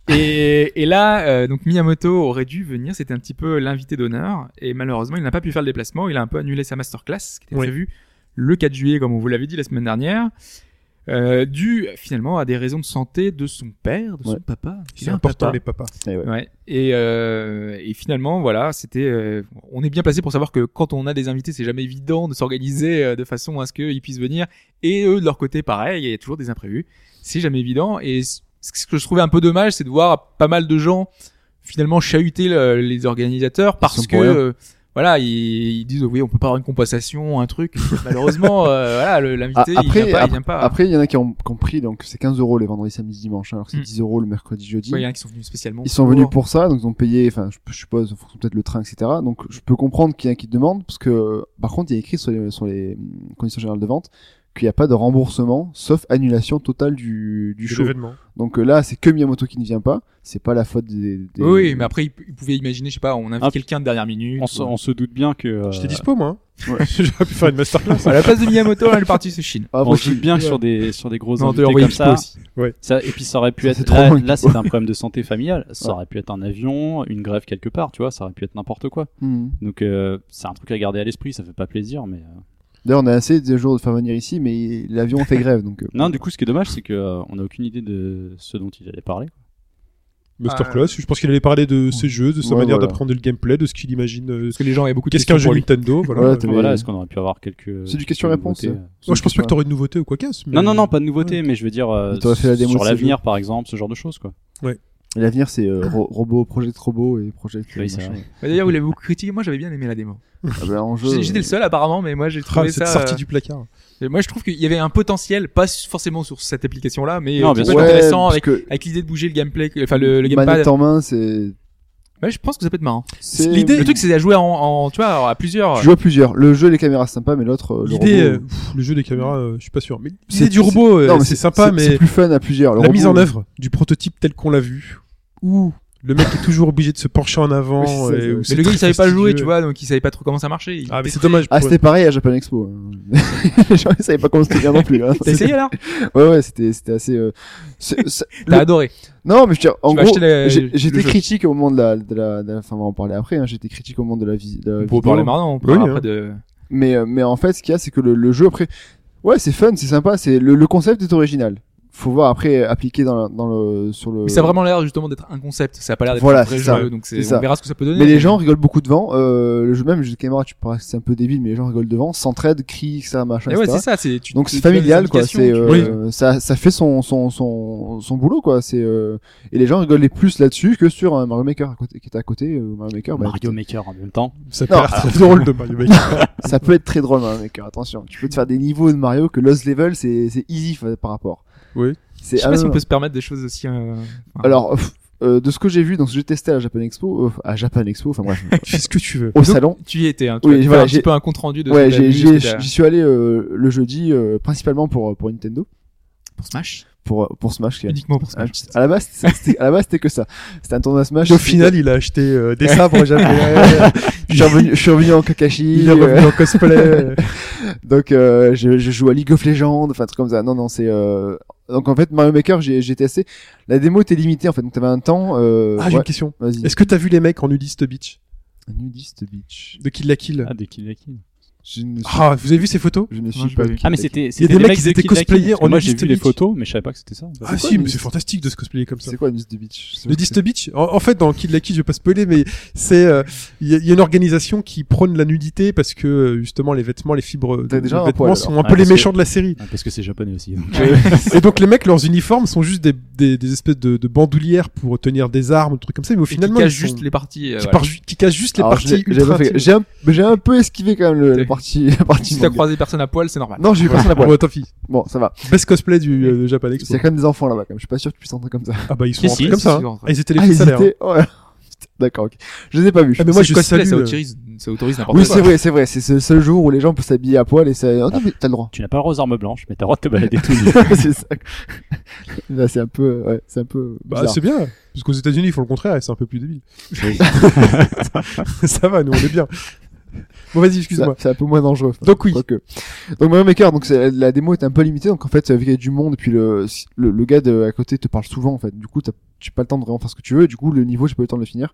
Speaker 5: Et, et là, euh, donc Miyamoto aurait dû venir, c'était un petit peu l'invité d'honneur, et malheureusement, il n'a pas pu faire le déplacement, il a un peu annulé sa masterclass, qui était
Speaker 3: Oui.
Speaker 5: prévue le 4 juillet, comme on vous l'avait dit la semaine dernière, euh, dû finalement à des raisons de santé de son père, de
Speaker 4: Ouais.
Speaker 5: son papa. Il
Speaker 3: C'est
Speaker 5: a un
Speaker 3: important,
Speaker 5: papa.
Speaker 3: les papas.
Speaker 4: Eh ouais.
Speaker 5: Ouais. Et, euh, et finalement, voilà, c'était. euh, on est bien placé pour savoir que quand on a des invités, c'est jamais évident de s'organiser euh, de façon à ce qu'ils puissent venir. Et eux, de leur côté, pareil, il y a toujours des imprévus. C'est jamais évident. Et c- ce que je trouvais un peu dommage, c'est de voir pas mal de gens finalement chahuter le- les organisateurs parce
Speaker 4: sont
Speaker 5: que.
Speaker 4: pour rien.
Speaker 5: euh, voilà, ils, ils disent oui, on peut pas avoir une compensation, un truc. Malheureusement, euh, voilà, le-
Speaker 4: Ah,
Speaker 5: l'invité, il
Speaker 4: après,
Speaker 5: vient pas, il
Speaker 4: après,
Speaker 5: vient pas.
Speaker 4: après, il y en a qui ont, qui ont pris, donc c'est 15 euros les vendredis, samedis, dimanche, alors que c'est
Speaker 5: Mm.
Speaker 4: 10 euros le mercredi, jeudi.
Speaker 5: Ouais, il y en a qui sont venus spécialement.
Speaker 4: Ils sont venus pour ça, donc ils ont payé, enfin, je, je suppose, en fonction peut-être le train, etc. Donc, je peux comprendre qu'il y en a qui demandent, parce que, par contre, il y a écrit sur les, sur les hum, conditions générales de vente qu'il n'y a pas de remboursement, sauf annulation totale du, du
Speaker 3: de
Speaker 4: show.
Speaker 3: l'événement.
Speaker 4: Donc euh, là, c'est que Miyamoto qui ne vient pas, c'est pas la faute des... des-
Speaker 5: Oui, mais après, ils ils pouvaient imaginer, je sais pas, on invite
Speaker 6: Ah.
Speaker 5: quelqu'un de dernière minute.
Speaker 6: On se, on se doute bien que. euh,
Speaker 3: J'étais dispo, moi. hein.
Speaker 4: Ouais.
Speaker 3: J'aurais pu faire une masterclass. hein.
Speaker 5: À la place de Miyamoto, elle est partie sur Chine.
Speaker 4: Ah,
Speaker 6: on
Speaker 4: parce
Speaker 6: se doute bien que sur des, sur des grosses
Speaker 5: Non, de
Speaker 6: invités
Speaker 5: Huawei
Speaker 6: comme
Speaker 5: Expo
Speaker 6: ça,
Speaker 5: aussi.
Speaker 6: ça- Et puis ça aurait pu
Speaker 4: Ça,
Speaker 6: être.
Speaker 4: c'est trop
Speaker 6: là,
Speaker 4: loin,
Speaker 6: là,
Speaker 4: quoi.
Speaker 6: c'est un problème de santé familiale. Ça
Speaker 4: Ouais.
Speaker 6: aurait pu être un avion, une grève quelque part, tu vois. Ça aurait pu être n'importe quoi.
Speaker 4: que- Hmm.
Speaker 6: Donc euh, c'est un truc à garder à l'esprit. Ça fait pas plaisir, mais. euh,
Speaker 4: D'ailleurs, on a assez de jours de faire venir ici, mais l'avion fait grève, donc... euh,
Speaker 6: Non, du coup, ce qui est dommage, c'est que euh, on n'a aucune idée de ce dont il allait parler.
Speaker 3: Masterclass. Je pense qu'il allait parler de ses jeux, de sa
Speaker 4: Ouais,
Speaker 3: manière
Speaker 4: voilà.
Speaker 3: d'apprendre le gameplay, de ce qu'il imagine. euh,
Speaker 5: Parce que les gens avaient beaucoup de
Speaker 3: Qu'est-ce qu'un
Speaker 5: questions
Speaker 3: jeu
Speaker 5: pour lui.
Speaker 3: Nintendo Voilà.
Speaker 4: Voilà,
Speaker 3: Euh,
Speaker 4: t'as- Mais-
Speaker 6: Voilà, est-ce qu'on aurait pu avoir quelques.
Speaker 4: C'est du
Speaker 6: quelques
Speaker 4: question-réponse,
Speaker 6: nouveautés,
Speaker 4: ça.
Speaker 6: euh,
Speaker 3: Moi, je pense pas que t'aurais une nouveauté ou quoi qu'est-ce. mais-
Speaker 6: Non, non, non, pas de nouveauté, mais je veux dire euh,
Speaker 4: Il t'aurait fait la démo de
Speaker 6: sur
Speaker 4: ce
Speaker 6: l'avenir, par exemple, ce genre de choses, quoi.
Speaker 4: Et L'avenir, c'est euh, ro- robot, Project Robot et Project.
Speaker 6: Oui, c'est
Speaker 4: machin.
Speaker 5: Bah, D'ailleurs, vous l'avez beaucoup critiqué. Moi, j'avais bien aimé la démo.
Speaker 4: Ah bah, en jeu,
Speaker 5: J'étais j'étais le seul, apparemment, mais moi, j'ai
Speaker 3: Ah,
Speaker 5: trouvé
Speaker 3: cette
Speaker 5: ça.
Speaker 3: sortie
Speaker 5: euh,
Speaker 3: du placard.
Speaker 5: et Moi, je trouve qu'il y avait un potentiel, pas s- forcément sur cette application-là, mais euh,
Speaker 6: Non,
Speaker 5: qui
Speaker 6: bien
Speaker 5: peut
Speaker 6: sûr.
Speaker 5: être intéressant
Speaker 4: parce
Speaker 5: avec,
Speaker 4: que
Speaker 5: avec l'idée de bouger le gameplay, enfin le, le
Speaker 4: manette
Speaker 5: gamepad.
Speaker 4: en main, c'est.
Speaker 5: Ouais, je pense que ça peut être marrant.
Speaker 4: c'est-
Speaker 3: l'idée.
Speaker 5: Le truc, c'est à jouer en, en- tu vois, à plusieurs.
Speaker 4: Tu joues à plusieurs. Le jeu, les caméras, c'est sympa, mais l'autre. euh, le
Speaker 3: L'idée,
Speaker 4: robot,
Speaker 3: euh, pff, le jeu des caméras, euh, je suis pas sûr. Mais
Speaker 4: C'est-
Speaker 3: l'idée du robot, euh,
Speaker 4: Non, mais
Speaker 3: c'est sympa,
Speaker 4: c'est- C'est
Speaker 3: mais
Speaker 4: plus fun à plusieurs. Le
Speaker 3: la
Speaker 4: robot,
Speaker 3: mise en œuvre du prototype tel qu'on l'a vu, où le mec est toujours obligé de se pencher en avant.
Speaker 4: Oui, c'est
Speaker 3: et
Speaker 4: ça, c'est-
Speaker 3: où
Speaker 4: Mais
Speaker 5: Mais
Speaker 3: c'est
Speaker 5: le gars, il
Speaker 3: très
Speaker 5: savait pas jouer,
Speaker 3: fastidieux.
Speaker 5: tu vois, donc il savait pas trop comment ça marchait. Il
Speaker 3: Ah, mais
Speaker 5: était
Speaker 3: c'est
Speaker 5: très-
Speaker 3: dommage.
Speaker 4: Ah,
Speaker 3: pour-
Speaker 4: c'était pareil à Japan Expo. hein. les gens, ils savaient pas comment c'était bien non plus. hein.
Speaker 5: T'as essayé alors
Speaker 4: Ouais, ouais, c'était c'était assez. euh, c'est- c'est-
Speaker 5: T'as adoré.
Speaker 4: Non, mais je veux dire, en
Speaker 5: Tu vas
Speaker 4: gros,
Speaker 5: acheter la-
Speaker 4: j'ai-
Speaker 5: le
Speaker 4: j'étais
Speaker 5: jeu.
Speaker 4: critique au moment de la, de la, de la- Enfin, on va en parler après. hein, J'étais critique au moment de la, vie, de la
Speaker 5: On peut
Speaker 4: vidéo.
Speaker 5: en parler maintenant, on
Speaker 3: Euh, Oui,
Speaker 5: parlera
Speaker 3: hein.
Speaker 5: après de.
Speaker 4: Mais, euh, mais en fait, ce qu'il y a, c'est que le, le jeu, après, ouais, c'est fun, c'est sympa, c'est le, le concept est original. Faut voir après euh, appliqué dans, la- dans le sur le.
Speaker 5: Mais ça a vraiment l'air justement d'être un concept. Ça a pas l'air d'être
Speaker 4: Voilà,
Speaker 5: un vrai
Speaker 4: c'est ça.
Speaker 5: jeu, donc c'est,
Speaker 4: C'est ça.
Speaker 5: on verra ce que ça peut donner.
Speaker 4: Mais les gens rigolent beaucoup devant. Euh, le jeu même, le jeu de caméra, tu penses que c'est un peu débile, mais les gens rigolent devant, s'entraident, crient, ça, machin,
Speaker 5: Mais ouais,
Speaker 4: etc.
Speaker 5: c'est ça. C'est, tu-
Speaker 4: Donc
Speaker 5: tu-
Speaker 4: c'est
Speaker 5: tu as des
Speaker 4: familial, quoi.
Speaker 5: indications,
Speaker 4: C'est
Speaker 5: tu-
Speaker 4: euh, ça, ça fait son son son son boulot, quoi. C'est euh, et les gens rigolaient plus là-dessus que sur un Mario Maker à côté, qui était à côté. euh, Mario Maker, bah,
Speaker 6: Mario Maker en même temps.
Speaker 3: Ça peut
Speaker 4: Non,
Speaker 3: l'air très drôle de Mario Maker.
Speaker 4: ça peut être très drôle, Mario Maker. Attention, tu peux te faire des niveaux de Mario que Lost Level, c'est c'est easy fa- par rapport.
Speaker 3: Oui.
Speaker 4: C'est
Speaker 5: Je sais pas
Speaker 4: ah,
Speaker 5: si on
Speaker 4: non,
Speaker 5: peut se permettre des choses aussi. euh, enfin,
Speaker 4: Alors, euh, pff, euh, de ce que j'ai vu, donc j'ai testé à la Japan Expo, euh, à Japan Expo, enfin bref,
Speaker 3: Tu fais ce que tu veux.
Speaker 4: au salon.
Speaker 5: tu y étais. Hein, tu
Speaker 4: Oui,
Speaker 5: as fait
Speaker 4: voilà,
Speaker 5: un petit
Speaker 4: j'ai-
Speaker 5: peu un compte rendu de. ce
Speaker 4: Ouais,
Speaker 5: que t'as
Speaker 4: j'ai-
Speaker 5: vu,
Speaker 4: j'ai-
Speaker 5: ce que t'as-
Speaker 4: j'y suis allé euh, le jeudi euh, principalement pour pour Nintendo,
Speaker 5: pour Smash.
Speaker 4: pour pour Smash. qui est-
Speaker 5: Uniquement pour
Speaker 4: un
Speaker 5: Smash.
Speaker 4: petit- À la base, c'était- c'était- à la base, c'était que ça. C'était un tournoi Smash.
Speaker 3: Et
Speaker 4: euh,
Speaker 3: au final, il a acheté euh, des sabres japonais.
Speaker 4: je suis revenu, je suis revenu en Kakashi.
Speaker 3: Il est
Speaker 4: euh,
Speaker 3: revenu en cosplay.
Speaker 4: donc, euh, je, je joue à League of Legends, enfin, un truc comme ça. Non, non, c'est. euh, Donc, en fait, Mario Maker, j'ai j'ai testé. La démo était limitée, en fait. Donc, t'avais un temps. Euh...
Speaker 3: Ah, j'ai
Speaker 4: ouais,
Speaker 3: une question.
Speaker 4: Vas-y.
Speaker 3: Est-ce que t'as vu les mecs en nudiste beach
Speaker 4: Nudist Beach.
Speaker 3: de Kill la Kill
Speaker 6: Ah, des kill la kill.
Speaker 4: Je ne suis,
Speaker 3: Ah, vous avez vu ces photos
Speaker 4: je ne
Speaker 5: Non,
Speaker 4: suis
Speaker 5: je
Speaker 4: pas.
Speaker 5: l'ai vu.
Speaker 6: Ah, mais c'était.
Speaker 3: Il y a
Speaker 6: c'était
Speaker 3: des mecs qui
Speaker 6: de
Speaker 3: étaient
Speaker 6: Kid Lucky,
Speaker 3: cosplayés
Speaker 6: parce que
Speaker 3: en
Speaker 6: Moi, j'ai
Speaker 3: Nudist
Speaker 6: vu les
Speaker 3: Beach.
Speaker 6: photos, mais je savais pas que c'était ça.
Speaker 3: Ah
Speaker 4: Bah, quoi,
Speaker 3: si,
Speaker 4: le
Speaker 3: mais c'est
Speaker 4: Nudist-
Speaker 3: fantastique de se cosplayer comme ça.
Speaker 4: C'est quoi une liste de bitch Je sais
Speaker 3: Le
Speaker 4: pas ce que
Speaker 3: Dist Beach, en, en fait, dans Kid Lucky, je vais pas spoiler, mais c'est euh, il y, a- il y a une organisation qui prône la nudité parce que euh, justement les vêtements, les fibres
Speaker 4: T'as
Speaker 3: de
Speaker 4: déjà
Speaker 3: des
Speaker 4: un
Speaker 3: vêtements
Speaker 4: poil,
Speaker 3: sont un
Speaker 6: Ah,
Speaker 3: peu les
Speaker 6: parce que-
Speaker 3: méchants de la série.
Speaker 6: Ah, Parce que c'est japonais aussi. donc. euh,
Speaker 3: Et donc les mecs, leurs uniformes sont juste des, des, des espèces de, de bandoulières pour tenir des armes, ou des trucs comme ça. Mais au
Speaker 5: Et
Speaker 3: final,
Speaker 5: qui cache juste les parties. euh,
Speaker 3: qui,
Speaker 5: voilà.
Speaker 3: part ju- qui cachent juste les
Speaker 4: Alors, je
Speaker 3: parties
Speaker 4: l'ai- j'avais
Speaker 3: ultra
Speaker 4: pas fait-
Speaker 3: intimes.
Speaker 4: J'ai un, mais j'ai un peu esquivé quand même le, la
Speaker 5: Oui.
Speaker 4: partie, la partie.
Speaker 5: Si t'as
Speaker 4: manga.
Speaker 5: croisé personne à poil, c'est normal.
Speaker 4: Non, j'ai vu personne à
Speaker 3: Bon,
Speaker 4: poil.
Speaker 3: bah, tant pis.
Speaker 4: Bon, ça va.
Speaker 3: Best cosplay du euh, Japan
Speaker 4: Il
Speaker 3: Expo.
Speaker 4: y a quand même des enfants là-bas, quand même. Je suis pas sûr que tu puisses entrer comme ça.
Speaker 3: Ah bah ils sont
Speaker 5: Si,
Speaker 3: rentrés
Speaker 5: si,
Speaker 3: comme
Speaker 5: si,
Speaker 3: ça.
Speaker 5: ils
Speaker 3: hein.
Speaker 5: sont rentrés.
Speaker 3: Ah, ils étaient les
Speaker 4: Ah,
Speaker 3: plus salaires.
Speaker 4: hésiter. Ouais. Putain, D'accord, ok. Je les ai pas vus.
Speaker 3: Ah mais moi
Speaker 5: C'est
Speaker 3: je
Speaker 5: le cosplay,
Speaker 3: salue.
Speaker 5: Ça
Speaker 3: euh,
Speaker 5: autorise, ça autorise n'importe
Speaker 4: Oui,
Speaker 5: quoi.
Speaker 4: c'est vrai, c'est vrai. C'est le seul jour où les gens peuvent s'habiller à poil et ça. Oh, non, mais t'as le droit.
Speaker 6: Tu n'as pas le droit aux armes blanches, mais t'as le droit de te balader tout nu.
Speaker 4: c'est ça. Là, c'est un peu, ouais, c'est un peu.
Speaker 3: Bah
Speaker 4: bizarre.
Speaker 3: c'est bien. Parce qu'aux États-Unis ils font le contraire et c'est un peu plus débile. ça va, nous on est bien. Bon vas-y,
Speaker 4: Ça-
Speaker 3: excuse-moi.
Speaker 4: C'est un peu moins dangereux. Enfin,
Speaker 3: Donc oui.
Speaker 4: quoique. Donc Mario Maker, donc c'est- la démo est un peu limitée, donc en fait, il y a du monde, puis le, le, le gars de à côté te parle souvent, en fait. Du coup, t'as j'ai pas le temps de vraiment faire ce que tu veux, et du coup, le niveau, j'ai pas eu le temps de le finir.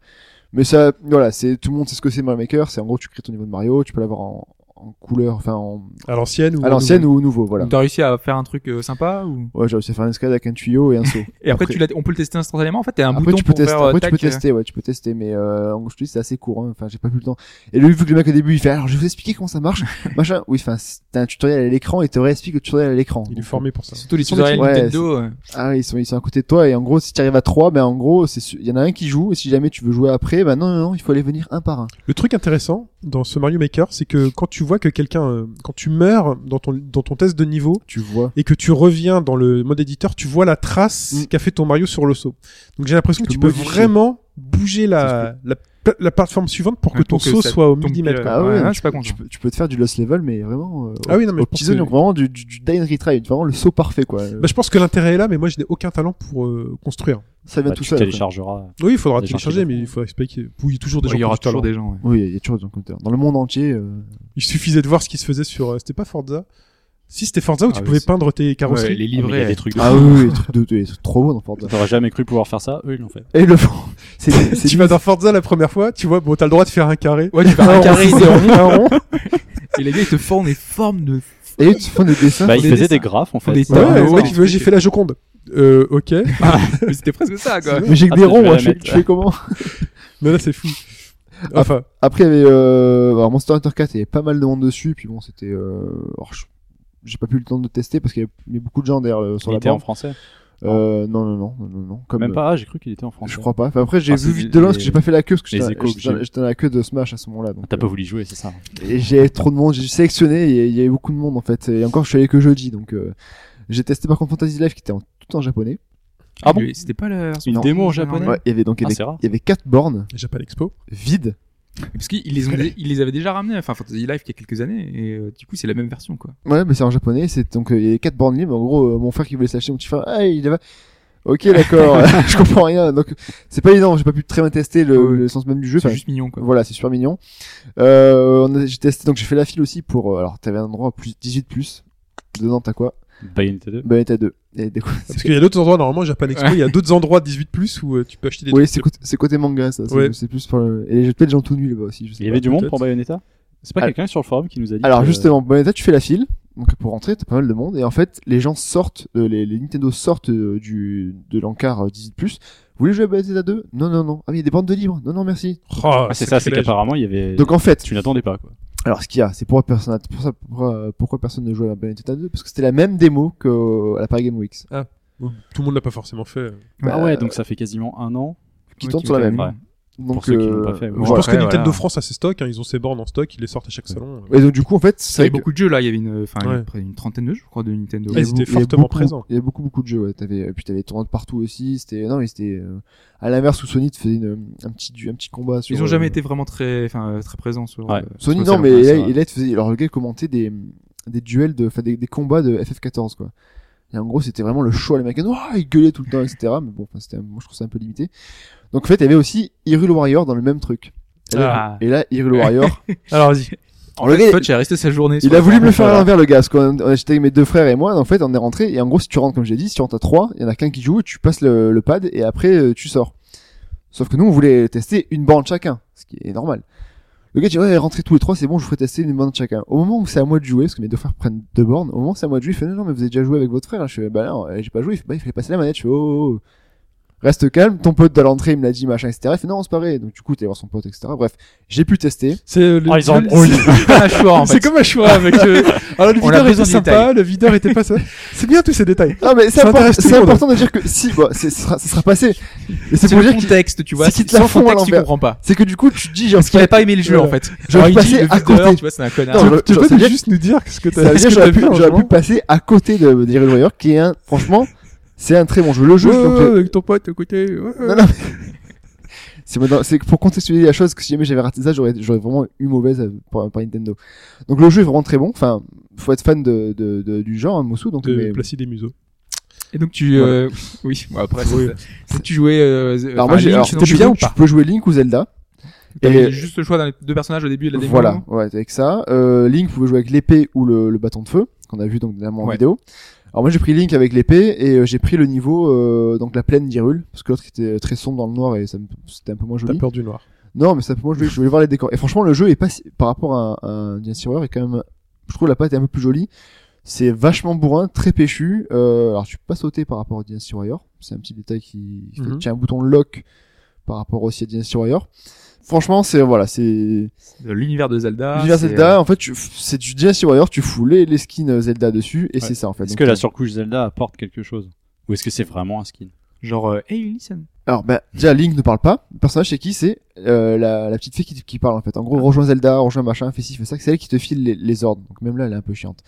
Speaker 4: Mais ça, voilà, c'est tout le monde sait ce que c'est Mario Maker, c'est en gros, tu crées ton niveau de Mario, tu peux l'avoir en, en couleur, enfin, en,
Speaker 3: À l'ancienne ou
Speaker 4: à l'ancienne ou au nouveau, voilà.
Speaker 5: T'as réussi à faire un truc euh, sympa ou
Speaker 4: Ouais, j'ai réussi à faire une escalade avec un tuyau et un saut.
Speaker 5: Et après,
Speaker 4: Après-
Speaker 5: tu l'as- on peut le tester instantanément. En fait, t'as un
Speaker 4: Après,
Speaker 5: bouton
Speaker 4: tu peux
Speaker 5: pour
Speaker 4: tester,
Speaker 5: faire euh,
Speaker 4: après, tu
Speaker 5: tac,
Speaker 4: peux
Speaker 5: euh,
Speaker 4: tester, ouais, tu peux tester, mais euh, en gros, je te dis, c'est assez court, hein. enfin, j'ai pas plus le temps. Et lui, vu que le mec au début, il fait, alors, je vais vous expliquer comment ça marche, machin, oui, enfin, c'est- t'as un tutoriel à l'écran, et te réexplique le tutoriel à l'écran.
Speaker 3: Il est
Speaker 4: Donc,
Speaker 3: formé pour ça.
Speaker 5: Surtout les
Speaker 4: Sur les
Speaker 5: tutoriels
Speaker 4: trucs- ouais,
Speaker 5: Nintendo. euh,
Speaker 4: Ah, oui, ils sont, ils sont à côté de toi, et en gros, si tu arrives à 3, ben, en gros, c'est, su- il y en a un qui joue, et si jamais tu veux jouer après, ben, non, non, non, il faut aller venir un par un.
Speaker 3: Le truc intéressant dans ce Mario Maker, c'est que quand tu vois que quelqu'un, euh, quand tu meurs dans ton, dans ton test de niveau
Speaker 4: Tu vois.
Speaker 3: et que tu reviens dans le mode éditeur, tu vois la trace
Speaker 4: Mm.
Speaker 3: qu'a fait ton Mario sur le saut. Donc j'ai l'impression que
Speaker 4: Tu
Speaker 3: tu
Speaker 4: peux
Speaker 3: peux
Speaker 4: modifier.
Speaker 3: vraiment bouger la, la, pla- la plateforme suivante pour que
Speaker 5: Ouais,
Speaker 3: ton
Speaker 5: pour que
Speaker 3: saut
Speaker 5: ça
Speaker 3: soit au
Speaker 5: tombe
Speaker 3: millimètre.
Speaker 5: pile,
Speaker 3: quoi.
Speaker 5: euh,
Speaker 4: Ah ouais,
Speaker 5: ouais,
Speaker 4: tu
Speaker 5: je suis pas
Speaker 4: Tu
Speaker 5: content.
Speaker 4: peux, tu peux te faire du lost level, mais vraiment, euh,
Speaker 3: Ah oui, non, mais
Speaker 4: aux
Speaker 3: je pense
Speaker 4: petits oignons,
Speaker 3: que-
Speaker 4: vraiment, du, du, du die and retry, vraiment le saut parfait, quoi.
Speaker 3: Bah, je pense que l'intérêt est là, mais moi je n'ai aucun talent pour euh, construire.
Speaker 4: ça vient
Speaker 6: Bah,
Speaker 4: ben, tout
Speaker 6: tu
Speaker 4: seul. quoi.
Speaker 6: téléchargeras.
Speaker 3: Oui, il faudra
Speaker 6: Des gens
Speaker 3: télécharger,
Speaker 6: qui le
Speaker 3: mais
Speaker 6: font.
Speaker 3: il faudra expliquer. Oui, il y a toujours des
Speaker 5: ouais,
Speaker 3: gens
Speaker 5: Il y
Speaker 3: qui
Speaker 5: aura
Speaker 3: ont du talent.
Speaker 5: toujours des gens. ouais.
Speaker 4: Oui, il y a toujours des gens comme toi. Dans le monde entier, euh,
Speaker 3: Il suffisait de voir ce qui se faisait sur. euh, C'était pas Forza Si, c'était Forza où
Speaker 5: Ah
Speaker 3: tu
Speaker 5: oui,
Speaker 3: pouvais
Speaker 5: c'est-
Speaker 3: peindre tes
Speaker 5: Ouais,
Speaker 3: carrosseries.
Speaker 5: les
Speaker 6: Ah, mais Il y a
Speaker 5: livrets.
Speaker 6: des trucs de
Speaker 4: Ah
Speaker 6: fou.
Speaker 4: oui, oui, des trucs de, des trucs trop beau dans Forza.
Speaker 6: T'aurais jamais cru pouvoir faire ça, eux ils l'ont fait.
Speaker 4: Et ils le font. C'est, c'est
Speaker 3: tu vas dans Forza la première fois, tu vois, bon, t'as le droit de faire un carré.
Speaker 5: Ouais, tu fais un
Speaker 4: rond,
Speaker 5: carré et
Speaker 4: un rond.
Speaker 5: les gars ils te font des formes de
Speaker 4: Et ils te font Ah, des dessins.
Speaker 6: Bah,
Speaker 5: ils
Speaker 6: ils
Speaker 5: faisaient
Speaker 6: faisaient
Speaker 5: des
Speaker 6: des graphes en fait.
Speaker 5: des
Speaker 3: Ouais,
Speaker 5: Ah,
Speaker 3: ouais,
Speaker 5: ouais,
Speaker 3: ouais,
Speaker 5: ouais,
Speaker 3: tu veux, j'ai fait la Joconde. Euh, ok.
Speaker 5: Mais C'était presque ça quoi.
Speaker 4: mais j'ai que
Speaker 6: Ah,
Speaker 4: des
Speaker 6: ça, je
Speaker 4: ronds,
Speaker 6: vais
Speaker 4: moi,
Speaker 6: la
Speaker 4: je fais,
Speaker 6: mettre,
Speaker 4: je fais comment
Speaker 3: Mais là, c'est fou.
Speaker 5: Ah.
Speaker 3: Enfin,
Speaker 4: Après, il y avait euh, alors Monster Hunter 4, il y avait pas mal de monde dessus. Puis bon, c'était. Euh, alors, je- j'ai pas pu le temps de tester parce qu'il y avait il y avait beaucoup de gens derrière euh, sur
Speaker 6: Il
Speaker 4: la
Speaker 6: était en
Speaker 4: bande.
Speaker 6: français.
Speaker 4: Euh, non, non, non, non, non, non, Comme, euh,
Speaker 6: Même pas, ah, j'ai cru qu'il était en français.
Speaker 4: Je crois pas. Enfin, après, j'ai
Speaker 6: Ah,
Speaker 4: vu
Speaker 6: c'est
Speaker 4: vite
Speaker 6: les-
Speaker 4: de loin parce
Speaker 6: les-
Speaker 4: que j'ai pas fait la queue parce que
Speaker 6: les
Speaker 4: j'étais
Speaker 6: échos que
Speaker 4: j'étais dans-
Speaker 6: j'ai eu.
Speaker 4: j'étais dans la queue de Smash à ce moment-là. donc,
Speaker 6: Ah, T'as
Speaker 4: euh,
Speaker 6: pas voulu jouer, c'est ça.
Speaker 4: Et j'ai trop de monde, j'ai sélectionné, et il y avait beaucoup de monde en fait. Et encore, je suis allé que jeudi, donc euh, j'ai testé par contre Fantasy Life qui était en, tout en japonais.
Speaker 6: Ah bon
Speaker 5: Mais C'était pas la version
Speaker 6: Une
Speaker 4: Non.
Speaker 6: démo en japonais
Speaker 4: Ouais, il y avait donc il y
Speaker 6: Ah,
Speaker 4: avait,
Speaker 6: c'est rare.
Speaker 4: il y avait quatre bornes
Speaker 3: Japan Expo.
Speaker 5: Ah,
Speaker 4: vides.
Speaker 5: Parce qu'ils les, ont dé- ils les avaient déjà ramenés, enfin Fantasy Life il y a quelques années, et euh, du coup c'est la même version quoi.
Speaker 4: Ouais, mais c'est en japonais, c'est donc euh, il y avait quatre bornes libres. En gros, euh, mon frère qui voulait s'acheter, mon petit frère, ah, il y va. Ok, d'accord, je comprends rien. Donc c'est pas évident, j'ai pas pu très bien tester le,
Speaker 5: Ouais.
Speaker 4: le sens même du jeu.
Speaker 5: C'est
Speaker 4: Enfin,
Speaker 5: juste mignon quoi.
Speaker 4: Voilà, c'est super mignon. Euh, on a- j'ai testé, donc j'ai fait la file aussi pour. euh, alors, t'avais un endroit plus 18 plus. Dedans, t'as quoi
Speaker 6: Bayonetta 2.
Speaker 4: Ben, t'as deux. Et des-
Speaker 3: Parce qu'il y a d'autres endroits, normalement, Japan Expo, il y a d'autres endroits 18 où euh, tu peux acheter des
Speaker 4: Oui,
Speaker 3: trucs.
Speaker 4: c'est côté, c'est côté manga, ça. c'est-
Speaker 3: Ouais.
Speaker 4: C'est plus pour le... Et j'ai peut-être des gens tout nus là-bas aussi. Je sais
Speaker 6: Il y
Speaker 4: pas.
Speaker 6: avait du monde
Speaker 3: peut-être.
Speaker 6: pour Bayonetta C'est pas
Speaker 4: Ah.
Speaker 6: quelqu'un sur le forum qui nous a dit.
Speaker 4: Alors
Speaker 6: que-
Speaker 4: justement, Bayonetta, tu fais la file. Donc pour rentrer, t'as pas mal de monde. Et en fait, les gens sortent, euh, les, les Nintendo sortent euh, du, de l'encart euh, 18+. Vous voulez jouer à Bayonetta 2 Non, non, non. Ah mais il y a des bandes de libres. Non, non, merci.
Speaker 3: Oh,
Speaker 6: Ah, c'est ça, c'est
Speaker 3: sacrilège.
Speaker 6: qu'apparemment il y avait.
Speaker 4: Donc en fait,
Speaker 6: Tu n'attendais pas quoi.
Speaker 4: alors ce qu'il y a, c'est pourquoi personne, pour ça, pourquoi, euh, pourquoi personne ne jouait à Bayonetta 2 Parce que c'était la même démo que euh, à la Paris Game Week.
Speaker 3: Bon, Tout le monde l'a pas forcément fait.
Speaker 6: Ah
Speaker 4: Bah,
Speaker 6: ouais, donc ça fait quasiment un an.
Speaker 4: Qui
Speaker 5: Ouais,
Speaker 4: tourne
Speaker 5: qui
Speaker 4: sur la
Speaker 5: fait
Speaker 4: même.
Speaker 6: la même.
Speaker 4: Donc,
Speaker 6: ceux qui l'ont
Speaker 4: euh,
Speaker 6: pas fait, ouais.
Speaker 4: voilà.
Speaker 3: je pense que
Speaker 5: après,
Speaker 3: Nintendo
Speaker 5: voilà.
Speaker 3: France a ses stocks, hein, ils ont ses bornes en stock, ils les sortent à chaque salon.
Speaker 4: Et donc du coup, en fait, c'est
Speaker 5: Il y
Speaker 4: vrai
Speaker 5: avait
Speaker 4: que-
Speaker 5: beaucoup de jeux là, il y avait une, enfin,
Speaker 3: Ouais.
Speaker 5: près d'une trentaine de jeux je crois de Nintendo.
Speaker 3: Ouais,
Speaker 4: Il y
Speaker 3: Ils étaient
Speaker 4: avait beaucoup- il y avait
Speaker 3: fortement
Speaker 4: beaucoup-
Speaker 3: présents.
Speaker 4: Il y a beaucoup beaucoup de jeux. Ouais. T'avais, et puis t'avais des tournois de partout aussi. C'était non, mais c'était euh, à l'inverse où Sony te faisait une, un petit du- un petit combat. Sur,
Speaker 5: Ils ont jamais
Speaker 4: euh,
Speaker 5: été vraiment très, enfin, euh, très présents sur.
Speaker 6: Ouais.
Speaker 5: euh,
Speaker 4: Sony
Speaker 5: sur le
Speaker 4: non,
Speaker 5: salon.
Speaker 4: mais
Speaker 6: ouais,
Speaker 4: là,
Speaker 6: c'est vrai.
Speaker 4: et là, il te faisait- alors le gars commentait des des duels de, enfin des, des combats de FF14 quoi. Et en gros, c'était vraiment le show à l'américaine. Oh, il gueulait tout le temps, etc. Mais bon, enfin, c'était, un- moi je trouve ça un peu limité. Donc en fait, il y avait aussi Hyrule Warrior dans le même truc. Et là,
Speaker 5: Ah.
Speaker 4: et là, Hyrule Warrior.
Speaker 3: Alors vas-y.
Speaker 5: En
Speaker 4: Le
Speaker 5: fait,
Speaker 4: gars,
Speaker 5: Fudge est resté sa journée. sur
Speaker 4: Il a
Speaker 5: le
Speaker 4: voulu me
Speaker 5: forum.
Speaker 4: le faire à
Speaker 5: Voilà.
Speaker 4: l'envers, le gars, parce qu'on on- j'étais avec mes deux frères et moi, en fait, on est rentré, et en gros, si tu rentres, comme j'ai dit, si tu rentres à 3, il y en a qu'un qui joue, tu passes le, le pad, et après, euh, tu sors. Sauf que nous, on voulait tester une borne chacun, ce qui est normal. Le gars dit, ouais, rentrez tous les trois, c'est bon, je vous ferai tester une borne chacun. Au moment où c'est à moi de jouer, parce que mes deux frères prennent deux bornes, au moment où c'est à moi de jouer, il fait, non, non, mais vous avez déjà joué avec votre frère. Je fais, bah non, euh, j'ai pas joué. Il fait, bah, il fallait passer la manette. Je fais, oh, oh, oh. Reste calme, ton pote à l'entrée, il me l'a dit, machin, etc. Il fait, non, c'est pas vrai. Donc, du coup, t'es voir son pote, etc. Bref, j'ai pu tester.
Speaker 3: C'est euh, le-
Speaker 6: Oh, ils
Speaker 3: le-
Speaker 6: embrouillent.
Speaker 5: Ah, je suis en
Speaker 3: C'est
Speaker 5: fait.
Speaker 3: comme un choix avec. euh, Alors le
Speaker 5: On a
Speaker 3: videur
Speaker 5: besoin
Speaker 3: était
Speaker 5: de
Speaker 3: sympa,
Speaker 5: détails.
Speaker 3: le videur était pas ça. C'est bien tous ces détails.
Speaker 4: Non, mais c'est
Speaker 3: Ça
Speaker 4: impor-
Speaker 3: intéresse tout
Speaker 4: c'est
Speaker 3: le monde.
Speaker 4: important de dire que si, bah, c'est- ce sera, ce sera passé. Et c'est
Speaker 5: C'est
Speaker 4: pour
Speaker 5: le
Speaker 4: dire que,
Speaker 5: contexte, tu vois.
Speaker 4: c'est qu'ils te la
Speaker 5: Sans
Speaker 4: font à
Speaker 5: contexte, tu
Speaker 4: l'envers.
Speaker 5: comprends pas.
Speaker 4: c'est que du coup, tu te dis, j'ai
Speaker 5: Parce qu'il a pas aimé le jeu,
Speaker 3: Voilà.
Speaker 5: en fait.
Speaker 4: J'aurais
Speaker 5: Alors, il
Speaker 4: passé
Speaker 5: dit, le
Speaker 4: à
Speaker 5: videur,
Speaker 4: côté.
Speaker 5: tu vois, c'est un connard.
Speaker 4: Non,
Speaker 3: Tu-
Speaker 4: je-
Speaker 3: tu
Speaker 4: je-
Speaker 3: peux
Speaker 4: ça veut dire-
Speaker 3: juste nous dire ce que t'as.
Speaker 4: Ça veut
Speaker 3: ce
Speaker 4: dire
Speaker 3: que
Speaker 4: que j'aurais
Speaker 3: t'as
Speaker 4: pu,
Speaker 3: vu hein, dans le
Speaker 4: j'aurais
Speaker 3: moment.
Speaker 4: pu passer à côté de The Hero Warrior, qui est un, franchement, c'est un très bon jeu. Le jeu,
Speaker 3: Ouais,
Speaker 4: je le
Speaker 3: ouais,
Speaker 4: conseille.
Speaker 3: avec ton pote à côté. ouais, ouais.
Speaker 4: euh, Non, non, mais- c'est pas dans- c'est pour contextualiser la chose que si jamais j'avais raté ça, j'aurais j'aurais vraiment eu mauvaise euh, par, par Nintendo. Donc le jeu est vraiment très bon. Enfin, faut être fan de, de- de- du genre, hein, Mossou. Donc
Speaker 3: De
Speaker 4: mais-
Speaker 3: placer des museaux.
Speaker 5: Et donc, tu, euh, oui, bon, après,
Speaker 4: Oui.
Speaker 5: c'est- c'est- tu jouais, euh, euh,
Speaker 4: alors
Speaker 5: enfin,
Speaker 4: moi, j'ai-
Speaker 5: Link,
Speaker 4: alors,
Speaker 5: sinon,
Speaker 4: tu,
Speaker 5: tu jouais
Speaker 4: peux,
Speaker 5: ou
Speaker 4: tu
Speaker 5: pas?
Speaker 4: peux jouer Link ou Zelda.
Speaker 5: T'avais juste le choix dans les deux personnages au début de la démo.
Speaker 4: Voilà, ouais, avec ça. Euh, Link pouvait jouer avec l'épée ou le, le bâton de feu, qu'on a vu donc dernièrement en
Speaker 5: Ouais.
Speaker 4: vidéo. Alors moi j'ai pris Link avec l'épée et euh, j'ai pris le niveau euh, donc la plaine d'Irule parce que l'autre était très sombre dans le noir et ça me- c'était un peu moins
Speaker 3: T'as
Speaker 4: joli.
Speaker 3: peur du noir.
Speaker 4: Non mais ça moi je voulais, je voulais voir les décors et franchement le jeu est pas si- par rapport à, à un Dynasty Warrior est quand même je trouve la patte est un peu plus jolie. C'est vachement bourrin, très péchu. Euh, alors tu peux pas sauter par rapport à Dynasty Warrior, c'est un petit détail qui qui fait
Speaker 3: Mhm.
Speaker 4: que tu as un bouton lock par rapport aussi à Dynasty Warrior. Franchement c'est voilà c'est
Speaker 5: De L'univers de
Speaker 6: Ah,
Speaker 5: Zelda.
Speaker 4: L'univers
Speaker 5: c'est, euh,
Speaker 6: euh,
Speaker 4: Zelda, en fait, tu- c'est du Dynasty Warrior, tu fous les, les skins euh, Zelda dessus, et
Speaker 6: Ouais.
Speaker 4: c'est ça, en fait.
Speaker 6: Est-ce
Speaker 4: Donc,
Speaker 6: que la
Speaker 4: euh,
Speaker 6: surcouche Zelda apporte quelque chose Ou est-ce que c'est vraiment un skin
Speaker 5: euh, Genre, euh, hey, listen.
Speaker 4: Alors, bah, déjà, Link ne parle pas. Le personnage, c'est qui C'est euh, la, la petite fille qui, qui parle, en fait. En
Speaker 6: Ah.
Speaker 4: gros, rejoins Zelda, rejoins machin, fais ci, fais ça. C'est elle qui te file les, les ordres. Donc, même là, elle est un peu chiante.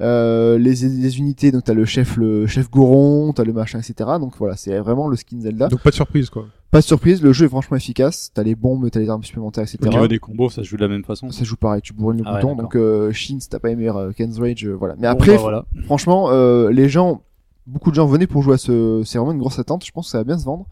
Speaker 4: Euh, les, les unités, donc, t'as le chef, le chef Goron, t'as le machin, etc. Donc, voilà, c'est vraiment le skin Zelda.
Speaker 3: Donc pas de surprise quoi.
Speaker 4: pas de surprise, le jeu est franchement efficace. T'as les bombes, t'as les armes supplémentaires, etc.
Speaker 6: Au niveau des combos, ça se joue de la même façon.
Speaker 4: Ça joue pareil, tu bourrines le
Speaker 6: Ah ouais,
Speaker 4: bouton.
Speaker 6: d'accord.
Speaker 4: donc, euh, Shin, si t'as pas aimé euh, Ken's Rage, euh, voilà. Mais
Speaker 6: Bon,
Speaker 4: après,
Speaker 6: bah, voilà.
Speaker 4: franchement, euh, les gens, beaucoup de gens venaient pour jouer à ce. C'est vraiment une grosse attente. Je pense que ça va bien se vendre.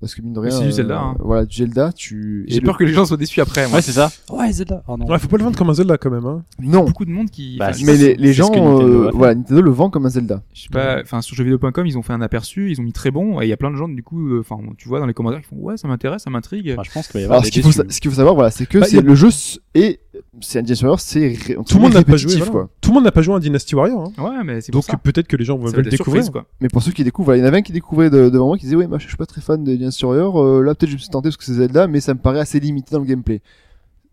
Speaker 4: Parce que mine de rien.
Speaker 5: Mais c'est du
Speaker 4: euh,
Speaker 5: Zelda, hein.
Speaker 4: Voilà, du Zelda, tu. et
Speaker 5: J'ai
Speaker 4: le-
Speaker 5: peur que les gens soient déçus après, moi.
Speaker 6: Ouais, c'est ça. Ouais, Zelda. Oh non.
Speaker 3: Ouais, faut pas le vendre comme un Zelda quand même. Hein.
Speaker 4: Non.
Speaker 5: Beaucoup de monde qui,
Speaker 6: Bah,
Speaker 5: enfin,
Speaker 6: c'est-
Speaker 4: Mais les, les
Speaker 6: c'est
Speaker 4: gens,
Speaker 6: ce que Nintendo
Speaker 4: euh,
Speaker 6: a fait.
Speaker 4: voilà, Nintendo le vend comme un Zelda.
Speaker 5: Je sais pas, enfin sur jeuxvideo.com ils ont fait un aperçu, ils ont mis très bon et il y a plein de gens du coup, euh, enfin tu vois dans les commentaires qui font ouais ça m'intéresse, ça m'intrigue.
Speaker 6: Enfin, Bah, je pense qu'il va y avoir
Speaker 4: Alors,
Speaker 6: des
Speaker 4: ce qu'il faut,
Speaker 6: déçus.
Speaker 4: sa- ce qu'il faut savoir, voilà, c'est que
Speaker 3: Bah,
Speaker 4: c'est
Speaker 3: y a-
Speaker 4: le jeu s- et c'est un Dinosaur, c'est ré- entre
Speaker 3: Tout le monde
Speaker 4: guillemets
Speaker 3: n'a pas joué.
Speaker 4: répétitif,
Speaker 3: voilà.
Speaker 4: quoi.
Speaker 3: Tout le monde n'a pas joué à Dynasty Warrior. Hein.
Speaker 5: Ouais mais c'est pour
Speaker 3: Donc
Speaker 5: ça.
Speaker 3: peut-être que les gens
Speaker 5: Ça va
Speaker 3: veulent
Speaker 5: être
Speaker 3: le
Speaker 5: la
Speaker 3: découvrir.
Speaker 5: surprise, quoi.
Speaker 4: Mais pour ceux qui découvrent, voilà, il y en avait un qui découvrait de- devant moi qui disait, ouais, moi, je suis pas très fan de Dinosaur, euh, là, peut-être je me suis tenté parce que c'est Zelda, mais ça me paraît assez limité dans le gameplay.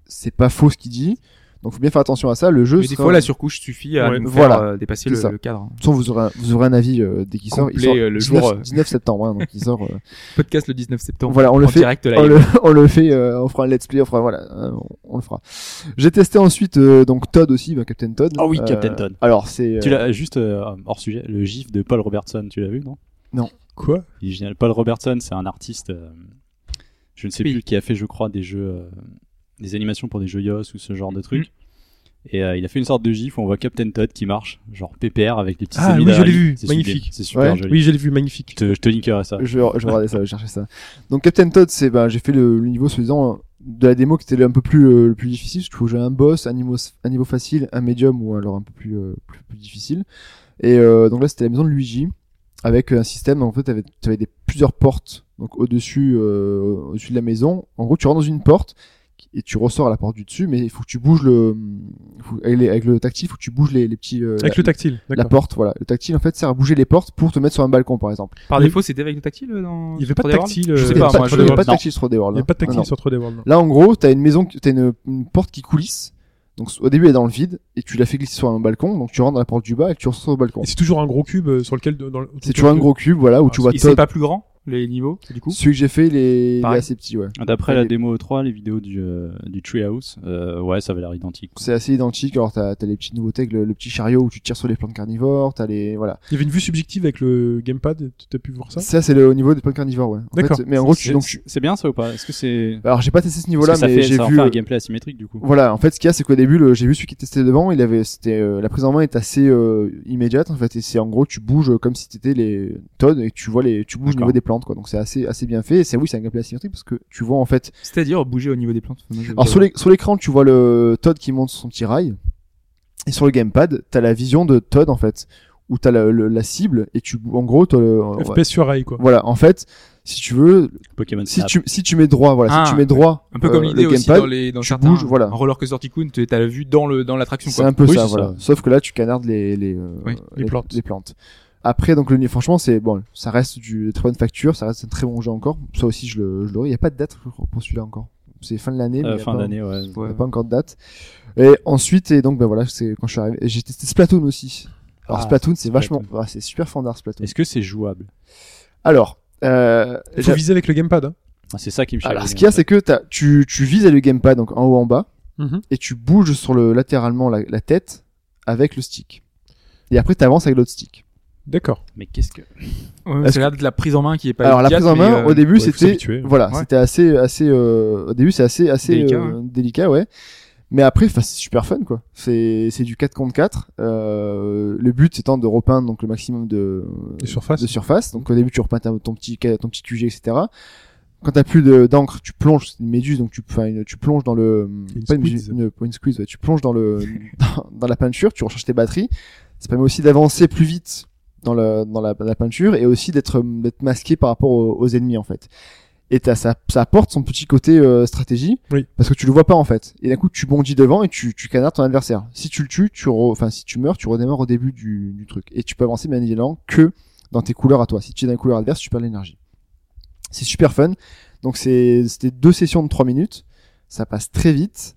Speaker 4: C'est pas faux ce qu'il dit. Donc, faut bien faire attention à ça. Le jeu,
Speaker 5: Mais des
Speaker 4: sera-
Speaker 5: fois la surcouche suffit à
Speaker 3: Ouais,
Speaker 5: nous faire,
Speaker 4: hein. voilà.
Speaker 5: euh, dépasser
Speaker 4: C'est
Speaker 5: le,
Speaker 4: ça.
Speaker 5: le cadre.
Speaker 4: De toute façon, vous aurez, un- vous aurez un avis euh, dès qu'il sort. Il
Speaker 5: Complet,
Speaker 4: sort
Speaker 5: euh, le
Speaker 4: 19,
Speaker 5: jour, euh.
Speaker 4: 19 septembre, hein, donc il sort. euh,
Speaker 5: Podcast le 19 septembre.
Speaker 4: Voilà, on le
Speaker 5: en
Speaker 4: fait.
Speaker 5: direct live.
Speaker 4: on, le, on le fait, euh, on fera un let's play, on fera voilà, hein, on, on le fera. J'ai testé ensuite euh, donc Todd aussi, bah, Captain Todd.
Speaker 6: Ah oui,
Speaker 4: Euh,
Speaker 6: Captain Todd.
Speaker 4: Alors c'est. euh,
Speaker 6: Tu l'as juste euh, hors sujet, le gif de Paul Robertson, tu l'as vu, non
Speaker 3: Quoi
Speaker 6: Il est génial. Paul Robertson, c'est un artiste, euh, je ne sais
Speaker 5: Oui.
Speaker 6: plus, qui a fait, je crois, des jeux, euh, des animations pour des jeux iOS ou ce genre
Speaker 3: Mm.
Speaker 6: de trucs. Et euh, il a fait une sorte de gif où on voit Captain Todd qui marche, genre PPR avec les petits
Speaker 3: Ah oui,
Speaker 6: semi-derrière
Speaker 3: je l'ai
Speaker 6: lui.
Speaker 3: vu.
Speaker 6: C'est sublime.
Speaker 3: Magnifique.
Speaker 6: C'est super
Speaker 5: Ah,
Speaker 4: Ouais.
Speaker 6: joli.
Speaker 3: Oui, j'ai vu
Speaker 6: Je
Speaker 3: magnifique.
Speaker 6: te, je te linkerai ça.
Speaker 4: Je, je regardais ça, je cherchais ça. Donc Captain Todd, c'est ben j'ai fait le, le niveau soi-disant euh, de la démo qui était un peu plus euh, le plus difficile. Je trouve que j'ai un boss, un niveau, un niveau facile, un médium ou alors un peu plus euh, plus, plus difficile. Et euh, donc là c'était la maison de Luigi avec un système en fait t'avais avais des plusieurs portes donc au dessus au dessus de la maison. En gros tu rentres dans une porte et tu ressors à la porte du dessus, mais il faut que tu bouges le faut- avec, les- avec le tactile, faut que tu bouges les, les petits euh,
Speaker 3: Avec
Speaker 4: la,
Speaker 3: le tactile.
Speaker 4: la
Speaker 3: D'accord.
Speaker 4: porte voilà. Le tactile en fait sert à bouger les portes pour te mettre sur un balcon par exemple.
Speaker 5: Par
Speaker 3: Mais-
Speaker 5: défaut c'était avec le tactile euh, dans.
Speaker 3: Il y avait pas de
Speaker 5: 3D World
Speaker 3: tactile.
Speaker 5: Je sais
Speaker 4: euh, Il y a
Speaker 5: pas, moi, je
Speaker 4: il y a
Speaker 5: le-
Speaker 4: pas de
Speaker 5: non.
Speaker 4: tactile sur 3D
Speaker 3: Il
Speaker 4: World.
Speaker 3: n'y a
Speaker 4: hein.
Speaker 3: pas de
Speaker 4: Non,
Speaker 3: tactile
Speaker 4: non.
Speaker 3: sur 3D World. non.
Speaker 4: Là, en gros, t'as une maison, qui- t'as une, une porte qui coulisse. Donc, au début, elle est dans le vide, et tu la fais glisser sur un balcon. Donc, tu rentres dans la porte du bas et tu ressors au balcon.
Speaker 3: Et c'est toujours un gros cube euh, sur lequel. dans le-
Speaker 4: C'est toujours un gros cube, voilà, où
Speaker 3: Ah,
Speaker 4: tu vois
Speaker 5: Et c'est
Speaker 4: Todd.
Speaker 5: pas plus grand les niveaux du coup.
Speaker 4: Celui que j'ai fait, il est, il est
Speaker 5: Pareil.
Speaker 4: assez petit, ouais.
Speaker 6: D'après
Speaker 4: Et
Speaker 6: la
Speaker 4: les-
Speaker 6: démo 3, les vidéos du, euh, du Treehouse, euh, ouais, ça avait l'air identique.
Speaker 4: C'est assez identique. Alors, t'as as les petites nouveautés, avec le, le petit chariot où tu tires sur les plantes carnivores, t'as les, voilà.
Speaker 3: Il y avait une vue subjective avec le gamepad. Tu as pu voir ça
Speaker 4: Ça, c'est le au niveau des plantes carnivores, ouais. En
Speaker 3: D'accord.
Speaker 4: fait, mais en gros, tu,
Speaker 6: C'est-
Speaker 4: donc, tu-
Speaker 6: C'est bien ça ou pas Est-ce que c'est.
Speaker 4: alors, j'ai pas testé ce
Speaker 6: parce
Speaker 4: niveau-là,
Speaker 6: que ça
Speaker 4: mais
Speaker 6: fait,
Speaker 4: j'ai
Speaker 6: ça en
Speaker 4: vu.
Speaker 6: fait un gameplay asymétrique du coup.
Speaker 4: Voilà, en fait, ce qu'il y a, c'est qu'au début, le- j'ai vu celui qui testait devant, il avait, c'était euh, la prise en main est assez euh, immédiate en fait, et c'est en gros, tu bouges euh, comme si t'étais les Todd et tu vois les, tu bouges au
Speaker 6: D'accord.
Speaker 4: niveau des plantes quoi, donc c'est assez, assez bien fait. Et c'est oui, c'est un gameplay asymétrique parce que tu vois en fait,
Speaker 5: C'est-à-dire bouger au niveau des plantes. Enfin, moi, je-
Speaker 4: alors sur les- sur l'écran, tu vois le Todd qui monte sur son petit rail, et sur le gamepad, t'as la vision de Todd en fait, où t'as la, le- la cible et tu, en gros, t'as le-
Speaker 3: FPS sur rail, quoi.
Speaker 4: voilà, en fait, si tu veux,
Speaker 6: Pokémon
Speaker 4: si
Speaker 6: Snap.
Speaker 4: tu, si tu mets droit, voilà, si
Speaker 5: Ah,
Speaker 4: tu mets droit,
Speaker 5: Un peu
Speaker 4: euh,
Speaker 5: comme l'idée
Speaker 4: le
Speaker 5: aussi
Speaker 4: gamepad,
Speaker 5: dans les dans
Speaker 4: tu
Speaker 5: certains
Speaker 4: bouges, voilà.
Speaker 5: en roller coaster tycoon, tu as la vue dans le dans l'attraction
Speaker 4: C'est
Speaker 5: quoi.
Speaker 4: un peu
Speaker 6: Oui,
Speaker 4: ça,
Speaker 6: c'est
Speaker 4: voilà.
Speaker 6: ça.
Speaker 4: Sauf que là, tu canardes les les, euh,
Speaker 5: Oui,
Speaker 3: les plantes.
Speaker 4: Après, donc le niveau, franchement, c'est bon, ça reste du très bonne facture, ça reste un très bon jeu encore. Ça aussi, je le je l'aurai. Il y a pas de date je crois, pour celui-là encore. C'est fin de l'année. mais il
Speaker 6: Euh,
Speaker 4: y a
Speaker 6: fin
Speaker 4: pas-
Speaker 6: d'année, ouais.
Speaker 4: il y a pas encore de date. Et ensuite, et donc ben voilà, c'est quand je suis arrivé. et J'ai testé Splatoon aussi. Alors
Speaker 6: Ah,
Speaker 4: Splatoon, c'est vachement,
Speaker 6: Splatoon.
Speaker 4: ah, c'est super fandard Splatoon.
Speaker 6: Est-ce que c'est jouable
Speaker 4: Alors, euh,
Speaker 3: Faut
Speaker 4: j'a-
Speaker 3: viser avec le gamepad. Hein.
Speaker 6: Ah, C'est ça qui me
Speaker 4: alors
Speaker 6: chagrine.
Speaker 4: bah, ce qu'il y a, c'est que t'as- tu tu vises avec le gamepad, donc en haut en bas,
Speaker 3: Mhm.
Speaker 4: et tu bouges sur le latéralement la, la tête avec le stick. Et après, t'avances avec l'autre stick.
Speaker 3: D'accord.
Speaker 6: Mais qu'est-ce que
Speaker 5: Ouais,
Speaker 4: Parce
Speaker 5: c'est l'air de la prise en main qui est pas
Speaker 4: Alors la
Speaker 5: immédiate,
Speaker 4: prise en main
Speaker 5: mais, euh,
Speaker 4: au début
Speaker 3: ouais, faut
Speaker 4: c'était
Speaker 3: s'habituer.
Speaker 4: voilà,
Speaker 5: Ouais.
Speaker 4: c'était assez assez euh, au début c'est assez assez
Speaker 5: Délicat,
Speaker 4: euh, délicat, ouais. Mais après enfin, c'est super fun quoi. C'est c'est du 4 contre 4. Euh, le but étant de repeindre donc le maximum de
Speaker 3: Des surfaces.
Speaker 4: de surface. Donc au début tu repeins ta- ton petit ca- ton petit QG etc. Quand t'as plus de- d'encre, tu plonges, c'est une méduse, donc tu, enfin, une- tu plonges dans le,
Speaker 3: Une
Speaker 4: pas une,
Speaker 3: squeeze.
Speaker 4: une- pas une squeeze, ouais, tu plonges dans le, dans, dans la peinture, tu recharges tes batteries. Ça permet aussi d'avancer plus vite dans la, dans la, la peinture et aussi d'être, d'être masqué par rapport aux, aux ennemis, en fait. Et t'as, ça, ça apporte son petit côté euh, stratégie
Speaker 3: Oui.
Speaker 4: parce que tu le vois pas en fait. Et d'un coup, tu bondis devant et tu, tu canardes ton adversaire. Si tu le tues, tu re- enfin si tu meurs, tu redémarres au début du, du truc et tu peux avancer bien évidemment que dans tes couleurs à toi. Si tu es dans les couleurs adverses, tu perds de l'énergie. C'est super fun. Donc c'est c'était deux sessions de trois minutes. Ça passe très vite.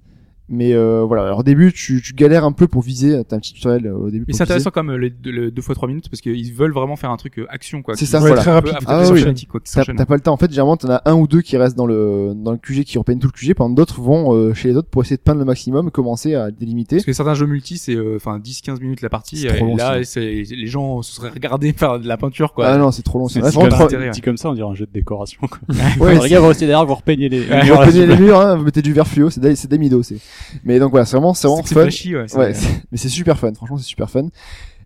Speaker 4: Mais euh, voilà, alors au début tu, tu galères un peu pour viser, t'as un petit tutoriel euh, au début. pour
Speaker 5: Mais c'est
Speaker 4: viser.
Speaker 5: intéressant comme le, le 2 fois 3 minutes parce qu'ils veulent vraiment faire un truc euh, action quoi.
Speaker 4: C'est
Speaker 5: qui
Speaker 4: ça,
Speaker 5: un
Speaker 3: Ouais,
Speaker 4: voilà.
Speaker 3: très
Speaker 5: peu
Speaker 3: rapide.
Speaker 5: après,
Speaker 4: Ah
Speaker 5: qui
Speaker 4: oui.
Speaker 5: s'enchaîne, quoi, qui
Speaker 4: T'as
Speaker 5: s'enchaîne.
Speaker 4: t'as pas le temps. En fait, généralement, t'en as un ou deux qui restent dans le, dans le QG, qui repeignent tout le QG, pendant que d'autres vont euh, chez les autres pour essayer de peindre le maximum, commencer à délimiter.
Speaker 5: Parce que certains jeux multi, c'est euh, enfin 10-15 minutes la partie.
Speaker 4: C'est
Speaker 5: Et
Speaker 4: trop long,
Speaker 5: là,
Speaker 4: sinon.
Speaker 5: c'est les gens se seraient regardés faire de la peinture quoi.
Speaker 4: Ah non, c'est trop long.
Speaker 6: C'est
Speaker 4: C'est vrai,
Speaker 6: dit
Speaker 4: vraiment
Speaker 6: comme
Speaker 4: trop-
Speaker 6: ça,
Speaker 5: intérêt.
Speaker 6: dit comme ça, on dirait un jeu de décoration. Quoi.
Speaker 4: Ouais,
Speaker 6: les gars, vous restez derrière, vous repeignez les.
Speaker 4: Vous repeignez les murs, hein, vous mettez du vert fluo, c'est des- c'est des midos. c'est- Mais donc voilà, c'est vraiment, c'est
Speaker 5: C'est
Speaker 4: vraiment
Speaker 5: que c'est
Speaker 4: fun.
Speaker 5: flashy, ouais. c'est-
Speaker 4: Ouais, c'est- mais c'est super fun. Franchement, c'est super fun.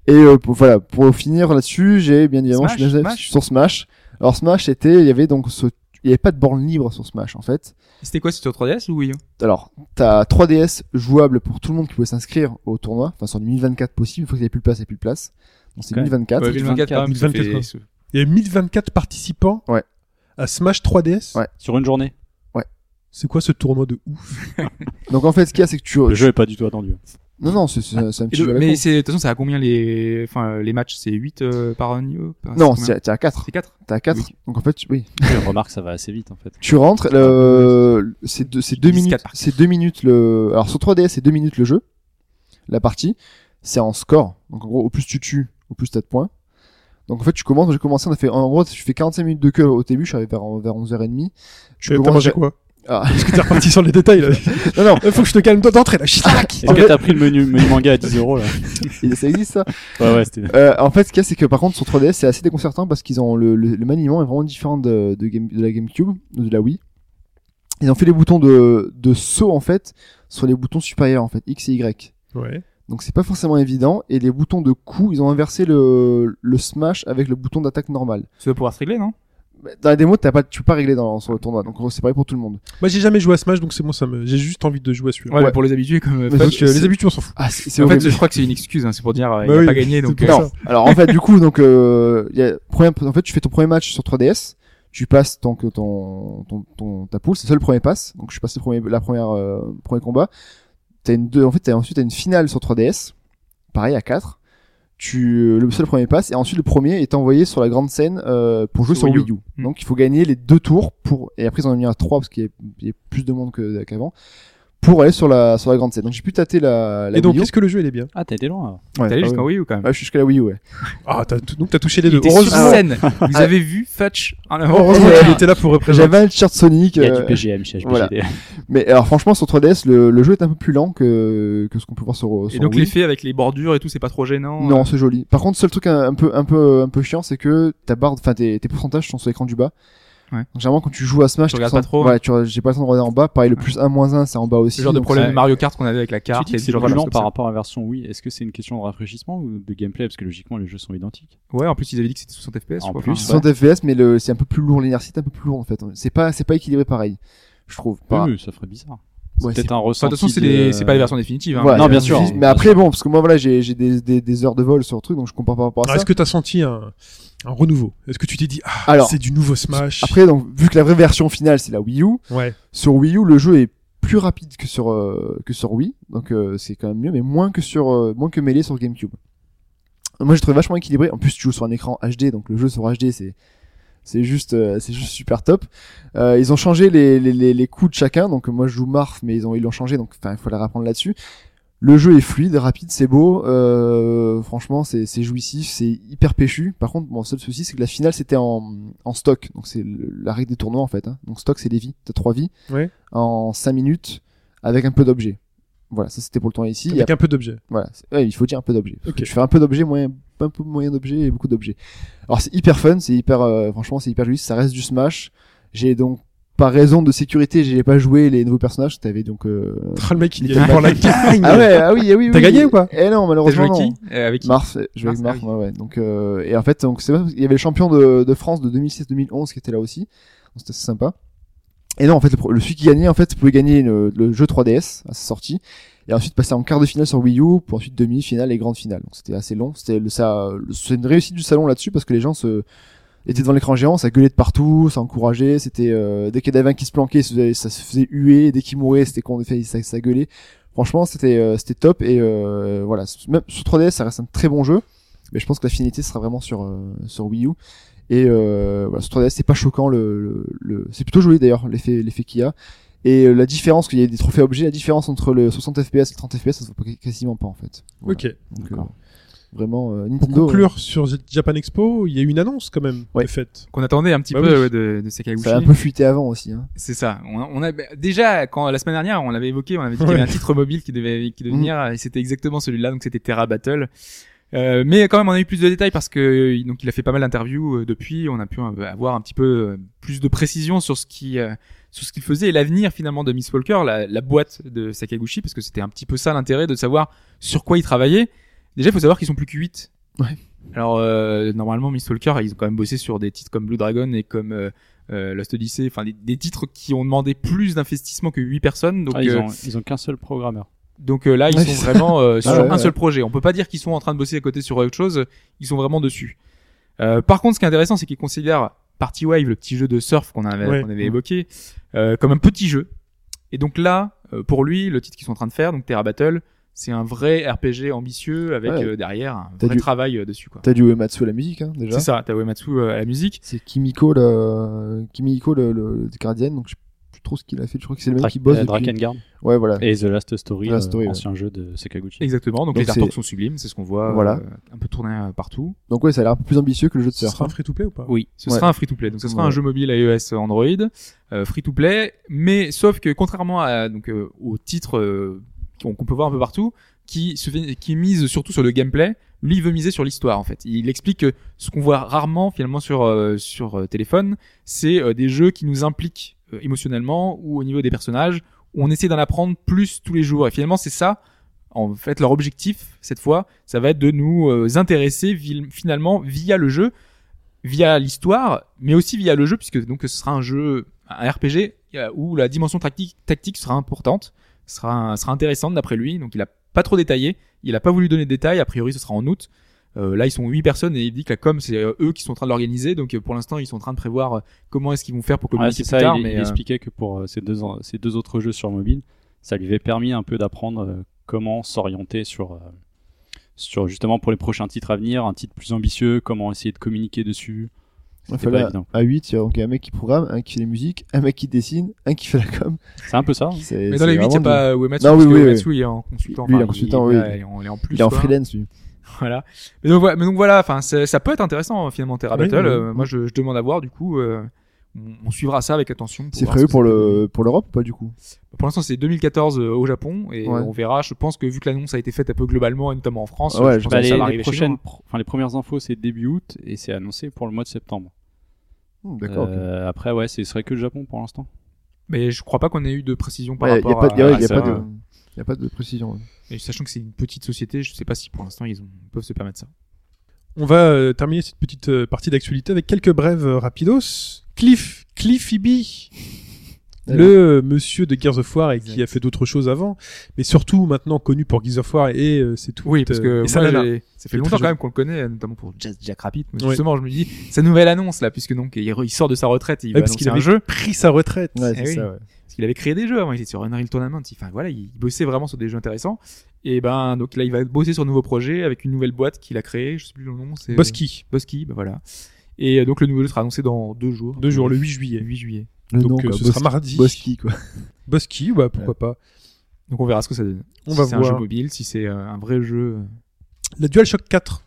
Speaker 4: Et euh, pour, voilà, pour finir là-dessus, j'ai bien évidemment
Speaker 5: Smash,
Speaker 4: je suis désolé,
Speaker 5: Smash.
Speaker 4: sur Smash. Alors Smash, c'était, il y avait donc ce, il y avait pas de borne libre sur Smash en fait.
Speaker 5: C'était quoi, c'était au 3DS ou oui
Speaker 4: alors, t'as 3DS jouable pour tout le monde qui pouvait s'inscrire au tournoi, enfin sur les 1024 possible, une fois qu'il n'y a plus de place, il n'y a plus de place. Donc c'est
Speaker 6: Quand même.
Speaker 4: 1024.
Speaker 5: Ouais, 2024 quand même. ça
Speaker 3: 2024,
Speaker 5: fait-
Speaker 3: quoi. Il y a 1024 participants
Speaker 4: Ouais.
Speaker 3: à Smash 3DS.
Speaker 4: Ouais.
Speaker 6: Sur une journée.
Speaker 3: C'est quoi ce tournoi de ouf
Speaker 4: Donc en fait, ce qu'il y a, c'est que tu...
Speaker 6: Le jeu est pas du tout attendu.
Speaker 4: Non, non, c'est c'est- c'est un
Speaker 5: Ah, Et
Speaker 4: petit jeu
Speaker 5: le-
Speaker 4: à la
Speaker 5: mais
Speaker 4: con.
Speaker 5: c'est de toute façon, ça à combien les enfin euh, les matchs, c'est 8 par niveau Enfin,
Speaker 4: Non,
Speaker 5: combien
Speaker 4: c'est t'es à 4.
Speaker 5: c'est 4.
Speaker 4: T'es à 4.
Speaker 5: Oui.
Speaker 4: Donc en fait, tu- oui.
Speaker 6: Je remarque, ça va assez vite en fait.
Speaker 4: Tu rentres, le... c'est deux, c'est deux
Speaker 5: 10-4
Speaker 4: minutes,
Speaker 5: par-
Speaker 4: c'est deux minutes le... Alors sur 3DS, c'est deux minutes le jeu, la partie. C'est en score. Donc en gros, au plus tu tues, au plus t'as de points. Donc en fait, tu commences, j'ai commencé, on a fait, en gros, je fais 45 minutes de queue au début, je suis arrivé vers, vers 11h30.
Speaker 3: Tu as Euh, mangé quoi
Speaker 4: Ah.
Speaker 3: Parce que t'es reparti sur les détails là. Euh,
Speaker 4: Non, non,
Speaker 3: Faut que je te calme toi d'entrée là. Chut.
Speaker 6: Est-ce que t'as pris le menu, menu manga à 10 euros là
Speaker 4: Et ça existe ça.
Speaker 6: Ouais, ouais, c'était.
Speaker 4: Euh, en fait, ce qu'il y a, c'est que par contre, sur 3DS, c'est assez déconcertant parce qu'ils ont le, le, le maniement est vraiment différent de, de, Game- de la GameCube ou de la Wii. Ils ont fait les boutons de, de saut en fait sur les boutons supérieurs en fait X et Y.
Speaker 3: Ouais.
Speaker 4: Donc c'est pas forcément évident et les boutons de coup, ils ont inversé le, le smash avec le bouton d'attaque normal.
Speaker 5: Tu vas pouvoir se régler, non
Speaker 4: Dans la démo, t'as pas, tu peux pas régler dans, sur le tournoi, donc en gros, c'est pareil pour tout le monde.
Speaker 3: Moi j'ai jamais joué à Smash donc c'est bon ça me. J'ai juste envie de jouer à celui-là.
Speaker 5: Ouais, mais pour les habitués comme euh,
Speaker 4: Mais
Speaker 5: Fab.
Speaker 3: Donc, euh,
Speaker 4: c'est-
Speaker 3: les habitudes on s'en fout.
Speaker 4: Ah, c'est c'est
Speaker 5: en fait,
Speaker 4: horrible.
Speaker 5: je crois que c'est une excuse, hein, c'est pour dire euh, il
Speaker 3: Bah
Speaker 5: a
Speaker 3: oui,
Speaker 5: pas gagné donc
Speaker 3: c'est
Speaker 5: euh,
Speaker 3: pour
Speaker 4: Non. Alors en fait, du coup, donc, euh, il y a, premier, en fait, tu fais ton premier match sur 3DS. Tu passes ton, ton, ton, ton ta poule, c'est ça le premier pass. Donc je suis passé le premier, la première, euh, premier combat. T'as une deux, en fait, t'as, ensuite t'as une finale sur 3DS. Pareil à 4. Tu, le seul premier pass et ensuite le premier est envoyé sur la grande scène euh, pour jouer
Speaker 5: Sur
Speaker 4: sur
Speaker 5: Wii
Speaker 4: Wii
Speaker 5: U.
Speaker 4: U.
Speaker 5: Mm.
Speaker 4: Donc il faut gagner les deux tours pour et après ils en ont mis à 3 parce qu'il y a, il y a plus de monde que, qu'avant pour aller sur la sur la grande scène. Donc j'ai pu tâter la, la
Speaker 3: Et donc
Speaker 4: Wii U.
Speaker 3: est-ce que le jeu il est bien
Speaker 6: Ah, t'as été loin. alors.
Speaker 4: Ouais,
Speaker 5: t'es allé
Speaker 4: ah
Speaker 5: jusqu'en
Speaker 4: oui.
Speaker 5: Wii U quand même.
Speaker 4: Ouais, je suis jusqu'à la Wii U, ouais.
Speaker 3: Ah t'as t- donc t'as touché les
Speaker 5: Il
Speaker 3: deux.
Speaker 5: était sur
Speaker 3: Heureusement.
Speaker 5: scène. Vous avez vu Fetch en avant
Speaker 3: Heureusement
Speaker 4: Ouais.
Speaker 3: qu'il était là pour représenter.
Speaker 4: J'avais un t-shirt Sonic.
Speaker 6: Il y a
Speaker 4: euh,
Speaker 6: du PGM chez HPGD.
Speaker 4: voilà. Mais alors franchement sur 3DS le, le jeu est un peu plus lent que, que ce qu'on peut voir sur, sur
Speaker 5: Et donc
Speaker 4: Wii.
Speaker 5: l'effet avec les bordures et tout, c'est pas trop gênant.
Speaker 4: Non, c'est joli. Par contre, seul truc un, un peu un peu un peu chiant, c'est que ta barre, enfin tes, tes pourcentages sont sur l'écran du bas.
Speaker 5: Ouais.
Speaker 4: Donc, généralement, quand tu joues à Smash,
Speaker 5: Tu
Speaker 4: te
Speaker 5: regardes pas
Speaker 4: sens-
Speaker 5: trop, hein.
Speaker 4: Ouais, tu, j'ai pas le temps de regarder en bas. Pareil, le plus 1 moins 1, c'est en bas aussi.
Speaker 5: le genre de
Speaker 4: donc
Speaker 5: problème
Speaker 4: c'est-
Speaker 5: de Mario Kart qu'on avait avec la
Speaker 6: Tu
Speaker 5: carte
Speaker 6: dis que
Speaker 5: et
Speaker 6: c'est
Speaker 5: genre
Speaker 6: plus
Speaker 5: de
Speaker 6: lent
Speaker 5: choses
Speaker 6: par
Speaker 5: comme
Speaker 6: rapport à la version Wii. Est-ce que c'est une question de rafraîchissement ou de gameplay Parce que logiquement, les jeux sont identiques.
Speaker 5: ça. Ouais, en plus ils avaient dit que c'était 60 FPS.
Speaker 6: En
Speaker 5: quoi.
Speaker 6: plus,
Speaker 5: Enfin,
Speaker 4: 60 FPS, mais le c'est un peu plus lourd, l'inertie est un peu plus lourde en fait. C'est pas c'est pas équilibré pareil, je trouve. Par-
Speaker 6: Oui, ça ferait bizarre. C'est
Speaker 4: Bah. Ouais,
Speaker 6: peut-être un
Speaker 5: Enfin,
Speaker 6: ressenti.
Speaker 5: de toute façon, c'est
Speaker 6: de-
Speaker 5: des- c'est pas les versions définitives. Hein,
Speaker 4: Voilà,
Speaker 5: mais,
Speaker 6: non,
Speaker 5: euh,
Speaker 6: bien sûr.
Speaker 4: juste- Mais après, bon, parce que moi, voilà, j'ai j'ai des, des, des heures de vol sur le truc, donc je comprends pas par rapport
Speaker 3: Alors,
Speaker 4: à
Speaker 3: Ah,
Speaker 4: ça.
Speaker 3: Est-ce que t'as senti un, un renouveau Est-ce que tu t'es dit ah
Speaker 4: Alors,
Speaker 3: c'est du nouveau Smash
Speaker 4: Après, donc, vu que la vraie version finale, c'est la Wii U,
Speaker 3: Ouais.
Speaker 4: sur Wii U, le jeu est plus rapide que sur, euh, que sur Wii, donc euh, c'est quand même mieux, mais moins que sur, euh, moins que mêlé sur GameCube. Moi, j'ai trouvé vachement équilibré. En plus, tu joues sur un écran HD, donc le jeu sur HD, c'est c'est juste, euh, c'est juste super top. Euh, ils ont changé les, les, les, les coups de chacun, donc moi je joue Marf, mais ils ont ils l'ont changé, donc enfin il faut les rapprendre là-dessus. Le jeu est fluide, rapide, c'est beau. Euh, franchement, c'est c'est jouissif, c'est hyper péchu. Par contre, mon seul souci, c'est que la finale c'était en, en stock, donc c'est le- la règle des tournois en fait. hein. Donc stock, c'est des vies, t'as trois vies
Speaker 3: Ouais.
Speaker 4: en cinq minutes avec un peu d'objets. Voilà, ça c'était pour le tournoi ici. Et
Speaker 3: Avec un peu d'objets.
Speaker 4: voilà, c'est- ouais, il faut dire un peu d'objets.
Speaker 3: Ok.
Speaker 4: Je fais un peu d'objets, moyen, un peu moyen d'objets et beaucoup d'objets. Alors c'est hyper fun, c'est hyper, euh, franchement c'est hyper joli, ça reste du Smash. J'ai donc par raison de sécurité, j'ai pas joué les nouveaux personnages. T'avais donc. euh,
Speaker 3: Ah, le mec, il y
Speaker 4: Little
Speaker 3: allait pour la gagne.
Speaker 4: Ah ouais, ah oui, ah oui. oui,
Speaker 3: T'as
Speaker 4: oui.
Speaker 3: gagné ou pas
Speaker 4: Eh non,
Speaker 5: T'as joué
Speaker 4: malheureusement.
Speaker 5: avec
Speaker 4: non.
Speaker 5: qui Euh, Avec qui
Speaker 4: Mars, je jouais avec
Speaker 5: Mars,
Speaker 4: Mars,
Speaker 5: ah
Speaker 4: ouais, ouais. Donc euh, et en fait donc c'est pas- il y avait le champion de, de France de 2016-2011 qui était là aussi. Donc c'était assez sympa. Et non en fait le, pro- le celui qui gagnait en fait pouvait gagner le, le jeu 3DS à sa sortie et ensuite passer en quart de finale sur Wii U pour ensuite demi finale et grande finale. Donc c'était assez long. C'était le ça le- c'est une réussite du salon là-dessus parce que les gens se étaient devant l'écran géant, ça gueulait de partout, ça encourageait. C'était euh, dès qu'il y en avait un qui se planquait, ça, se faisait- ça se faisait huer. Dès qu'il mourait, c'était con, ça, ça gueulait. Franchement, c'était euh, c'était top et euh, voilà, même sur 3DS, ça reste un très bon jeu, mais je pense que la finalité sera vraiment sur euh, sur Wii U et euh, voilà, sur 3DS, c'est pas choquant le, le, le- c'est plutôt joli d'ailleurs l'effet l'effet qu'il y a et euh, la différence qu'il y a des trophées objets, la différence entre le 60 FPS et le 30 FPS, ça se voit pas- quasiment pas en fait. Voilà.
Speaker 3: Ok.
Speaker 4: Donc,
Speaker 6: D'accord.
Speaker 4: euh, vraiment euh,
Speaker 3: Pour
Speaker 4: Nintendo
Speaker 3: conclure sur Japan Expo, il y a eu une annonce quand même
Speaker 4: Ouais.
Speaker 3: de fait.
Speaker 5: Qu'on attendait un petit
Speaker 3: Bah
Speaker 5: peu
Speaker 3: oui.
Speaker 5: ouais, de, de
Speaker 4: euh,
Speaker 5: Sakaguchi.
Speaker 4: ça a un peu fuité avant aussi hein.
Speaker 5: C'est ça. On, on a bah, déjà quand la semaine dernière, on l'avait évoqué, on avait dit qu'il y avait un titre mobile qui devait qui devait
Speaker 4: Mhm.
Speaker 5: venir et c'était exactement celui-là, donc c'était Terra Battle. Euh, mais quand même, on a eu plus de détails parce que euh, il- donc il a fait pas mal d'interviews euh, depuis. On a pu euh, avoir un petit peu euh, plus de précision sur ce qui euh, sur ce qu'il faisait et l'avenir finalement de Miss Walker, la, la boîte de Sakaguchi, parce que c'était un petit peu ça l'intérêt de savoir sur quoi il travaillait. Déjà, il faut savoir qu'ils sont plus que 8
Speaker 4: Ouais.
Speaker 5: Alors euh, normalement, Miss Walker, ils ont quand même bossé sur des titres comme Blue Dragon et comme euh, euh, Lost Odyssey, enfin des, des titres qui ont demandé plus d'investissement que 8 personnes. Donc,
Speaker 6: Ah, ils
Speaker 5: euh,
Speaker 6: ont, ils ont qu'un seul programmeur.
Speaker 5: donc euh, là, ils
Speaker 4: Ouais,
Speaker 5: sont
Speaker 4: c'est ça.
Speaker 5: vraiment euh, sur
Speaker 4: Ah ouais,
Speaker 5: un
Speaker 4: ouais.
Speaker 5: seul projet. On peut pas dire qu'ils sont en train de bosser à côté sur autre chose. Ils sont vraiment dessus. Euh, par contre, ce qui est intéressant, c'est qu'ils considèrent Party Wave, le petit jeu de surf qu'on avait,
Speaker 3: Ouais.
Speaker 5: qu'on avait évoqué, euh, comme un petit jeu. Et donc là, euh, pour lui, le titre qu'ils sont en train de faire, donc Terra Battle, c'est un vrai RPG ambitieux avec
Speaker 4: Ouais.
Speaker 5: euh, derrière un
Speaker 4: T'as
Speaker 5: vrai
Speaker 4: du-
Speaker 5: travail euh, dessus. quoi.
Speaker 4: T'as du Uematsu à la musique hein, déjà.
Speaker 5: C'est ça, t'as Uematsu euh, à la musique.
Speaker 4: C'est Kimiko le Kimiko le, le Guardian donc je sais plus trop ce qu'il a fait, je crois que c'est le mec
Speaker 6: Dra-
Speaker 4: qui bosse
Speaker 6: euh,
Speaker 4: depuis.
Speaker 6: Drakengard
Speaker 4: Ouais voilà.
Speaker 6: et The Last Story,
Speaker 4: The Last
Speaker 6: euh,
Speaker 4: Story, ouais.
Speaker 6: ancien jeu de Sakaguchi.
Speaker 5: Exactement, donc,
Speaker 4: Donc
Speaker 5: les artworks
Speaker 4: c'est-
Speaker 5: sont sublimes, c'est ce qu'on voit,
Speaker 4: Voilà.
Speaker 5: euh, un peu tourné euh, partout.
Speaker 4: Donc ouais, ça a l'air un peu plus ambitieux que le jeu de
Speaker 3: Ce
Speaker 4: surf.
Speaker 3: sera un free to play ou pas
Speaker 5: Oui, ce
Speaker 4: Ouais.
Speaker 5: sera un free-to-play. Donc, ce sera un
Speaker 4: Ouais.
Speaker 5: jeu mobile iOS Android, euh, free-to-play. Mais sauf que contrairement à donc euh, au titre euh, qu'on qu'on peut voir un peu partout, qui se fait- qui mise surtout sur le gameplay, lui il veut miser sur l'histoire en fait. Il explique que ce qu'on voit rarement finalement sur euh, sur euh, téléphone, c'est euh, des jeux qui nous impliquent euh, émotionnellement ou au niveau des personnages. Où on essaie d'en apprendre plus tous les jours. Et finalement, c'est ça. En fait, leur objectif cette fois, ça va être de nous euh, intéresser vil- finalement via le jeu via l'histoire, mais aussi via le jeu, puisque donc ce sera un jeu, un RPG euh, où la dimension tactique, tactique sera importante, sera, sera intéressante d'après lui. Donc il a pas trop détaillé, il a pas voulu donner de détails. A priori, ce sera en août. Euh, là, ils sont huit personnes et il dit que la com, c'est euh, eux qui sont en train de l'organiser. Donc euh, pour l'instant, ils sont en train de prévoir euh, comment est-ce qu'ils vont faire pour
Speaker 6: Ouais,
Speaker 5: communiquer
Speaker 6: Ah, c'est
Speaker 5: plus
Speaker 6: ça,
Speaker 5: tard.
Speaker 6: il,
Speaker 5: mais,
Speaker 6: il
Speaker 5: euh,
Speaker 6: expliquait que pour euh, ces deux, en- ces deux autres jeux sur mobile, ça lui avait permis un peu d'apprendre euh, comment s'orienter sur, euh, sur justement pour les prochains titres à venir, un titre plus ambitieux, comment essayer de communiquer dessus.
Speaker 4: Il
Speaker 6: C'était
Speaker 4: fallait
Speaker 6: pas évident.
Speaker 4: à 8, il y a donc un mec qui programme, un qui fait les musiques, un mec qui dessine, un qui fait la com.
Speaker 6: C'est un peu ça. hein.
Speaker 4: C'est-
Speaker 5: mais dans
Speaker 4: c'est
Speaker 5: les 8, il n'y a
Speaker 4: vraiment
Speaker 5: pas Uematsu,
Speaker 4: Non,
Speaker 5: parce
Speaker 4: oui,
Speaker 5: que
Speaker 4: oui,
Speaker 5: Uematsu, il est en consultant.
Speaker 4: Lui, il est
Speaker 5: enfin,
Speaker 4: en consultant,
Speaker 5: il,
Speaker 4: oui.
Speaker 5: il est en- il est en
Speaker 4: du-
Speaker 5: plus.
Speaker 4: Il est en
Speaker 5: quoi.
Speaker 4: freelance lui.
Speaker 5: Voilà. Mais donc, voilà, mais donc voilà, enfin, ça, ça peut être intéressant finalement Terra
Speaker 3: Oui,
Speaker 5: Battle.
Speaker 3: oui.
Speaker 5: Euh, moi, je, je demande à voir. Du coup, euh, on, on suivra ça avec attention.
Speaker 4: C'est
Speaker 5: voir
Speaker 4: prévu
Speaker 5: ce que
Speaker 4: pour
Speaker 5: ça
Speaker 4: le pour l'Europe ou pas du coup
Speaker 5: donne. Pour l'instant, c'est 2014 euh, au Japon et
Speaker 4: Ouais.
Speaker 5: on verra. Je pense que vu que l'annonce a été faite un peu globalement et notamment en France,
Speaker 4: Ah ouais,
Speaker 5: je pense
Speaker 4: bah,
Speaker 5: que
Speaker 6: les,
Speaker 5: ça
Speaker 6: les
Speaker 5: va arriver chez
Speaker 6: prochaines,
Speaker 5: nous. hein.
Speaker 6: pro- enfin, les premières infos, c'est début août et c'est annoncé pour le mois de septembre.
Speaker 4: Hmm, D'accord. ok.
Speaker 6: Euh, Après, ouais, c'est- ce serait que le Japon pour l'instant.
Speaker 5: Mais je crois pas qu'on ait eu de précision par
Speaker 4: Ouais, Il y a
Speaker 5: rapport
Speaker 4: pas il y a-
Speaker 5: à, Ah,
Speaker 4: ouais,
Speaker 5: à
Speaker 4: il y a
Speaker 5: ça.
Speaker 4: pas de il y a pas de précision. ouais.
Speaker 5: Et sachant que c'est une petite société, je sais pas si pour l'instant ils, ont- ils peuvent se permettre ça.
Speaker 3: On va euh, terminer cette petite euh, partie d'actualité avec quelques brèves euh, rapidos. Cliff, Cliffy B. le monsieur de Gears of War et qui
Speaker 5: Exact.
Speaker 3: a fait d'autres choses avant, mais surtout maintenant connu pour Gears of War et euh, c'est tout.
Speaker 5: Oui, parce que
Speaker 3: Euh, et
Speaker 5: moi,
Speaker 3: sa nana.
Speaker 5: j'ai- ça fait
Speaker 3: Très
Speaker 5: longtemps
Speaker 3: jeune.
Speaker 5: quand même qu'on le connaît, notamment pour Jack, Jack Rabbit. Mais
Speaker 3: Ouais.
Speaker 5: justement, je me dis, sa nouvelle annonce là, puisque donc il re- il sort de sa retraite, et il
Speaker 3: Ouais,
Speaker 5: va
Speaker 3: parce
Speaker 5: annoncer
Speaker 3: qu'il
Speaker 5: un
Speaker 3: avait
Speaker 5: jeu.
Speaker 3: pris sa retraite.
Speaker 4: Ouais,
Speaker 5: Eh
Speaker 4: c'est
Speaker 5: oui.
Speaker 4: ça, ouais.
Speaker 5: Parce qu'il avait créé des jeux avant, il était sur Unreal Tournament. Enfin voilà, il bossait vraiment sur des jeux intéressants. Et ben donc là, il va bosser sur un nouveau projet avec une nouvelle boîte qu'il a créée. Je sais plus le nom, c'est
Speaker 3: Bosky,
Speaker 5: Bosky, bah voilà. Et euh, donc le nouveau jeu sera annoncé dans deux jours.
Speaker 3: deux jours, le 8
Speaker 5: Le
Speaker 3: juillet.
Speaker 5: 8 juillet.
Speaker 4: Le
Speaker 3: Donc,
Speaker 4: nom,
Speaker 3: euh,
Speaker 4: quoi,
Speaker 3: ce
Speaker 4: Boss-
Speaker 3: sera mardi.
Speaker 4: Bosky, quoi.
Speaker 3: Bosky, ouais, pourquoi pas.
Speaker 5: Donc on verra ce que ça donne.
Speaker 3: On
Speaker 5: si
Speaker 3: va
Speaker 5: c'est un
Speaker 3: voir.
Speaker 5: jeu mobile, si c'est euh, un vrai jeu.
Speaker 3: La DualShock 4,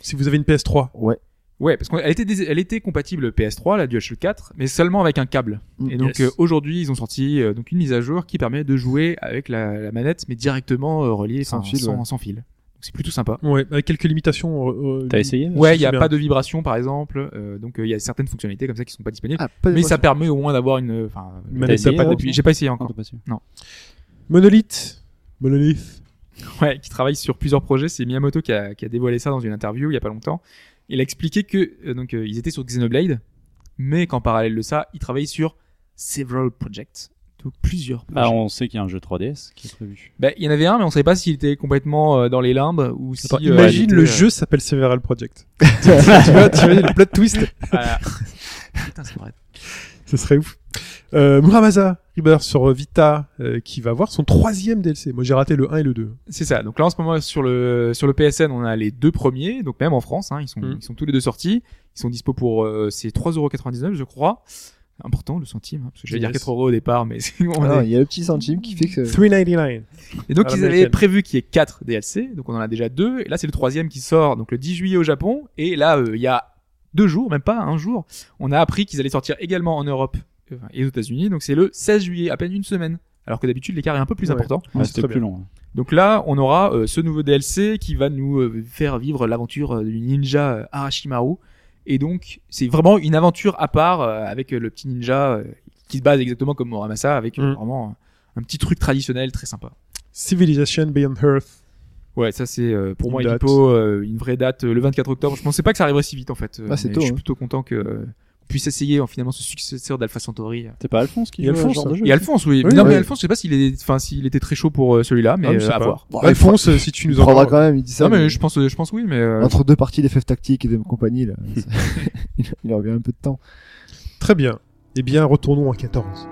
Speaker 3: si vous avez une PS3.
Speaker 4: Ouais.
Speaker 5: Ouais, parce qu'elle était, dés- elle était compatible PS3, la DualShock 4, mais seulement avec un câble.
Speaker 4: Mm,
Speaker 5: et donc
Speaker 3: yes.
Speaker 5: euh, aujourd'hui, ils ont sorti euh, donc une mise à jour qui permet de jouer avec la, la manette, mais directement euh, reliée
Speaker 4: Sans
Speaker 5: sans,
Speaker 4: fil,
Speaker 5: sans,
Speaker 4: ouais.
Speaker 5: sans fil. Donc c'est plutôt sympa.
Speaker 3: Ouais, avec quelques limitations. euh, euh,
Speaker 6: T'as essayé
Speaker 5: Ouais, il n'y a
Speaker 3: bien.
Speaker 5: pas de vibration par exemple, euh, donc euh, il y a certaines fonctionnalités comme ça qui sont pas disponibles.
Speaker 4: Ah, pas de
Speaker 5: mais
Speaker 4: boss-
Speaker 5: ça permet au moins d'avoir une. Enfin,
Speaker 3: Une
Speaker 5: le-
Speaker 3: manette
Speaker 5: t'as pas
Speaker 6: d'apport,
Speaker 5: d'appui.
Speaker 6: non
Speaker 5: J'ai pas essayé encore.
Speaker 6: Encore pas sûr.
Speaker 3: Monolith. Monolith.
Speaker 5: ouais, qui travaille sur plusieurs projets. C'est Miyamoto qui a, qui a dévoilé ça dans une interview il y a pas longtemps. Il a expliqué que euh, donc euh, ils étaient sur Xenoblade, mais qu'en parallèle de ça, ils travaillaient sur several projects, donc plusieurs. projets.
Speaker 6: Bah, on sait qu'il y a un jeu 3DS qui est prévu.
Speaker 5: Bah, il y en avait un, mais on savait pas s'il était complètement euh, dans les limbes ou si.
Speaker 3: Attends,
Speaker 5: euh, il
Speaker 3: imagine
Speaker 5: était,
Speaker 3: le
Speaker 5: euh,
Speaker 3: jeu s'appelle Several Project. tu vois, tu imagines le plot twist.
Speaker 5: euh, voilà. Putain, c'est vrai.
Speaker 3: Ce serait ouf. Euh, Muramasa Rebirth sur euh, Vita euh, qui va avoir son troisième DLC. Moi j'ai raté le 1 et le 2.
Speaker 5: C'est ça. Donc là, en ce moment, sur le, sur le PSN, on a les deux premiers. Donc même en France, hein, ils, sont,
Speaker 3: Mm.
Speaker 5: ils sont tous les deux sortis. Ils sont dispo pour euh, c'est 3,99€, je crois. Important, le centime. hein, parce que j'allais dire
Speaker 3: Yes.
Speaker 5: 4 euros au départ, mais c'est on
Speaker 4: Ah
Speaker 5: est-
Speaker 4: non, il y a le petit centime qui fait que.
Speaker 3: 399.
Speaker 5: Et donc
Speaker 3: À
Speaker 5: ils
Speaker 3: l'américaine.
Speaker 5: avaient prévu qu'il y ait 4 DLC, donc on en a déjà 2, et là c'est le troisième qui sort, donc le 10 juillet au Japon, et là euh, il y a deux jours, même pas un jour, on a appris qu'ils allaient sortir également en Europe euh, et aux États-Unis, donc c'est le 16 juillet, à peine une semaine, alors que d'habitude l'écart est un peu plus
Speaker 3: Ouais.
Speaker 5: important.
Speaker 3: Ouais,
Speaker 6: Ouais,
Speaker 3: c'est
Speaker 6: C'était
Speaker 3: très
Speaker 6: plus
Speaker 3: bien.
Speaker 6: long. hein.
Speaker 5: Donc là on aura euh, ce nouveau DLC qui va nous euh, faire vivre l'aventure euh, du ninja euh, Arashimaru, et donc c'est vraiment une aventure à part euh, avec euh, le petit ninja euh, qui se base exactement comme Muramasa, avec euh,
Speaker 3: Mm.
Speaker 5: vraiment un petit truc traditionnel très sympa.
Speaker 3: Civilization Beyond Earth.
Speaker 5: Ouais, ça c'est euh, pour
Speaker 3: Une
Speaker 5: moi
Speaker 3: date.
Speaker 5: Hippo, euh, une vraie date euh, le 24 octobre. Je pensais pas que ça arriverait si vite en fait. euh,
Speaker 4: Ah, c'est
Speaker 5: mais
Speaker 4: tôt,
Speaker 5: Je suis
Speaker 4: hein.
Speaker 5: plutôt content que euh, on puisse essayer euh, finalement ce successeur d'Alpha Centauri.
Speaker 6: C'est pas Alphonse qui
Speaker 3: Et
Speaker 6: joue à ce
Speaker 3: Alphonse,
Speaker 6: genre de jeu
Speaker 5: Et Alphonse, oui.
Speaker 3: Oui,
Speaker 5: non mais
Speaker 4: ouais.
Speaker 5: Alphonse, je sais pas s'il est, enfin s'il était très chaud pour euh, celui-là, mais
Speaker 3: Ah, je
Speaker 5: euh,
Speaker 3: sais
Speaker 5: à
Speaker 3: pas.
Speaker 5: voir.
Speaker 4: Bon,
Speaker 3: Alphonse, euh, si tu
Speaker 4: il
Speaker 3: nous
Speaker 4: prendra
Speaker 3: entends.
Speaker 4: quand même, il dit ça.
Speaker 5: non mais,
Speaker 4: mais- Ah,
Speaker 5: je pense, je pense oui, mais euh,
Speaker 4: Entre deux parties d'effets tactiques et de compagnie, là, il- il revient un peu de temps.
Speaker 3: Très bien. Eh bien, retournons en 14.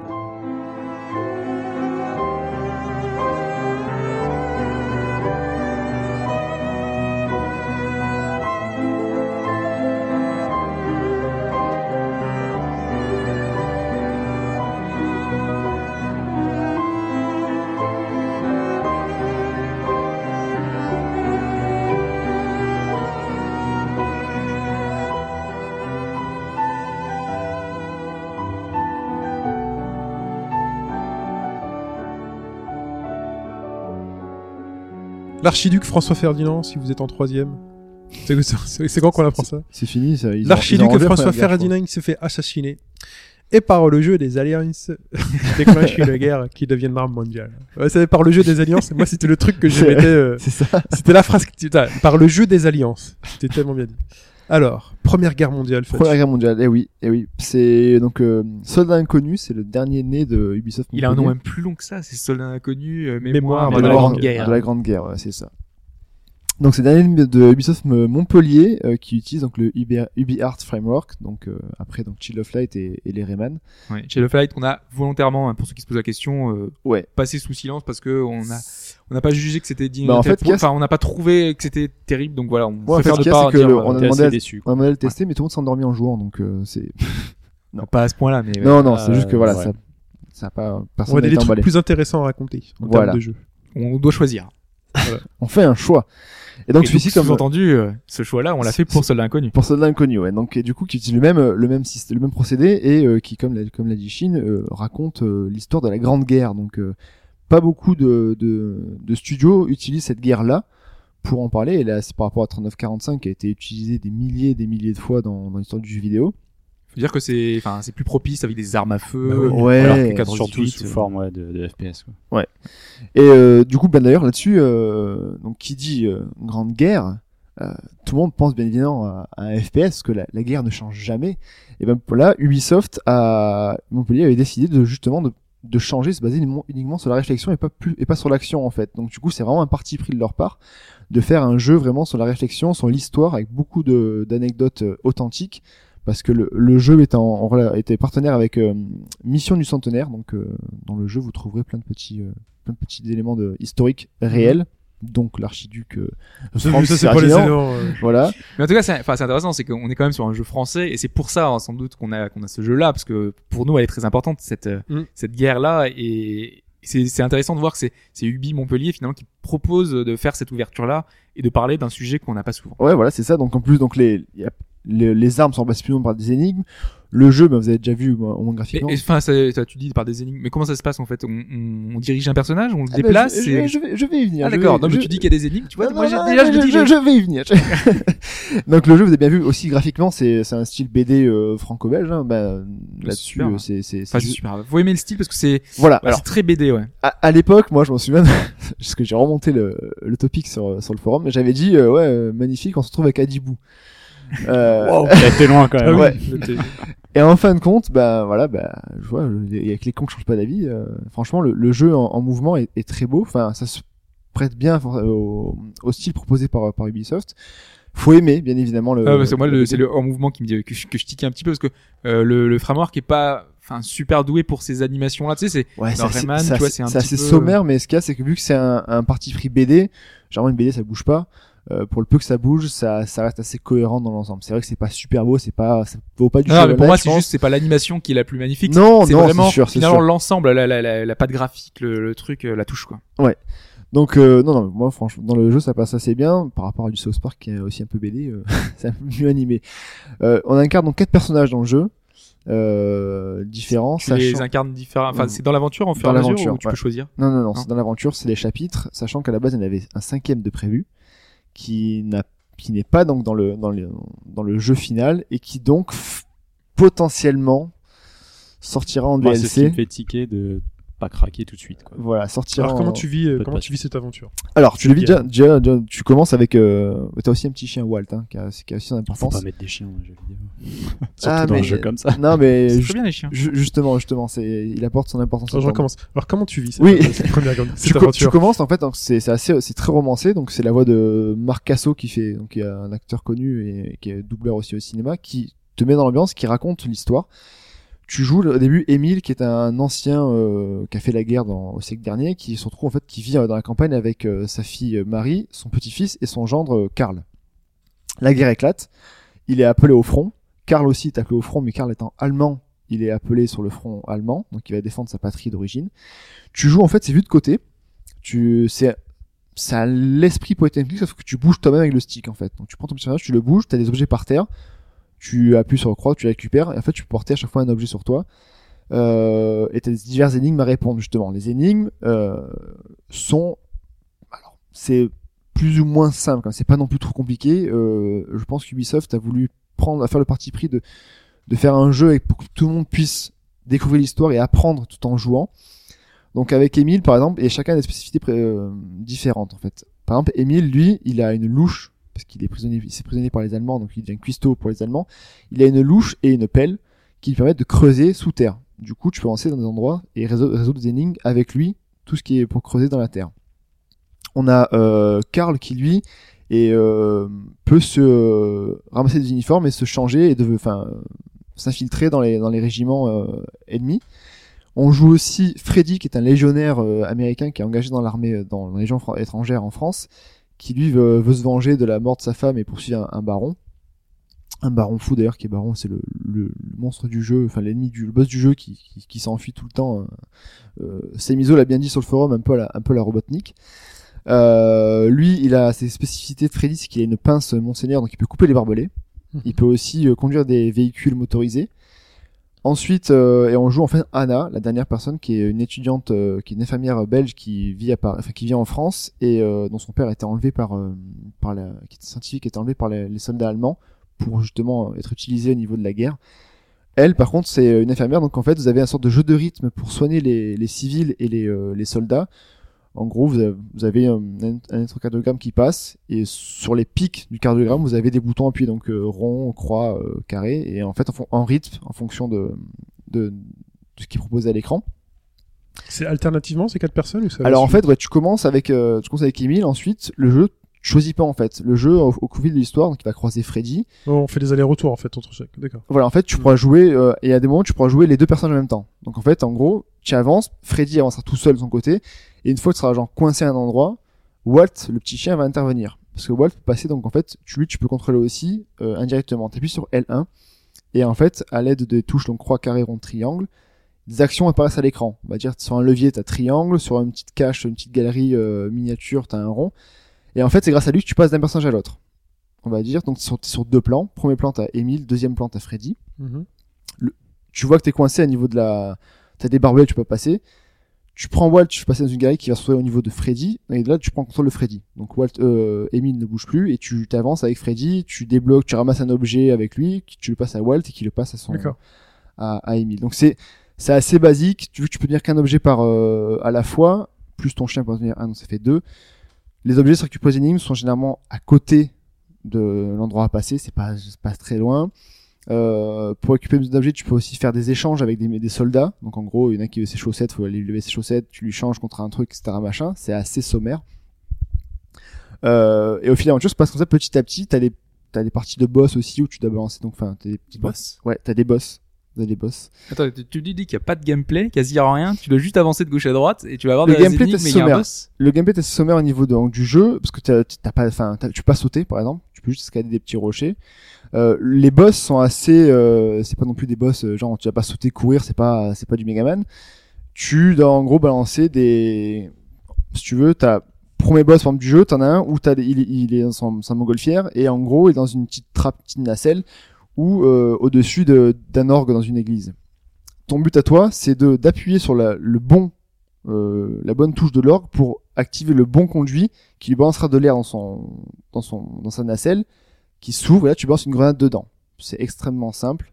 Speaker 3: L'archiduc François Ferdinand, si vous êtes en troisième. C'est- C'est c'est quand qu'on apprend ça
Speaker 4: C'est fini, ça. ils ont- ils ont
Speaker 3: L'archiduc
Speaker 4: enlevé la
Speaker 3: François
Speaker 4: première guerre, je
Speaker 3: Ferdinand se fait assassiner. Et par le jeu des alliances, déclenche une guerre qui devient une arme mondiale. Ouais, c'est par le jeu des alliances. Moi, c'était le truc que je mettais. euh,
Speaker 4: crois. C'est ça.
Speaker 3: c'était la phrase. que tu- t'as- Par le jeu des alliances. C'était tellement bien dit. Alors, première guerre mondiale. Fetch.
Speaker 4: Première guerre mondiale, eh oui, eh oui. C'est donc euh, Soldat Inconnu, c'est le dernier né de Ubisoft.
Speaker 5: il a un nom
Speaker 4: Montpellier.
Speaker 5: même plus long que ça. C'est Soldat inconnu, euh,
Speaker 3: Mémoire
Speaker 5: mémoire,
Speaker 3: de
Speaker 5: de la grande
Speaker 4: De
Speaker 5: guerre.
Speaker 4: la Grande Guerre, ouais, c'est ça. Donc c'est le dernier de Ubisoft euh, Montpellier euh, qui utilise donc le Ubi- UbiArt Framework, donc euh, après donc Chill of Light et, et les Rayman.
Speaker 5: Ouais. Chez le Flight, on a volontairement, hein, pour ceux qui se posent la question, euh,
Speaker 4: Ouais.
Speaker 5: passé sous silence parce que on a on n'a pas jugé que c'était digne.
Speaker 4: Bah, en
Speaker 5: d'être-
Speaker 4: fait, qu'est-ce-
Speaker 5: enfin on n'a pas trouvé que c'était terrible, donc voilà, on
Speaker 4: en fait,
Speaker 5: préfère
Speaker 4: qu'est-ce
Speaker 5: ne pas
Speaker 4: que
Speaker 5: dire,
Speaker 4: le-
Speaker 5: euh,
Speaker 4: on a
Speaker 6: T'es
Speaker 4: demandé à-
Speaker 6: assez déçu.
Speaker 4: On a mal le tester, mais tout le monde s'est endormi en jouant, donc euh, c'est.
Speaker 5: pas à ce point-là, mais ouais.
Speaker 4: non, non, c'est
Speaker 6: Euh,
Speaker 4: juste que voilà,
Speaker 6: ouais.
Speaker 4: ça, ça a pas
Speaker 3: On
Speaker 4: personne
Speaker 3: a
Speaker 4: n'a
Speaker 3: des
Speaker 4: été
Speaker 3: trucs
Speaker 4: emballé.
Speaker 3: plus intéressants à raconter en
Speaker 4: Voilà.
Speaker 3: termes de jeu.
Speaker 5: on doit choisir.
Speaker 4: On fait un choix. Et donc
Speaker 5: Et
Speaker 4: celui-ci,
Speaker 5: donc,
Speaker 4: comme
Speaker 5: sous-entendu, euh, ce choix-là, on l'a fait pour Soldat Inconnu.
Speaker 4: pour Soldat Inconnu, ouais. Donc et du coup, qui utilise le même euh, le même système, le même procédé et euh, qui, comme l'a comme l'a dit Shin, euh, raconte euh, l'histoire de la Grande Guerre. Donc euh, pas beaucoup de, de, de studios utilisent cette guerre-là pour en parler. Et là, c'est par rapport à 3945 qui a été utilisé des milliers et des milliers de fois dans, dans l'histoire du jeu vidéo.
Speaker 5: Faut dire que c'est, enfin, c'est plus propice avec des armes à feu.
Speaker 4: Bah oui. Ouais.
Speaker 5: alors que 98,
Speaker 6: Surtout sous
Speaker 5: euh,
Speaker 6: forme ouais, de, de FPS. Quoi.
Speaker 4: Et euh, du coup, ben d'ailleurs là-dessus, euh, donc qui dit euh, grande guerre, euh, tout le monde pense bien évidemment à, à un FPS, que la, la guerre ne change jamais. Et ben pour là, Ubisoft à Montpellier avait décidé de justement de de changer se baser uniquement- uniquement sur la réflexion et pas plus et pas sur l'action en fait. Donc du coup, c'est vraiment un parti pris de leur part de faire un jeu vraiment sur la réflexion, sur l'histoire avec beaucoup de d'anecdotes euh, authentiques parce que le, le jeu était en, en rela- était partenaire avec euh, Mission du Centenaire. Donc euh, dans le jeu, vous trouverez plein de petits euh, plein de petits éléments de historiques réels. Donc l'archiduc euh,
Speaker 3: Mhm. Ça,
Speaker 4: Franz
Speaker 3: ça, c'est pas les
Speaker 4: Ferdinand,
Speaker 3: éléments, euh.
Speaker 4: Voilà.
Speaker 5: Mais en tout cas, c'est enfin, c'est intéressant, c'est qu'on est quand même sur un jeu français, et c'est pour ça, hein, sans doute, qu'on a, qu'on a ce jeu-là, parce que pour nous, elle est très importante, cette, euh,
Speaker 3: Mm.
Speaker 5: cette guerre-là, et c'est c'est intéressant de voir que c'est c'est Ubi Montpellier, finalement, qui propose de faire cette ouverture-là, et de parler d'un sujet qu'on n'a pas souvent.
Speaker 4: Ouais, voilà, c'est ça. Donc en plus, donc les, y a- les, les armes sont remplacées plus ou moins par des énigmes. Le jeu, ben, vous avez déjà vu moi, au moins
Speaker 5: Et
Speaker 4: graphiquement. Ah,
Speaker 5: et, enfin, ça- ça, tu dis par des énigmes, mais comment ça se passe en fait on, on- on dirige un personnage, on le
Speaker 4: Ah, ben,
Speaker 5: déplace
Speaker 4: je,
Speaker 5: et-
Speaker 4: je, je vais, je vais y venir.
Speaker 5: Ah
Speaker 4: je
Speaker 5: d'accord,
Speaker 4: vais-
Speaker 5: non mais
Speaker 4: je-
Speaker 5: tu dis qu'il y a des énigmes, tu vois,
Speaker 4: Non,
Speaker 5: moi, j'ai-
Speaker 4: non,
Speaker 5: déjà
Speaker 4: non,
Speaker 5: je me dis,
Speaker 4: je, je vais y venir. Donc le jeu, vous avez bien vu aussi graphiquement, c'est c'est un style BD euh, franco-belge. Hein, ben, là-dessus,
Speaker 5: super. hein.
Speaker 4: euh, c'est c'est
Speaker 5: Enfin,
Speaker 4: c'est-
Speaker 5: c'est super. Faut aimer le style parce que c'est
Speaker 4: voilà.
Speaker 5: ouais,
Speaker 4: alors,
Speaker 5: c'est très BD, ouais.
Speaker 4: à, à l'époque, moi, je m'en souviens, parce que j'ai remonté le, le topic sur sur le forum, mais j'avais dit euh, ouais, euh, magnifique, on se retrouve avec Adibou. Euh,
Speaker 6: Il a été loin quand
Speaker 3: Ah
Speaker 6: même.
Speaker 3: oui,
Speaker 4: ouais.
Speaker 3: c'était-
Speaker 4: Et en fin de compte, bah voilà, bah je vois, il y a que les cons qui changent pas d'avis. euh, franchement, le, le jeu en, en mouvement est, est très beau. Enfin, ça se prête bien for- euh, au, au style proposé par, par Ubisoft. Faut aimer, bien évidemment le.
Speaker 5: Ah, parce que moi, le- c'est le hors mouvement qui me dit que je, que je tique un petit peu parce que euh, le, le framework est pas, enfin, super doué pour ces animations là. Tu sais, c'est
Speaker 4: Ouais, c'est
Speaker 5: dans
Speaker 4: assez-
Speaker 5: Rayman,
Speaker 4: c'est
Speaker 5: tu
Speaker 4: assez-
Speaker 5: vois, c'est un
Speaker 4: c'est
Speaker 5: petit
Speaker 4: assez
Speaker 5: peu- euh,
Speaker 4: sommaire, mais ce qu'il y a, c'est que vu que c'est un, un parti pris BD, généralement une BD ça bouge pas. Euh, pour le peu que ça bouge, ça, ça reste assez cohérent dans l'ensemble. C'est vrai que c'est pas super beau, c'est pas, ça vaut pas du
Speaker 5: Non,
Speaker 4: show
Speaker 5: mais
Speaker 4: online,
Speaker 5: pour moi,
Speaker 4: je
Speaker 5: c'est
Speaker 4: pense.
Speaker 5: juste, c'est pas l'animation qui est la plus magnifique.
Speaker 4: Non,
Speaker 5: c'est
Speaker 4: non,
Speaker 5: vraiment
Speaker 4: c'est sûr, c'est
Speaker 5: finalement
Speaker 4: sûr.
Speaker 5: l'ensemble, la, la, la, la patte graphique, le, le truc, euh, la touche quoi.
Speaker 4: Donc euh, non, non, moi franchement, dans le jeu ça passe assez bien par rapport à du South Park qui est aussi un peu BD, euh, c'est un peu mieux animé. Euh, on incarne donc quatre personnages dans le jeu euh, différents.
Speaker 5: Tu les
Speaker 4: sachant-
Speaker 5: incarnes différents. Enfin,
Speaker 4: Mm.
Speaker 5: c'est dans l'aventure en fur et
Speaker 4: Dans
Speaker 5: à mesure
Speaker 4: l'aventure,
Speaker 5: où tu
Speaker 4: ouais.
Speaker 5: peux choisir.
Speaker 4: Non, non, non,
Speaker 5: Non.
Speaker 4: c'est dans l'aventure, c'est les chapitres, sachant qu'à la base il y en avait un cinquième de prévu qui n'a qui n'est pas donc dans le dans le dans le jeu final et qui donc f- potentiellement sortira en
Speaker 6: Moi, c'est ce qui
Speaker 4: DLC.
Speaker 6: me fait tiquer de pas craquer tout de suite. Quoi.
Speaker 4: Voilà, sortira.
Speaker 3: Alors
Speaker 4: en-
Speaker 3: comment tu vis, euh,
Speaker 6: Peut-être
Speaker 3: comment
Speaker 6: pas.
Speaker 3: tu vis cette aventure
Speaker 4: Alors tu le vis
Speaker 3: Bien.
Speaker 4: déjà, déjà- déjà- tu commences avec euh, t'as aussi un petit chien Walt hein, qui a qui a aussi son
Speaker 6: Faut
Speaker 4: importance.
Speaker 6: pas mettre des chiens dans les jeux vidéo. Surtout
Speaker 4: Ah,
Speaker 6: dans
Speaker 4: mais-
Speaker 6: un jeu comme ça.
Speaker 4: Non, mais
Speaker 5: C'est
Speaker 4: ju-
Speaker 5: très bien les chiens.
Speaker 4: ju- justement, justement, c'est il apporte son importance.
Speaker 3: Alors, Je
Speaker 4: au temps.
Speaker 3: recommence. Alors comment tu vis cette,
Speaker 4: Oui.
Speaker 3: cette première grande-
Speaker 4: Tu,
Speaker 3: cette
Speaker 4: co- tu
Speaker 3: aventure
Speaker 4: commences en fait, donc c'est c'est assez, c'est très romancé. Donc c'est la voix de Marc Casso qui fait, donc qui est un acteur connu et qui est doubleur aussi au cinéma, qui te met dans l'ambiance, qui raconte l'histoire. Tu joues au début Émile, qui est un ancien euh, qui a fait la guerre dans, au siècle dernier, qui se retrouve en fait, qui vit euh, dans la campagne avec euh, sa fille euh, Marie, son petit-fils et son gendre euh, Karl. La guerre éclate. Il est appelé au front. Karl aussi est appelé au front, mais Karl étant allemand, il est appelé sur le front allemand, donc il va défendre sa patrie d'origine. Tu joues en fait, c'est vu de côté. Tu, c'est, ça a l'esprit point and click, sauf que tu bouges toi-même avec le stick en fait. Donc tu prends ton petit personnage, tu le bouges, t'as des objets par terre, tu appuies sur le croix, tu les récupères, et en fait tu peux porter à chaque fois un objet sur toi. Euh, et t'as des diverses énigmes à répondre justement. Les énigmes euh, sont, alors c'est plus ou moins simple, hein, c'est pas non plus trop compliqué. Euh, je pense qu'Ubisoft a voulu prendre, à faire le parti pris de de faire un jeu et pour que tout le monde puisse découvrir l'histoire et apprendre tout en jouant. Donc avec Émile par exemple, et chacun a des spécificités pré- euh, différentes en fait. Par exemple, Émile lui, il a une louche parce qu'il est prisonnier, il s'est prisonnier par les Allemands, donc il devient cuistot pour les Allemands. Il a une louche et une pelle qui lui permettent de creuser sous terre. Du coup, tu peux lancer dans des endroits et réseau- résoudre des énigmes avec lui, tout ce qui est pour creuser dans la terre. On a euh, Karl qui lui et euh, peut se euh, ramasser des uniformes et se changer et de, enfin, euh, s'infiltrer dans les, dans les régiments euh, ennemis. On joue aussi Freddy, qui est un légionnaire euh, américain qui est engagé dans l'armée, euh, dans, dans les gens fran- étrangères en France, qui lui veut, veut se venger de la mort de sa femme et poursuit un, un baron. Un baron fou d'ailleurs, qui est baron, c'est le, le- le monstre du jeu, enfin l'ennemi du le boss du jeu qui, qui, qui s'enfuit tout le temps. euh, Euh, Semizo l'a bien dit sur le forum, un peu à la, un peu à la Robotnik. Euh, lui, il a ses spécificités de Freddy, c'est qu'il a une pince euh, monseigneur, donc il peut couper les barbelés. Il peut aussi euh, conduire des véhicules motorisés. Ensuite, euh, et on joue en fait Anna, la dernière personne qui est une étudiante, euh, qui est une infirmière belge qui vit à Paris, enfin, qui vit en France et euh, dont son père a été enlevé par, euh, par la, qui était scientifique, a été enlevé par les, les soldats allemands pour justement euh, être utilisé au niveau de la guerre. Elle, par contre, c'est une infirmière, donc en fait, vous avez un sorte de jeu de rythme pour soigner les, les civils et les, euh, les soldats. En gros, vous avez, vous avez euh, un, un électrocardiogramme qui passe, et sur les pics du cardiogramme, vous avez des boutons appuyés, donc euh, rond, croix, euh, carré, et en fait, en, fon- en rythme, en fonction de, de, de ce qui est proposé à l'écran.
Speaker 3: C'est alternativement ces quatre personnes ou ça va
Speaker 4: Alors en
Speaker 3: suivre
Speaker 4: fait, ouais, tu commences avec, euh, tu commences avec Emile. Ensuite, le jeu tu choisis pas en fait. Le jeu au, au fil de l'histoire, donc il va croiser Freddy.
Speaker 3: Oh, on fait des allers-retours en fait entre chaque. D'accord.
Speaker 4: Voilà, en fait, tu pourras jouer, euh, et à des moments, tu pourras jouer les deux personnages en même temps. Donc, en fait, en gros, tu avances, Freddy avancera tout seul de son côté, et une fois que tu seras genre coincé à un endroit, Walt, le petit chien, va intervenir. Parce que Walt peut passer, donc en fait, tu, lui, tu peux contrôler aussi euh, indirectement. T'appuies sur L1, et en fait, à l'aide des touches, donc croix, carré, rond, triangle, des actions apparaissent à l'écran. On va dire, sur un levier, t'as triangle, sur une petite cache, une petite galerie euh, miniature, t'as un rond. Et en fait, c'est grâce à lui que tu passes d'un personnage à l'autre. On va dire, donc sur, sur deux plans. Premier plan, t'as Emile, deuxième plan, t'as Freddy
Speaker 3: Mhm.
Speaker 4: tu vois que t'es coincé à niveau de la t'as des barbelés tu peux pas passer tu prends Walt tu fais passer dans une galerie qui va se trouver au niveau de Freddy et de là tu prends le contrôle de Freddy donc Walt euh, Emile ne bouge plus et tu t'avances avec Freddy tu débloques tu ramasses un objet avec lui qui- tu le passes à Walt et qui le passe à son
Speaker 3: D'accord.
Speaker 4: à, à Emile donc c'est c'est assez basique tu tu peux tenir qu'un objet par euh, à la fois plus ton chien peut en tenir un donc ça fait deux les objets sur les énigmes sont généralement à côté de l'endroit à passer c'est pas c'est pas très loin euh, pour récupérer des objets, tu peux aussi faire des échanges avec des, des soldats. Donc en gros, il y en a qui veut ses chaussettes, faut aller lui lever ses chaussettes, tu lui changes contre un truc, etc. Machin. C'est assez sommaire. Euh, et au final, l'aventure se passe comme ça petit à petit. T'as des t'as des parties de boss aussi où tu dois balancer. Donc enfin, t'as des petits boss. Ouais, t'as des boss. T'as des boss.
Speaker 5: Attends, tu, tu dis dis qu'il n'y a pas de gameplay, quasiment rien, tu dois juste avancer de gauche à droite et tu vas avoir
Speaker 4: Le
Speaker 5: des
Speaker 4: gameplay
Speaker 5: énigmes,
Speaker 4: t'es
Speaker 5: mais il y a un
Speaker 4: sommaire.
Speaker 5: boss.
Speaker 4: Le gameplay est sommaire au niveau de- donc, du jeu parce que t'as t'as pas, enfin, t'as- tu peux pas sauter par exemple. Tu peux juste escalader des petits rochers. Euh, les boss sont assez, euh, c'est pas non plus des boss euh, genre tu vas pas sauter, courir, c'est pas, c'est pas du Megaman. Tu dois en gros balancer des, si tu veux, t'as premier boss forme du jeu, t'en as un où t'as, des- il, est- il est dans son, sa montgolfière et en gros il est dans une petite trappe, petite nacelle ou euh, au-dessus de- d'un orgue dans une église. Ton but à toi, c'est de d'appuyer sur la- le bon euh, la bonne touche de l'orgue pour activer le bon conduit qui lui balancera de l'air dans son dans son dans sa nacelle qui s'ouvre et là tu balances une grenade dedans. C'est extrêmement simple.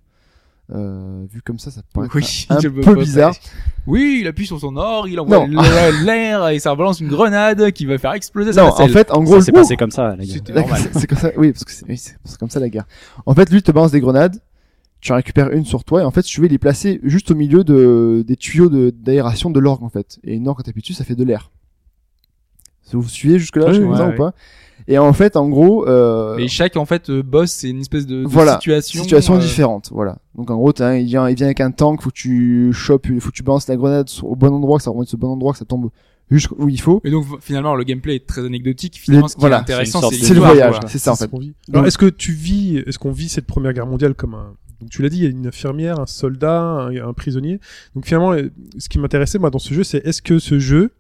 Speaker 4: Euh, vu comme ça, ça paraît un
Speaker 5: je me
Speaker 4: peu
Speaker 5: pose-
Speaker 4: bizarre.
Speaker 5: Oui, il appuie sur son or, il envoie
Speaker 4: Non.
Speaker 5: le- l'air et ça balance une grenade qui va faire exploser sa
Speaker 4: Non, en
Speaker 5: nacelle.
Speaker 4: fait, en
Speaker 6: Ça
Speaker 4: gros,
Speaker 6: s'est
Speaker 4: ouh,
Speaker 6: passé comme ça, les gars.
Speaker 5: C'était
Speaker 4: la-
Speaker 5: normal.
Speaker 4: c'est- c'est comme ça. Oui, parce que c'est oui, c'est- c'est comme ça la guerre. En fait, lui te balance des grenades, tu en récupères une sur toi et en fait, si tu veux les placer juste au milieu de des tuyaux de- d'aération de, l'orgue en fait. Et une orgue quand t'appuies dessus, ça fait de l'air. Vous suivez jusque là,
Speaker 3: Oui,
Speaker 5: oui,
Speaker 4: ou
Speaker 5: oui.
Speaker 4: pas Et en fait, en gros, euh,
Speaker 5: Mais chaque en fait euh, boss, c'est une espèce de, de
Speaker 4: Voilà,
Speaker 5: situation.
Speaker 4: situation
Speaker 5: euh,
Speaker 4: différente voilà donc en gros t'as un- il vient il vient avec un tank faut que tu chopes faut que tu balances la grenade sur- au bon endroit que ça remonte au bon endroit que ça tombe jusqu'où il faut
Speaker 5: Et donc v- finalement, le gameplay est très anecdotique. Finalement,
Speaker 4: Le-
Speaker 5: ce qui
Speaker 4: voilà,
Speaker 5: est intéressant,
Speaker 6: c'est une sorte
Speaker 5: c'est
Speaker 6: de-
Speaker 4: c'est le
Speaker 5: l'histoire,
Speaker 4: voyage
Speaker 5: quoi.
Speaker 4: c'est ça en
Speaker 3: ce
Speaker 4: fait
Speaker 3: qu'on vit.
Speaker 4: Donc-
Speaker 3: Alors, est-ce que tu vis, est-ce qu'on vit cette première guerre mondiale comme un, donc tu l'as dit, il y a une infirmière, un soldat, un, un prisonnier. Donc finalement, euh, ce qui m'intéressait moi dans ce jeu, c'est est-ce que ce jeu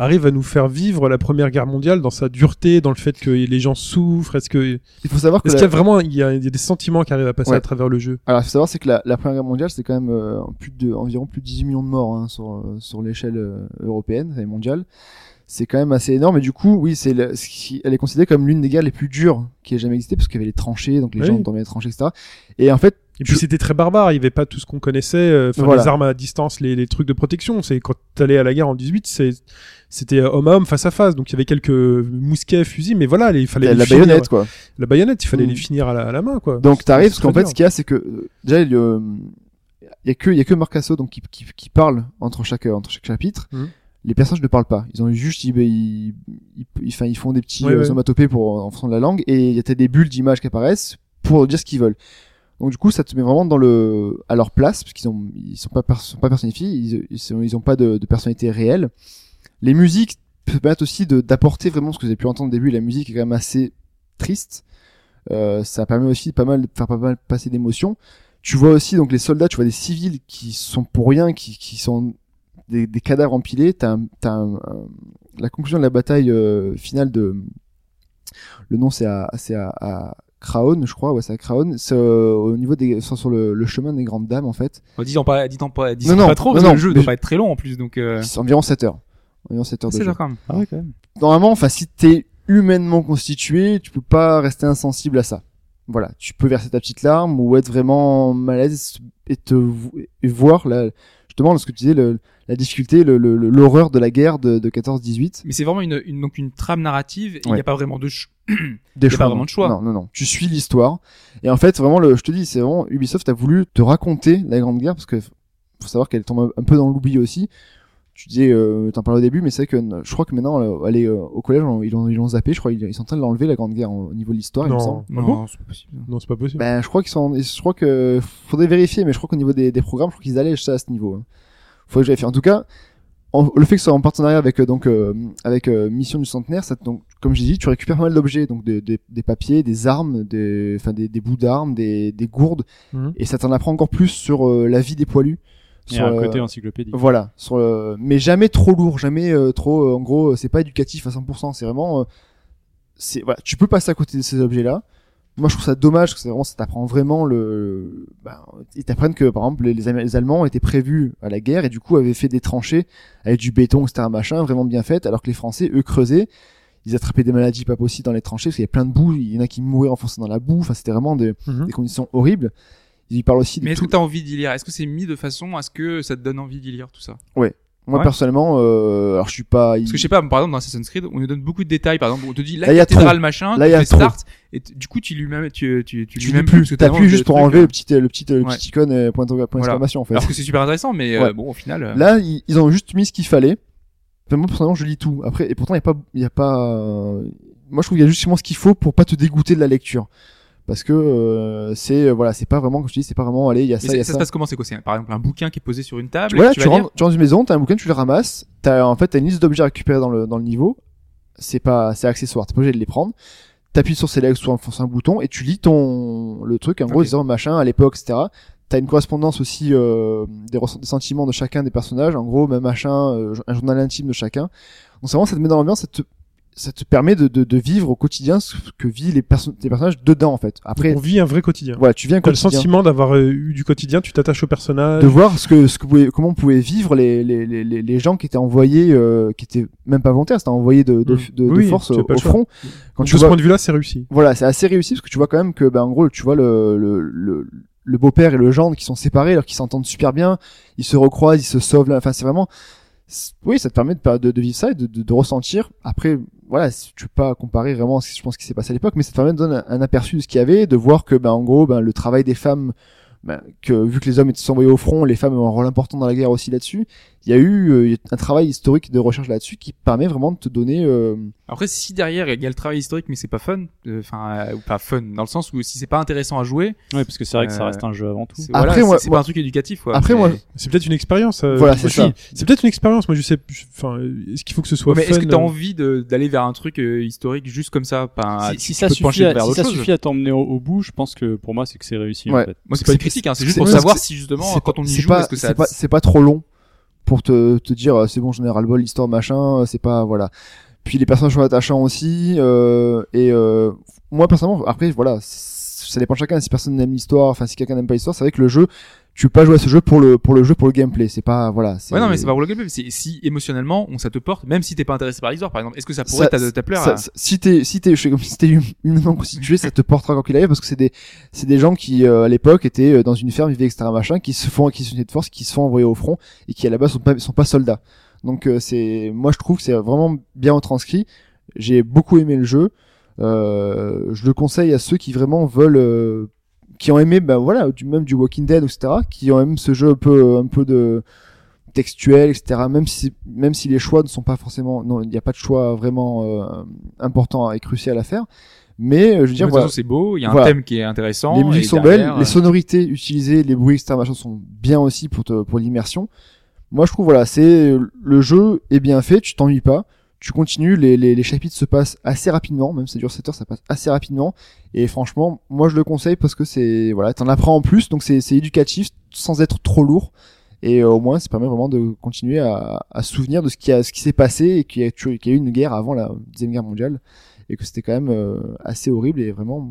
Speaker 3: arrive à nous faire vivre la première guerre mondiale dans sa dureté, dans le fait que les gens souffrent, est-ce que, est-ce
Speaker 4: il faut savoir que
Speaker 3: qu'il y
Speaker 4: la-
Speaker 3: a vraiment, il y a, il y a des sentiments qui arrivent à passer
Speaker 4: Ouais.
Speaker 3: à travers le jeu.
Speaker 4: alors il faut savoir c'est que la, la première guerre mondiale c'est quand même euh, plus de environ plus de 18 millions de morts hein, sur euh, sur l'échelle euh, européenne et mondiale c'est quand même assez énorme et du coup oui c'est le- ce qui- elle est considérée comme l'une des guerres les plus dures qui ait jamais existé parce qu'il y avait les tranchées donc les
Speaker 3: Oui.
Speaker 4: gens dormaient dans les tranchées etc et en fait
Speaker 3: Et puis
Speaker 4: Je-
Speaker 3: c'était très barbare, il y avait pas tout ce qu'on connaissait, euh, enfin,
Speaker 4: Voilà.
Speaker 3: les armes à distance, les, les trucs de protection. C'est quand t'allais à la guerre en 18, c'est, c'était euh, homme à homme, face à face. Donc il y avait quelques mousquets, fusils, mais voilà, les- il fallait
Speaker 4: la,
Speaker 3: les
Speaker 4: la
Speaker 3: finir.
Speaker 4: baïonnette quoi
Speaker 3: la baïonnette, il fallait
Speaker 4: Mm.
Speaker 3: les finir à la, à la main, quoi.
Speaker 4: Donc t'arrives parce
Speaker 3: C'est
Speaker 4: qu'en
Speaker 3: très
Speaker 4: fait ce qu'il y a c'est que euh, déjà il y a- il y a que il y a que Marcasso donc qui, qui qui parle entre chaque euh, entre chaque chapitre.
Speaker 3: Mhm.
Speaker 4: Les personnages ne parlent pas. Ils ont juste ils ils ils, ils- enfin, ils font des petits
Speaker 3: Ouais,
Speaker 4: euh,
Speaker 3: ouais.
Speaker 4: onomatopées pour en fonction de la langue et il y a t'as des bulles d'images qui apparaissent pour dire ce qu'ils veulent. Donc du coup ça te met vraiment dans le à leur place parce qu'ils ont ils sont pas pers- sont pas personnifiés, ils ils, sont- ils ont pas de, de personnalité réelle. Les musiques te permettent aussi de- d'apporter vraiment ce que vous avez pu entendre au début, la musique est quand même assez triste. Euh, ça permet aussi pas mal de faire pas mal passer d'émotions. Tu vois aussi donc les soldats, tu vois des civils qui sont pour rien, qui, qui sont des, des cadavres empilés. T'as un- t'as un- un- la conclusion de la bataille euh, finale de le nom c'est à c'est à, à Craon, je crois, ouais c'est à Craon. C'est euh, au niveau des sur sur le, le chemin des grandes dames en fait.
Speaker 5: Bon, Dis-en pas, dis-en pas, dis
Speaker 4: Non, non,
Speaker 5: pas trop. parce
Speaker 4: non, non,
Speaker 5: que le jeu
Speaker 4: mais
Speaker 5: doit
Speaker 4: je-
Speaker 5: pas être très long en plus, donc. euh,
Speaker 4: C'est environ 7 heures. Environ 7 heures de
Speaker 5: C'est
Speaker 4: jeu.
Speaker 5: genre quand même.
Speaker 6: Ah ouais, quand même.
Speaker 4: normalement, enfin, si t'es humainement constitué, tu peux pas rester insensible à ça. Voilà, tu peux verser ta petite larme ou être vraiment mal à l'aise et te vo- et voir la, justement ce que tu disais, le- la difficulté, le- le- le- l'horreur de la guerre de, de 14-18.
Speaker 5: Mais c'est vraiment une, une donc une trame narrative. et Il n'y
Speaker 4: Ouais.
Speaker 5: a pas vraiment de ch-
Speaker 4: Des
Speaker 5: Y a pas vraiment de choix.
Speaker 4: Non, non, non. Tu suis l'histoire. Et en fait, vraiment, le, je te dis, c'est vraiment Ubisoft a voulu te raconter la Grande Guerre parce que faut savoir qu'elle tombe un peu dans l'oubli aussi. tu disais, euh, t'en parlais au début, mais c'est vrai que euh, je crois que maintenant, euh, allez, euh, au collège, on- ils l'ont ils l'ont zappé, je crois, ils, ils sont en train de l'enlever la Grande Guerre en- au niveau de l'histoire, il me semble.
Speaker 3: Non, Ah bon
Speaker 5: c'est pas possible.
Speaker 3: non, c'est pas possible.
Speaker 4: Ben, je crois qu'ils sont, je crois que faudrait vérifier, mais je crois qu'au niveau des, des programmes, je crois qu'ils allègent ça à ce niveau. hein. Faudrait que je vérifie. En tout cas, en- le fait que ce soit en partenariat avec euh, donc euh, avec euh, Mission du Centenaire, ça, te- donc comme j'ai dit, tu récupères pas mal d'objets, donc des, des, des papiers, des armes, des, enfin des, des bouts d'armes, des, des gourdes,
Speaker 3: Mhm.
Speaker 4: et ça t'en apprend encore plus sur euh, la vie des poilus.
Speaker 6: Il y
Speaker 4: sur,
Speaker 6: a un
Speaker 4: euh,
Speaker 6: côté encyclopédique.
Speaker 4: voilà, sur le- mais jamais trop lourd, jamais euh, trop. euh, en gros, euh, c'est pas éducatif à 100%. C'est vraiment, euh, c'est voilà, tu peux passer à côté de ces objets-là. Moi, je trouve ça dommage parce que c'est vraiment, ça t'apprend vraiment le. Ben, ils t'apprennent que par exemple les, les Am- les Allemands étaient prévus à la guerre et du coup avaient fait des tranchées avec du béton, etc. Machin, vraiment bien faites, alors que les Français, eux, creusaient. Ils attrapaient des maladies pas possibles dans les tranchées parce qu'il y avait plein de boue. Il y en a qui mouraient enfoncés dans la boue. Enfin, c'était vraiment des,
Speaker 3: Mhm.
Speaker 4: des conditions horribles. Ils parlent aussi de
Speaker 5: Mais est-ce
Speaker 4: tout-
Speaker 5: que t'as envie d'y lire Est-ce que c'est mis de façon à ce que ça te donne envie d'y lire tout ça
Speaker 4: Moi
Speaker 5: Ouais.
Speaker 4: personnellement, euh, alors je suis pas.
Speaker 5: Parce que je sais pas, par exemple, dans Assassin's Creed, on nous donne beaucoup de détails. Par exemple, on te dit la
Speaker 4: Là, il y a
Speaker 5: cathédrale machin,
Speaker 4: Là, il
Speaker 5: tu
Speaker 4: y a
Speaker 5: fais
Speaker 4: trop.
Speaker 5: start, et tu- du coup, tu lui même, tu, tu, tu,
Speaker 4: tu
Speaker 5: lis
Speaker 4: lis
Speaker 5: même
Speaker 4: plus,
Speaker 5: parce que t'as
Speaker 4: t'appuies
Speaker 5: vraiment
Speaker 4: juste
Speaker 5: le
Speaker 4: pour
Speaker 5: truc,
Speaker 4: enlever
Speaker 5: euh,
Speaker 4: le petit, euh, le petit, euh, le
Speaker 5: Ouais.
Speaker 4: petit icône euh, point, d'inter- point
Speaker 5: Voilà.
Speaker 4: d'exclamation en fait.
Speaker 5: Alors que c'est super intéressant, mais euh,
Speaker 4: Ouais.
Speaker 5: bon, au final. euh,
Speaker 4: Là, ils, ils ont juste mis ce qu'il fallait. Enfin, moi personnellement, je lis tout. Après, et pourtant, il y a pas, il y a pas. euh, Moi, je trouve qu'il y a justement ce qu'il faut pour pas te dégoûter de la lecture, parce que euh, c'est euh, voilà, c'est pas vraiment comme je te dis, c'est pas vraiment allez, il y a
Speaker 5: mais
Speaker 4: ça, il y a
Speaker 5: ça
Speaker 4: ça.
Speaker 5: se passe comment C'est quoi C'est par exemple un bouquin qui est posé sur une table.
Speaker 4: Voilà,
Speaker 5: et
Speaker 4: tu,
Speaker 5: Ah, vas lire
Speaker 4: rentres, tu rentres dans une maison, t'as un bouquin, tu le ramasses, t'as en fait t'as une liste d'objets à récupérer dans le dans le niveau. C'est pas, c'est accessoire, t'es pas obligé de les prendre. T'appuies sur select ou en fonçant un bouton et tu lis ton le truc en gros
Speaker 5: Ok.
Speaker 4: disant machin à l'époque etc. T'as une correspondance aussi euh, des, ressent- des sentiments de chacun des personnages, en gros même machin, euh, un journal intime de chacun. Donc c'est vraiment ça te met dans l'ambiance, ça te ça te permet de, de, de vivre au quotidien ce que vivent les, perso- les personnages dedans en fait. Après
Speaker 3: On vit un vrai quotidien.
Speaker 4: voilà, tu viens
Speaker 3: T'as le
Speaker 4: quotidien
Speaker 3: sentiment d'avoir euh, eu du quotidien, tu t'attaches au personnage.
Speaker 4: de voir ce que, ce que pouvait- comment pouvaient vivre les, les, les, les- les gens qui étaient envoyés, euh, qui étaient même pas volontaires, c'était envoyés de, de,
Speaker 3: Mm.
Speaker 4: de, de
Speaker 3: Oui,
Speaker 4: force
Speaker 3: tu as
Speaker 4: au,
Speaker 3: pas
Speaker 4: au
Speaker 3: le choix.
Speaker 4: front. Quand
Speaker 3: Donc,
Speaker 4: tu
Speaker 3: de ce
Speaker 4: vois,
Speaker 3: point de vue-là, c'est réussi.
Speaker 4: voilà, c'est assez réussi parce que tu vois quand même que, ben, en gros, tu vois le, le, le, le beau-père et le gendre qui sont séparés alors qu'ils s'entendent super bien, ils se recroisent, ils se sauvent. là. Enfin, c'est vraiment, c'est- oui, ça te permet de, de, de vivre ça et de, de, de ressentir. Après, voilà, si tu peux pas comparer vraiment, à ce que je pense, ce qui s'est passé à l'époque, mais ça te permet de donner un, un aperçu de ce qu'il y avait, de voir que, ben, en gros, ben, le travail des femmes, ben, que vu que les hommes étaient sont envoyés au front, les femmes ont un rôle important dans la guerre aussi là-dessus. Il y a eu euh, un travail historique de recherche là-dessus qui permet vraiment de te donner. euh,
Speaker 5: Après, si derrière il y a le travail historique, mais c'est pas fun, euh, enfin euh, ou pas fun dans le sens où si c'est pas intéressant à jouer,
Speaker 6: Ouais, parce que c'est vrai que ça
Speaker 5: Euh,
Speaker 6: reste un jeu avant tout.
Speaker 5: c'est-
Speaker 4: Après,
Speaker 5: voilà,
Speaker 4: moi-
Speaker 5: c'est- c'est pas un truc éducatif. Quoi,
Speaker 4: Après,
Speaker 5: Mais-
Speaker 4: moi,
Speaker 3: C'est peut-être une expérience. euh,
Speaker 4: Voilà,
Speaker 3: moi,
Speaker 4: c'est
Speaker 3: je suis- C'est peut-être une expérience. Moi, je sais. je- Enfin, euh, est-ce qu'il faut que ce soit
Speaker 5: mais est-ce
Speaker 3: fun,
Speaker 5: que t'as
Speaker 3: euh,
Speaker 5: envie de- d'aller vers un truc euh, historique juste comme ça pas,
Speaker 6: si,
Speaker 5: tu-
Speaker 6: si
Speaker 5: tu
Speaker 6: ça
Speaker 5: peux te
Speaker 6: suffit
Speaker 5: pencher
Speaker 6: à,
Speaker 5: vers
Speaker 6: si
Speaker 5: autre
Speaker 6: ça
Speaker 5: chose.
Speaker 6: suffit à t'emmener au, au bout, je pense que pour moi c'est que c'est réussi
Speaker 4: Ouais.
Speaker 6: en fait.
Speaker 5: Moi, c'est
Speaker 4: C'est-
Speaker 5: pas une critique, hein, c'est juste
Speaker 4: c'est-
Speaker 5: pour
Speaker 4: c'est-
Speaker 5: savoir si justement quand on y
Speaker 4: c'est
Speaker 5: joue,
Speaker 4: pas-
Speaker 5: est-ce que ça.
Speaker 4: c'est pas, c'est pas trop long pour te, te dire euh, c'est bon j'en ai ras le bol l'histoire machin euh, c'est pas voilà puis les personnages sont attachants aussi euh, et euh, moi personnellement après voilà c- ça dépend de chacun si personne n'aime l'histoire enfin si quelqu'un n'aime pas l'histoire c'est vrai que le jeu tu peux pas jouer à ce jeu pour le pour le jeu pour le gameplay c'est pas voilà c'est
Speaker 5: Ouais, non, mais c'est pas pour le gameplay. mais c'est si émotionnellement, on, ça te porte, même si t'es pas intéressé par l'histoire, par exemple, est-ce que ça pourrait
Speaker 4: Ça-
Speaker 5: t'a- te plaire
Speaker 4: ça-
Speaker 5: à-
Speaker 4: ça- si t'es si t'es je sais comme si t'es hum- humainement constitué ça te portera quand qu'il arrive parce que c'est des c'est des gens qui euh, à l'époque étaient euh, dans une ferme vivaient etc machin qui se font qui se unissaient de force qui se font envoyer au front et qui à la base sont pas sont pas soldats donc euh, c'est moi je trouve que c'est vraiment bien retranscrit j'ai beaucoup aimé le jeu euh, je le conseille à ceux qui vraiment veulent euh, qui ont aimé ben voilà du même du Walking Dead etc qui ont aimé ce jeu un peu euh, un peu de textuel etc même si même si les choix ne sont pas forcément non il n'y a pas de choix vraiment euh, important et crucial à faire mais euh, je veux
Speaker 5: De
Speaker 4: dire
Speaker 5: toute
Speaker 4: voilà,
Speaker 5: façon, c'est beau, il y a un
Speaker 4: Voilà.
Speaker 5: thème qui est intéressant.
Speaker 4: les musiques
Speaker 5: et
Speaker 4: sont
Speaker 5: derrière, euh,
Speaker 4: belles les sonorités utilisées les bruits etc machin sont bien aussi pour te- pour l'immersion moi je trouve voilà c'est le jeu est bien fait tu t'ennuies pas tu continues les, les, les chapitres se passent assez rapidement même si ça dure 7 heures ça passe assez rapidement et franchement moi je le conseille parce que c'est voilà t'en apprends en plus donc c'est c'est éducatif sans être trop lourd et euh, au moins ça permet vraiment de continuer à, à se souvenir de ce qui a ce qui s'est passé et qu'il y, a tu- qu'il y a eu une guerre avant la deuxième guerre mondiale et que c'était quand même euh, assez horrible et vraiment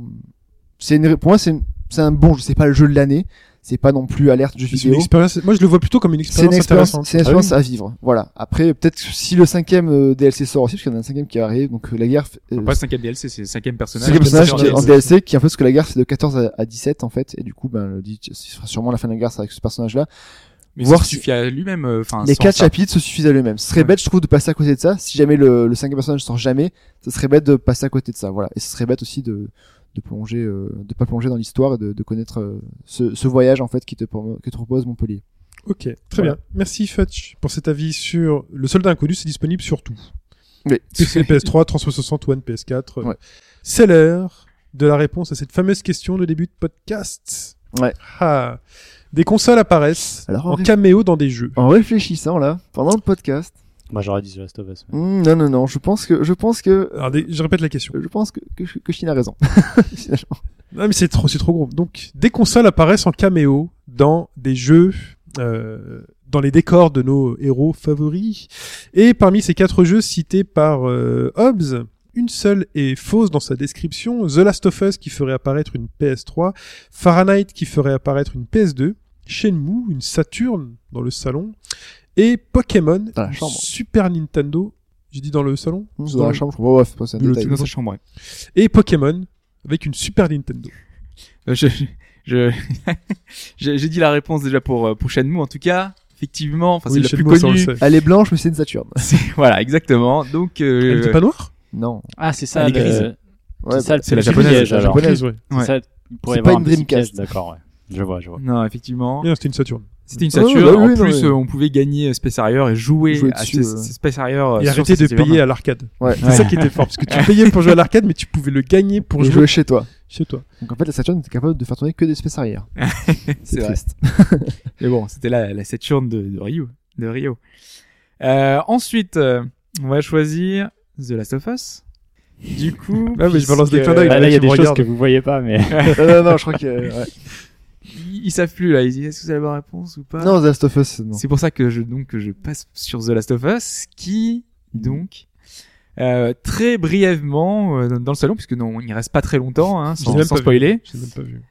Speaker 4: c'est une pour moi c'est une- c'est un bon jeu c'est pas le jeu de l'année c'est pas non plus alerte jeu
Speaker 3: c'est une
Speaker 4: vidéo
Speaker 3: expérience- Moi, je le vois plutôt comme une
Speaker 4: c'est une
Speaker 3: expérience
Speaker 4: expérience,
Speaker 3: intéressante. Ah
Speaker 5: Ah
Speaker 4: c'est une expérience à vivre. Voilà. Après, peut-être que si le cinquième euh, DLC sort aussi, parce qu'il y en a un cinquième qui arrive, donc euh, la guerre, fait- euh,
Speaker 5: Pas 5ème DLC, c'est 5ème personnage.
Speaker 4: cinquième personnage
Speaker 5: c'est
Speaker 4: qui est en
Speaker 5: sorti.
Speaker 4: DLC, qui en fait, ce que la guerre, c'est de 14 à, à 17, en fait, et du coup, ben, le dit, ce sera sûrement la fin de la guerre, c'est avec ce personnage-là.
Speaker 5: Mais
Speaker 4: Voir
Speaker 5: ça
Speaker 4: si-
Speaker 5: suffit à lui-même, euh, enfin.
Speaker 4: Les
Speaker 5: sans
Speaker 4: quatre
Speaker 5: ça.
Speaker 4: chapitres se suffisent à eux-mêmes. Ce serait
Speaker 5: Ouais.
Speaker 4: bête, je trouve, de passer à côté de ça. Si jamais le, le cinquième personnage sort jamais, ce serait bête de passer à côté de ça. Voilà. Et ce serait bête aussi de, de plonger, euh, de pas plonger dans l'histoire et de, de connaître euh, ce, ce voyage, en fait, qui te, promo- que te propose Montpellier.
Speaker 3: Ok, très
Speaker 6: Voilà.
Speaker 3: bien. Merci Fudge pour cet avis sur Le Soldat Inconnu, c'est disponible sur tout.
Speaker 4: Oui.
Speaker 3: PC, PS3, 360, One, PS4.
Speaker 4: Ouais.
Speaker 3: C'est l'heure de la réponse à cette fameuse question de début de podcast.
Speaker 4: Ouais.
Speaker 3: Ah. Des consoles apparaissent
Speaker 4: Alors, en
Speaker 3: en
Speaker 4: ré-
Speaker 3: caméo dans des jeux.
Speaker 4: En réfléchissant là, pendant le podcast,
Speaker 6: Moi, j'aurais dit The Last of Us. mais-
Speaker 4: hmm, non, non, non, je pense que, je pense que,
Speaker 3: Alors, des- je répète la question.
Speaker 4: je pense que, que, que Chine a raison. Finalement.
Speaker 3: Non, mais c'est trop, c'est trop gros. Donc, des consoles apparaissent en caméo dans des jeux, euh, dans les décors de nos héros favoris. Et parmi ces quatre jeux cités par euh, Hobbes, une seule est fausse dans sa description. The Last of Us qui ferait apparaître une PS3, Fahrenheit qui ferait apparaître une PS2, Shenmue, une Saturn dans le salon, et Pokémon,
Speaker 4: Dans la
Speaker 3: une
Speaker 4: chambre. Hmm,
Speaker 3: Super Nintendo. J'ai dit dans le salon
Speaker 4: Dans la chambre, je crois. Ouais, ouais, c'est pas c'est un
Speaker 5: Dans
Speaker 4: détail.
Speaker 5: sa chambre, ouais.
Speaker 3: Et Pokémon avec une Super Nintendo.
Speaker 5: Euh, je, je, j'ai j'ai dit la réponse déjà pour, euh, pour Shenmue, en tout cas. Effectivement, enfin, c'est
Speaker 3: Oui,
Speaker 5: la plus
Speaker 3: Shenmue, ça, on le
Speaker 5: connue. Ah,
Speaker 3: sait.
Speaker 4: Elle est blanche, mais c'est une Saturne.
Speaker 5: C'est- Voilà, exactement. Donc, euh,
Speaker 3: Elle n'était pas noire
Speaker 4: Non.
Speaker 6: Ah, c'est ça.
Speaker 5: Elle est
Speaker 6: le-
Speaker 5: grise.
Speaker 4: Ouais,
Speaker 6: C'est ça, le
Speaker 5: c'est la
Speaker 6: petit
Speaker 5: japonaise,
Speaker 6: piège,
Speaker 5: la
Speaker 6: alors.
Speaker 3: japonaise, ouais.
Speaker 6: C'est
Speaker 5: Ouais.
Speaker 6: ça, il pourrait
Speaker 4: C'est
Speaker 6: y avoir
Speaker 4: pas
Speaker 6: un
Speaker 4: une
Speaker 6: petit
Speaker 4: Dreamcast.
Speaker 6: piège, D'accord, ouais. Je vois, je vois.
Speaker 5: non, effectivement.
Speaker 3: Non, C'était une Saturn.
Speaker 5: C'était une
Speaker 4: Ah,
Speaker 5: Saturn.
Speaker 4: bah oui,
Speaker 5: en
Speaker 4: non,
Speaker 5: plus,
Speaker 4: mais-
Speaker 5: euh, on pouvait gagner euh, Space Harrier et jouer,
Speaker 4: Jouer
Speaker 5: à
Speaker 4: dessus,
Speaker 5: ces-
Speaker 4: ouais.
Speaker 5: ces Space Harrier.
Speaker 3: et
Speaker 5: euh,
Speaker 3: arrêter
Speaker 5: sur
Speaker 3: de
Speaker 5: Space Harrier.
Speaker 3: payer à l'arcade.
Speaker 4: ouais.
Speaker 3: C'est ça qui était fort, parce que tu payais pour jouer à l'arcade, mais tu pouvais le gagner pour
Speaker 4: Et
Speaker 3: jouer,
Speaker 4: jouer chez toi.
Speaker 3: chez toi.
Speaker 4: Donc en fait, la Saturn était capable de faire tourner que des espèces arrière.
Speaker 5: C'est vrai.
Speaker 4: triste.
Speaker 5: Mais bon, c'était la, la Saturn de, de Rio. De Rio. Euh, ensuite, euh, on va choisir The Last of Us. Du coup.
Speaker 3: Ah, mais je balance des
Speaker 5: puisque-
Speaker 3: clins d'œil,
Speaker 6: Bah, là, il y a
Speaker 3: qui
Speaker 6: des
Speaker 3: me
Speaker 6: choses
Speaker 3: regardent.
Speaker 6: que vous voyez pas, mais.
Speaker 4: Euh, non, non, je crois que. euh, ouais.
Speaker 5: Ils, ils savent plus là. Ils disent est-ce que c'est la bonne réponse ou pas
Speaker 4: Non, The Last of Us, non.
Speaker 5: C'est pour ça que je donc que je passe sur The Last of Us, qui donc euh, très brièvement euh, dans dans le salon, puisque non, il reste pas très longtemps, hein,
Speaker 3: Je
Speaker 5: sans,
Speaker 3: l'ai même
Speaker 5: sans
Speaker 3: pas vu.
Speaker 5: spoiler.
Speaker 3: Je l'ai même pas vu.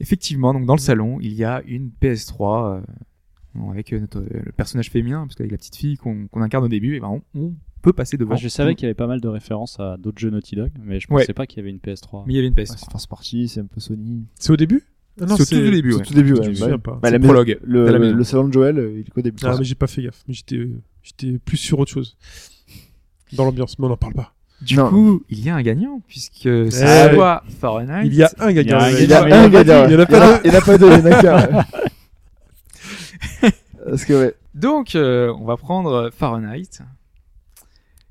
Speaker 5: Effectivement, donc dans le salon, il y a une PS3 euh, bon, avec euh, notre, euh, le personnage féminin, parce qu'avec la petite fille qu'on qu'on incarne au début, et ben on, on peut passer devant. Mm.
Speaker 6: Moi, Ah, je savais qu'il y avait pas mal de références à d'autres jeux Naughty Dog, mais je
Speaker 5: Ouais.
Speaker 6: pensais pas qu'il y avait une PS3.
Speaker 5: Mais il y avait une PS.
Speaker 4: Ouais, c'est first party, c'est un peu Sony.
Speaker 3: C'est au début Ah
Speaker 5: C'est au tout début,
Speaker 4: C'est
Speaker 5: ouais.
Speaker 4: au tout début,
Speaker 3: Je me
Speaker 4: ouais.
Speaker 3: souviens
Speaker 4: ouais.
Speaker 3: pas.
Speaker 4: Bah,
Speaker 5: C'est
Speaker 4: la
Speaker 5: le
Speaker 4: maison-
Speaker 5: prologue. de la
Speaker 4: Le,
Speaker 5: maison.
Speaker 4: le salon de Joël, euh, il est qu'au début.
Speaker 3: Ah, mais j'ai pas fait gaffe. Mais j'étais, euh, j'étais plus sûr autre chose. Dans l'ambiance, mais on n'en parle pas.
Speaker 5: Du
Speaker 4: Non.
Speaker 5: coup, il y a un gagnant puisque
Speaker 3: ouais.
Speaker 5: c'est soit Fahrenheit.
Speaker 3: Il y a un gagnant.
Speaker 6: Il y a
Speaker 3: ouais.
Speaker 6: un
Speaker 4: Il y a
Speaker 6: Mais il y en
Speaker 4: un
Speaker 6: a
Speaker 4: gagnant.
Speaker 3: Il y en a
Speaker 4: Il y en
Speaker 3: pas
Speaker 4: a- il y en a pas deux, il y en a qu'un. ouais. Parce que, ouais.
Speaker 5: Donc, euh, on va prendre Fahrenheit,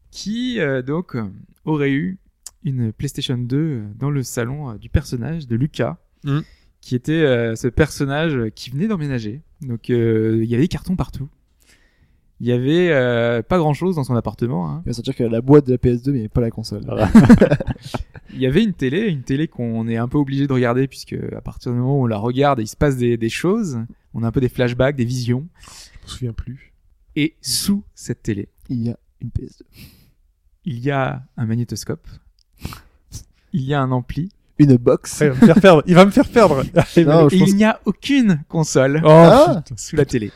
Speaker 5: qui euh, donc euh, aurait eu une PlayStation 2 dans le salon euh, du personnage de Lucas,
Speaker 3: Mm.
Speaker 5: qui était euh, ce personnage qui venait d'emménager. Donc, euh, il y avait des cartons partout. Il y avait euh, pas grand chose dans son appartement. hein.
Speaker 4: Il va sortir que la boîte de la PS2, mais il y avait pas la console.
Speaker 6: Voilà.
Speaker 5: Il y avait une télé, une télé qu'on est un peu obligé de regarder puisque à partir du moment où on la regarde, il se passe des, des choses. On a un peu des flashbacks, des visions.
Speaker 3: Je me souviens plus.
Speaker 5: Et sous cette télé,
Speaker 4: Il y a une PS2.
Speaker 5: il y a un magnétoscope, il y a un ampli,
Speaker 4: Une box.
Speaker 3: Après, il va me faire perdre. Il va me faire perdre. Allez,
Speaker 4: Non,
Speaker 3: mais-
Speaker 5: et
Speaker 4: Ah, je pense-
Speaker 5: il n'y a aucune console
Speaker 3: Oh,
Speaker 4: Ah
Speaker 3: putain.
Speaker 5: sous la télé.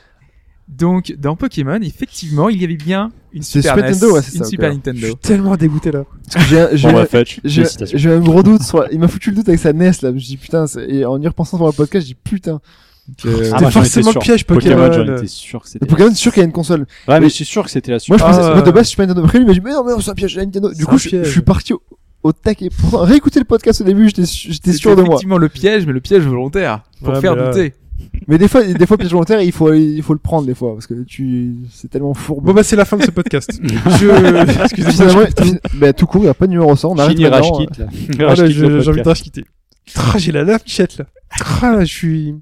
Speaker 5: Donc, dans Pokémon, effectivement, il y avait bien une
Speaker 4: C'est
Speaker 5: Super,
Speaker 4: Super
Speaker 5: NES,
Speaker 4: Nintendo, ouais, c'est
Speaker 5: une
Speaker 4: ça,
Speaker 5: Super
Speaker 4: encore.
Speaker 3: Je suis
Speaker 5: Nintendo.
Speaker 3: tellement dégoûté là.
Speaker 4: Parce que j'ai un- j'ai
Speaker 6: Bon,
Speaker 4: un-
Speaker 6: bah, Fudge,
Speaker 4: j'ai-
Speaker 6: félicitations.
Speaker 4: j'ai un gros doute sur... Il m'a foutu le doute avec sa NES, là. Je me suis dit, putain, c'est- et en y repensant sur le podcast, j'ai dit, putain.
Speaker 5: Donc,
Speaker 3: C'est
Speaker 5: euh,
Speaker 6: Ah, moi, j'en étais
Speaker 3: forcément le
Speaker 6: sûr.
Speaker 3: piège Pokémon. euh,
Speaker 6: Pokémon, j'en étais sûr que c'était.
Speaker 4: Le Pokémon, c'est sûr qu'il y a une console.
Speaker 6: Ouais, mais
Speaker 4: Oui.
Speaker 6: je suis sûr que c'était la suite.
Speaker 4: Moi, je pensais,
Speaker 3: Ah,
Speaker 4: moi, de
Speaker 3: ouais.
Speaker 4: base, je suis pas Nintendo. Après, lui, il m'a dit, mais non, mais non, c'est un piège, la Nintendo.
Speaker 3: C'est
Speaker 4: Du
Speaker 3: un
Speaker 4: coup, je,
Speaker 3: piège.
Speaker 4: je suis parti au, au taquet. Pourtant, réécouter le podcast au début, j'étais su- j'étais
Speaker 5: c'était
Speaker 4: sûr de moi. euh,
Speaker 5: effectivement le piège, mais le piège volontaire pour
Speaker 3: Ouais,
Speaker 5: faire
Speaker 3: mais là-
Speaker 5: douter.
Speaker 4: Mais des fois, des fois, piège volontaire, il faut, il faut le prendre, des fois, parce que tu, c'est tellement fourbe.
Speaker 3: Bon bah c'est la fin de ce podcast. Je... Excusez-moi.
Speaker 4: Finalement,
Speaker 3: je-
Speaker 4: fin- bah, tout court, il n'y a pas de numéro 100, on arrête
Speaker 6: Chini
Speaker 4: maintenant. euh,
Speaker 6: Rashkit, là.
Speaker 3: Ah, là,
Speaker 6: Rashkit,
Speaker 3: je-
Speaker 6: le
Speaker 3: J'ai envie de
Speaker 6: podcast.
Speaker 3: racheter. Ah, J'ai la lave-michette là. Ah, là, je suis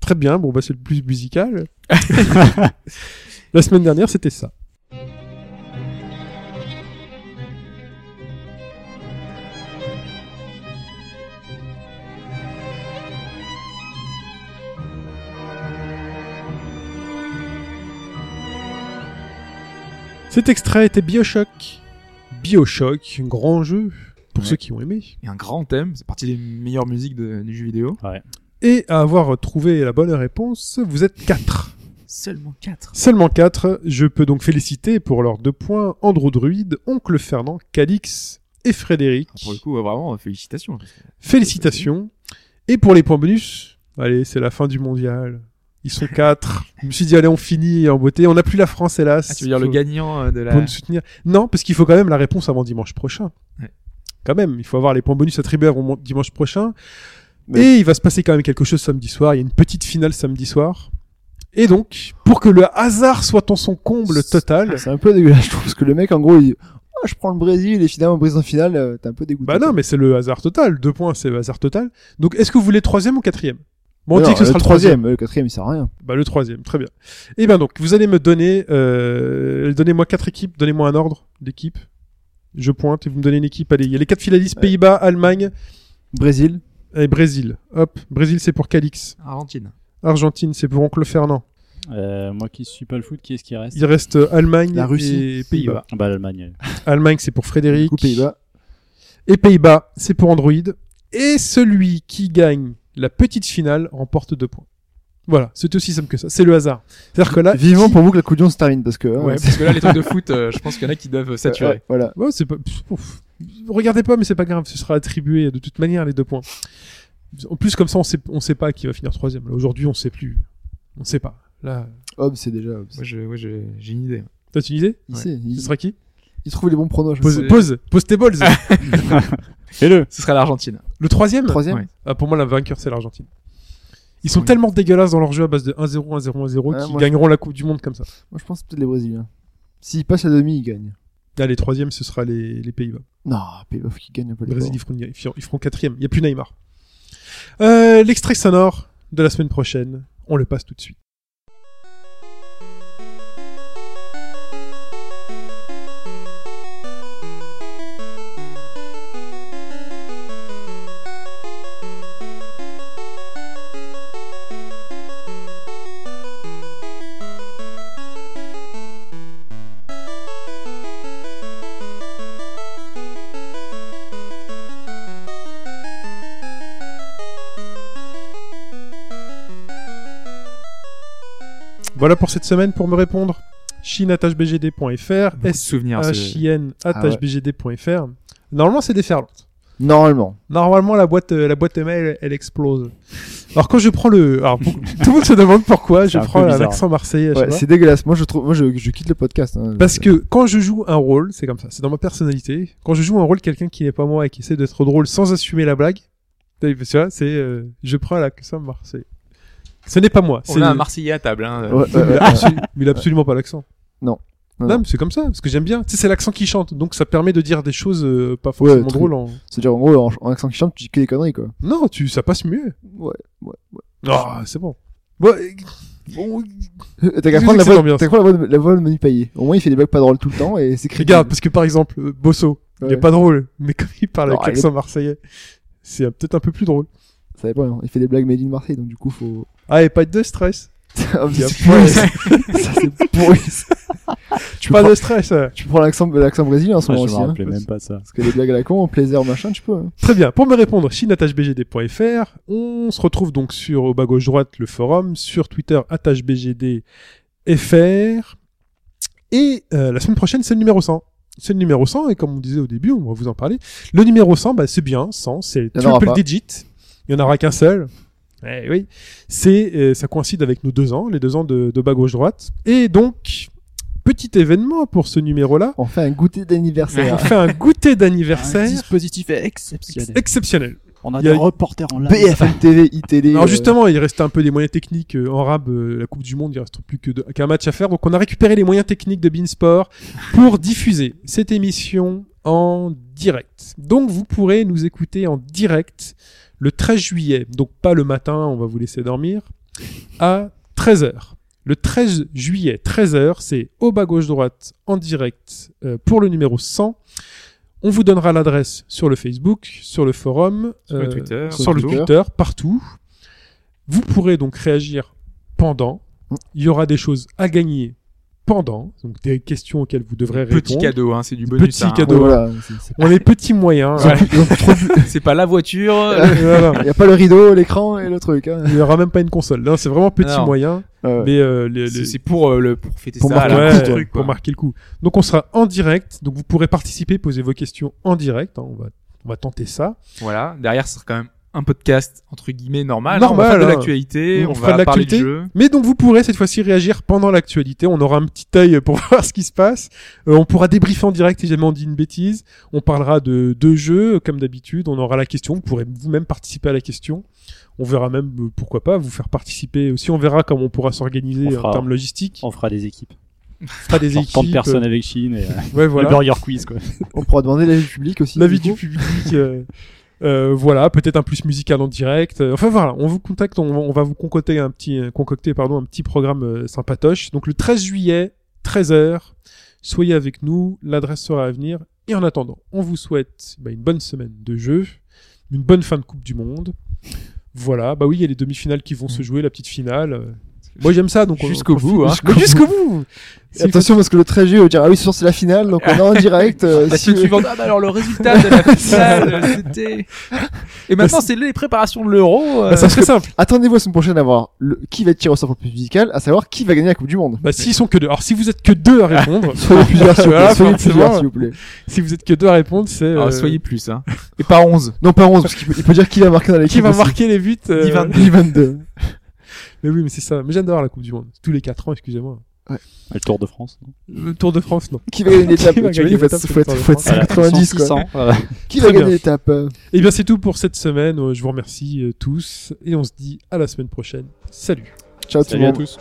Speaker 3: très bien. Bon, bah c'est le plus musical. la semaine dernière, c'était ça. Cet extrait était Bioshock. Bioshock, un grand jeu pour
Speaker 5: Ouais.
Speaker 3: ceux qui ont aimé.
Speaker 5: Et un grand thème, c'est partie des meilleures musiques de- du jeu vidéo.
Speaker 3: Et à avoir trouvé la bonne réponse, vous êtes quatre.
Speaker 5: Seulement 4.
Speaker 3: Seulement quatre. Je peux donc féliciter pour leurs deux points Andrew Druide, Oncle Fernand, Calix et Frédéric.
Speaker 5: Pour le coup, euh, vraiment, félicitations.
Speaker 4: Ah,
Speaker 5: Ah,
Speaker 3: Félicitations. Et pour les points bonus, allez, c'est la fin du mondial. Ils sont quatre. Je me suis dit, allez, on finit en beauté. On n'a plus la France, hélas.
Speaker 5: Ah, tu veux dire le
Speaker 3: Faut-
Speaker 5: gagnant euh, de la.
Speaker 3: Pour nous soutenir. Non, parce qu'il faut quand même la réponse avant dimanche prochain.
Speaker 5: Ouais.
Speaker 3: Quand même, il faut avoir les points bonus attribués avant mon- dimanche prochain.
Speaker 4: Mais-
Speaker 3: Et il va se passer quand même quelque chose samedi soir. Il y a une petite finale samedi soir. Et donc, pour que le hasard soit en son comble total,
Speaker 4: C'est un peu dégueulasse, je trouve, parce que le mec, en gros, il dit Ah, je prends le Brésil et finalement, brise en finale, euh, t'es un peu dégoûté.
Speaker 3: bah non, mais c'est le hasard total. Deux points, c'est le hasard total. Donc, est-ce que vous voulez troisième ou quatrième Bon, on
Speaker 4: Non,
Speaker 3: dit que ce
Speaker 4: le
Speaker 3: sera le troisième.
Speaker 4: troisième. euh, Le quatrième, il sert à rien.
Speaker 3: Bah le troisième, très bien. Et ben donc, vous allez me donner, euh, donnez-moi quatre équipes, donnez-moi un ordre d'équipe. Je pointe et vous me donnez une équipe. Allez, il y a les quatre finalistes Pays-Bas, Allemagne
Speaker 4: Brésil,
Speaker 3: et Eh, Brésil. Hop, Brésil c'est pour Calix.
Speaker 5: Argentine.
Speaker 3: Argentine c'est pour Oncle Fernand.
Speaker 6: Euh, moi qui suis pas le foot, qui est-ce qui reste
Speaker 3: Il reste euh, Allemagne
Speaker 4: La Russie,
Speaker 3: et Pays-Bas.
Speaker 6: Bah l'Allemagne.
Speaker 3: Allemagne c'est pour
Speaker 4: du
Speaker 3: Frédéric.
Speaker 4: coup, Pays-Bas.
Speaker 3: Et Pays-Bas c'est pour Android. Et celui qui gagne la petite finale remporte deux points. Voilà, c'est aussi simple que ça. C'est le hasard. C'est-à-dire que là,
Speaker 4: Vivement
Speaker 3: qui-
Speaker 4: pour vous que la Coupe du Monde se termine, parce que. hein,
Speaker 5: Ouais,
Speaker 4: c'est-
Speaker 5: parce que là, les trucs de foot, euh, je pense qu'il y en a qui doivent saturer.
Speaker 4: Ouais, Voilà.
Speaker 3: Ouais, c'est pas. pff, ouf. Regardez pas, mais c'est pas grave, ce sera attribué de toute manière les deux points. En plus, comme ça, on sait, on sait pas qui va finir troisième. Là, Aujourd'hui, on sait plus. On sait pas. Là,
Speaker 4: Hobbs, c'est déjà. Hobbs.
Speaker 5: Moi, je- ouais, je- j'ai une idée.
Speaker 3: t'as une idée
Speaker 4: Il
Speaker 5: Ouais.
Speaker 4: sait, il,
Speaker 3: Ce sera qui
Speaker 4: il trouve les bons pronos. je
Speaker 3: pose,
Speaker 4: sais.
Speaker 3: pose, pose tes balls.
Speaker 6: Fais-le
Speaker 5: Ce sera l'Argentine.
Speaker 3: Le troisième
Speaker 4: Troisième
Speaker 5: Ouais.
Speaker 3: ah, Pour moi, la vainqueur, c'est l'Argentine. Ils sont
Speaker 5: Oui.
Speaker 3: tellement dégueulasses dans leur jeu à base de 1-0, 1-0, 1-0
Speaker 4: Ouais,
Speaker 3: qu'ils
Speaker 4: moi,
Speaker 3: gagneront la Coupe du Monde comme ça.
Speaker 4: Moi, je pense peut-être les Brésiliens. S'ils passent la demi, ils gagnent.
Speaker 3: Là, les troisièmes, ce sera les, les Pays-Bas.
Speaker 4: Non, Pays-Bas, faut qu'ils gagnent un peu les
Speaker 3: Brésil,
Speaker 4: bords.
Speaker 3: ils feront, ils feront- ils feront quatrième. Il n'y a plus Neymar. Euh, L'extrait sonore de la semaine prochaine, on le passe tout de suite. Voilà pour cette semaine. Pour me répondre, chine.bgd.fr,
Speaker 5: Beaucoup de souvenirs.
Speaker 3: Ah,
Speaker 5: ce-
Speaker 3: shin.bgd.fr. Normalement, c'est déferlante.
Speaker 4: Normalement.
Speaker 3: Normalement, la boîte, euh, la boîte mail, elle explose. Alors, quand je prends le. Alors, pour- Tout le monde se demande pourquoi je
Speaker 6: un peu
Speaker 3: prends un
Speaker 6: bizarre.
Speaker 3: accent marseillais. je sais
Speaker 4: Ouais,
Speaker 3: pas.
Speaker 4: c'est dégueulasse. Moi, je trouve, moi, je, je quitte le podcast. hein.
Speaker 3: Parce que quand je joue un rôle, c'est comme ça, c'est dans ma personnalité. Quand je joue un rôle, quelqu'un qui n'est pas moi et qui essaie d'être drôle sans assumer la blague, tu vois, c'est. euh, je prends la l'accent marseillais. Ce n'est pas moi.
Speaker 5: On
Speaker 3: c'est-
Speaker 5: a un Marseillais à table. Hein.
Speaker 4: Ouais, ouais,
Speaker 3: Il
Speaker 4: ouais.
Speaker 3: a absolu- il a absolument pas l'accent.
Speaker 4: Non,
Speaker 3: Non,
Speaker 4: non.
Speaker 3: mais c'est comme ça, parce que j'aime bien. Tu sais, c'est l'accent qui chante, donc ça permet de dire des choses euh, pas
Speaker 4: Ouais,
Speaker 3: forcément
Speaker 4: très-
Speaker 3: drôles. En...
Speaker 4: C'est-à-dire, en gros, en, en accent qui chante, tu dis que des conneries, quoi.
Speaker 3: Non, tu, ça passe mieux.
Speaker 4: Ouais, ouais, ouais.
Speaker 3: Ah, c'est bon. Bon, euh, bon,
Speaker 4: Euh, T'as
Speaker 3: Qu'est-ce
Speaker 4: qu'à
Speaker 3: que
Speaker 4: prendre la
Speaker 3: c'est
Speaker 4: voix,
Speaker 3: l'ambiance
Speaker 4: t'as qu'à prendre la voix, de- la voix de Manu Payet. Au moins, il fait des blagues pas drôles tout le temps et c'est crédible.
Speaker 3: regarde, parce que par exemple, euh, Bosso, il est
Speaker 4: Ouais.
Speaker 3: pas drôle, mais comme il parle
Speaker 4: Non,
Speaker 3: avec
Speaker 4: il est-
Speaker 3: l'accent marseillais, c'est euh, peut-être un peu plus drôle.
Speaker 4: Ça dépend, hein. il fait des blagues made in Marseille, donc du coup, faut.
Speaker 3: Ah, et pas de stress.
Speaker 4: Ah, mais
Speaker 3: Il y a
Speaker 4: c'est pourri, ça. Ça, c'est pourri, ça. tu,
Speaker 3: Pas
Speaker 4: prends,
Speaker 3: de stress. euh.
Speaker 4: tu prends l'accent, l'accent brésilien en ce
Speaker 6: Ah, Je
Speaker 4: moment
Speaker 6: me
Speaker 4: aussi. hein.
Speaker 6: rappelais même pas de ça.
Speaker 4: Parce que les blagues à la con, plaisir, machin, tu peux. hein.
Speaker 3: Très bien. Pour me répondre, chinatachbgd.fr. On se retrouve donc sur, au bas gauche droite, le forum, sur Twitter, attachbgdfr. Et euh, la semaine prochaine, c'est le numéro 100. C'est le numéro 100, et comme on disait au début, on va vous en parler. Le numéro 100, bah, c'est bien, 100, c'est
Speaker 4: Il y en aura
Speaker 3: triple
Speaker 4: pas.
Speaker 3: digit. Il n'y en aura qu'un seul. Eh oui. C'est, euh, ça coïncide avec nos deux ans, les deux ans de, de bas gauche droite. Et donc, petit événement pour ce numéro-là.
Speaker 4: On fait un goûter
Speaker 3: On
Speaker 4: d'anniversaire.
Speaker 3: fait un goûter d'anniversaire
Speaker 6: dispositif
Speaker 3: ex-
Speaker 6: exceptionnel.
Speaker 3: exceptionnel.
Speaker 6: On a
Speaker 3: Il y a-
Speaker 6: des reporters en live.
Speaker 4: BFM TV, ITD.
Speaker 3: Alors
Speaker 4: euh,
Speaker 3: justement, il reste un peu des moyens techniques euh, en rab, euh, la Coupe du Monde, il reste plus que deux- qu'un match à faire. Donc on a récupéré les moyens techniques de Beansport pour diffuser cette émission en direct. Donc vous pourrez nous écouter en direct le 13 juillet, donc pas le matin, on va vous laisser dormir, à 13h. Le 13 juillet, 13h, c'est au bas gauche droite en direct euh, pour le numéro 100. On vous donnera l'adresse sur le Facebook, sur le forum, euh,
Speaker 5: Sur le Twitter,
Speaker 3: sur le
Speaker 4: partout.
Speaker 3: Twitter, partout. Vous pourrez donc réagir pendant. Il y aura des choses à gagner pendant, donc des questions auxquelles vous devrez
Speaker 5: Petit
Speaker 3: répondre.
Speaker 5: cadeau, hein, c'est du
Speaker 3: Des
Speaker 5: bonus.
Speaker 3: petits
Speaker 5: ça, hein.
Speaker 3: cadeaux.
Speaker 4: ouais, voilà, c'est- c'est-
Speaker 3: On est petits moyens.
Speaker 4: Ils
Speaker 3: voilà.
Speaker 4: ont plus- ils ont plus trop bu-
Speaker 5: C'est pas la voiture. le-
Speaker 3: Voilà.
Speaker 4: Il y a pas le rideau, l'écran et le truc. Hein.
Speaker 3: Il n'y aura même pas une console. Là, c'est vraiment petit
Speaker 5: Non.
Speaker 3: moyen.
Speaker 4: Euh,
Speaker 3: Mais euh, les-
Speaker 5: C'est
Speaker 3: les-
Speaker 5: c'est pour, euh, le, pour fêter
Speaker 4: Pour
Speaker 5: ça,
Speaker 4: marquer
Speaker 5: là,
Speaker 4: le
Speaker 5: un
Speaker 4: coup,
Speaker 5: petit
Speaker 3: ouais,
Speaker 5: truc, quoi.
Speaker 3: pour marquer le coup. Donc on sera en direct, donc vous pourrez participer, poser vos questions en direct. hein, on va on va tenter ça.
Speaker 5: Voilà, derrière, ce sera quand même un podcast entre guillemets normal.
Speaker 3: Normal,
Speaker 5: on va faire de
Speaker 3: hein.
Speaker 5: l'actualité,
Speaker 3: On
Speaker 5: on,
Speaker 3: fera
Speaker 5: va
Speaker 3: de
Speaker 5: parler de
Speaker 3: l'actualité.
Speaker 5: jeu.
Speaker 3: Mais donc vous pourrez cette fois-ci réagir pendant l'actualité. On aura un petit œil pour voir ce qui se passe. Euh, on pourra débriefer en direct si jamais on dit une bêtise. On parlera de deux jeux comme d'habitude. On aura la question. Vous pourrez vous-même participer à la question. On verra même euh, pourquoi pas vous faire participer. Aussi, on verra comment on pourra s'organiser
Speaker 6: On
Speaker 3: euh,
Speaker 6: fera-
Speaker 3: en termes logistiques.
Speaker 6: On fera des équipes.
Speaker 3: On fera des
Speaker 6: Genre, tant de
Speaker 3: équipes.
Speaker 6: personnes avec Chine et euh,
Speaker 3: euh, Ouais voilà.
Speaker 6: le Burger Quiz, quoi.
Speaker 4: On pourra demander l'avis du public aussi.
Speaker 3: L'avis
Speaker 4: du
Speaker 3: du
Speaker 4: coup.
Speaker 3: public. euh, euh, voilà, peut-être un plus musical en direct. Euh, Enfin voilà, on vous contacte, on, va- on va vous concocter un petit, euh, concocter pardon, un petit programme euh, sympatoche. Donc le 13 juillet, 13h, soyez avec nous, l'adresse sera à venir. Et en attendant, on vous souhaite bah, une bonne semaine de jeu, une bonne fin de Coupe du Monde. Voilà, bah oui, il y a les demi-finales qui vont se jouer, la petite finale. Euh, Moi j'aime ça, donc on-
Speaker 5: Jusqu'au
Speaker 3: on-
Speaker 5: bout, hein.
Speaker 3: Mais Jusqu'au bout.
Speaker 4: Et Attention parce que le 13 juillet, on va dire ah oui, sûr c'est la finale, donc on est en direct. euh,
Speaker 5: La
Speaker 4: si-
Speaker 5: semaine suivante, ah bah alors le résultat de la finale, euh, c'était. Et maintenant, c'est les préparations de l'euro. euh,
Speaker 3: Bah, ça serait simple.
Speaker 4: Attendez-vous la semaine prochaine à voir le... qui va être tiré au sort pour le plus musical, à savoir qui va gagner la Coupe du Monde.
Speaker 3: Bah s'ils sont que deux. Alors si vous êtes que deux à répondre,
Speaker 4: Soyez plusieurs, s'il vous
Speaker 3: Voilà,
Speaker 4: plaît. Soyez plusieurs,
Speaker 3: forcément.
Speaker 4: s'il vous plaît.
Speaker 3: Si vous êtes que deux à répondre, c'est
Speaker 5: alors,
Speaker 3: euh,
Speaker 5: soyez plus, hein. Et pas 11.
Speaker 4: Non, pas 11, parce qu'il peut, il peut dire qui va marquer dans l'équipe.
Speaker 3: qui va
Speaker 4: aussi.
Speaker 3: marquer les buts. euh,
Speaker 5: Ni 22.
Speaker 4: Ni 22.
Speaker 3: Mais oui, mais c'est ça. Mais j'adore la Coupe du Monde. Tous les quatre ans, excusez-moi.
Speaker 6: Le Tour de France. non
Speaker 3: Le Tour de France, non.
Speaker 4: Qui va gagner l'étape
Speaker 3: Qui va
Speaker 4: Tu vois,
Speaker 3: gagner
Speaker 4: il faut
Speaker 3: l'étape
Speaker 4: être- faut être-
Speaker 3: sur le
Speaker 4: faut être
Speaker 3: France.
Speaker 4: 90, quoi.
Speaker 6: 100, voilà.
Speaker 4: Qui
Speaker 3: Très
Speaker 4: va gagner
Speaker 3: bien.
Speaker 4: l'étape euh,
Speaker 3: Et Eh bien, c'est tout pour cette semaine. Euh, Je vous remercie euh, tous et on se dit à la semaine prochaine. Salut.
Speaker 4: Ciao tout le
Speaker 6: Salut à
Speaker 4: monde.
Speaker 6: tous.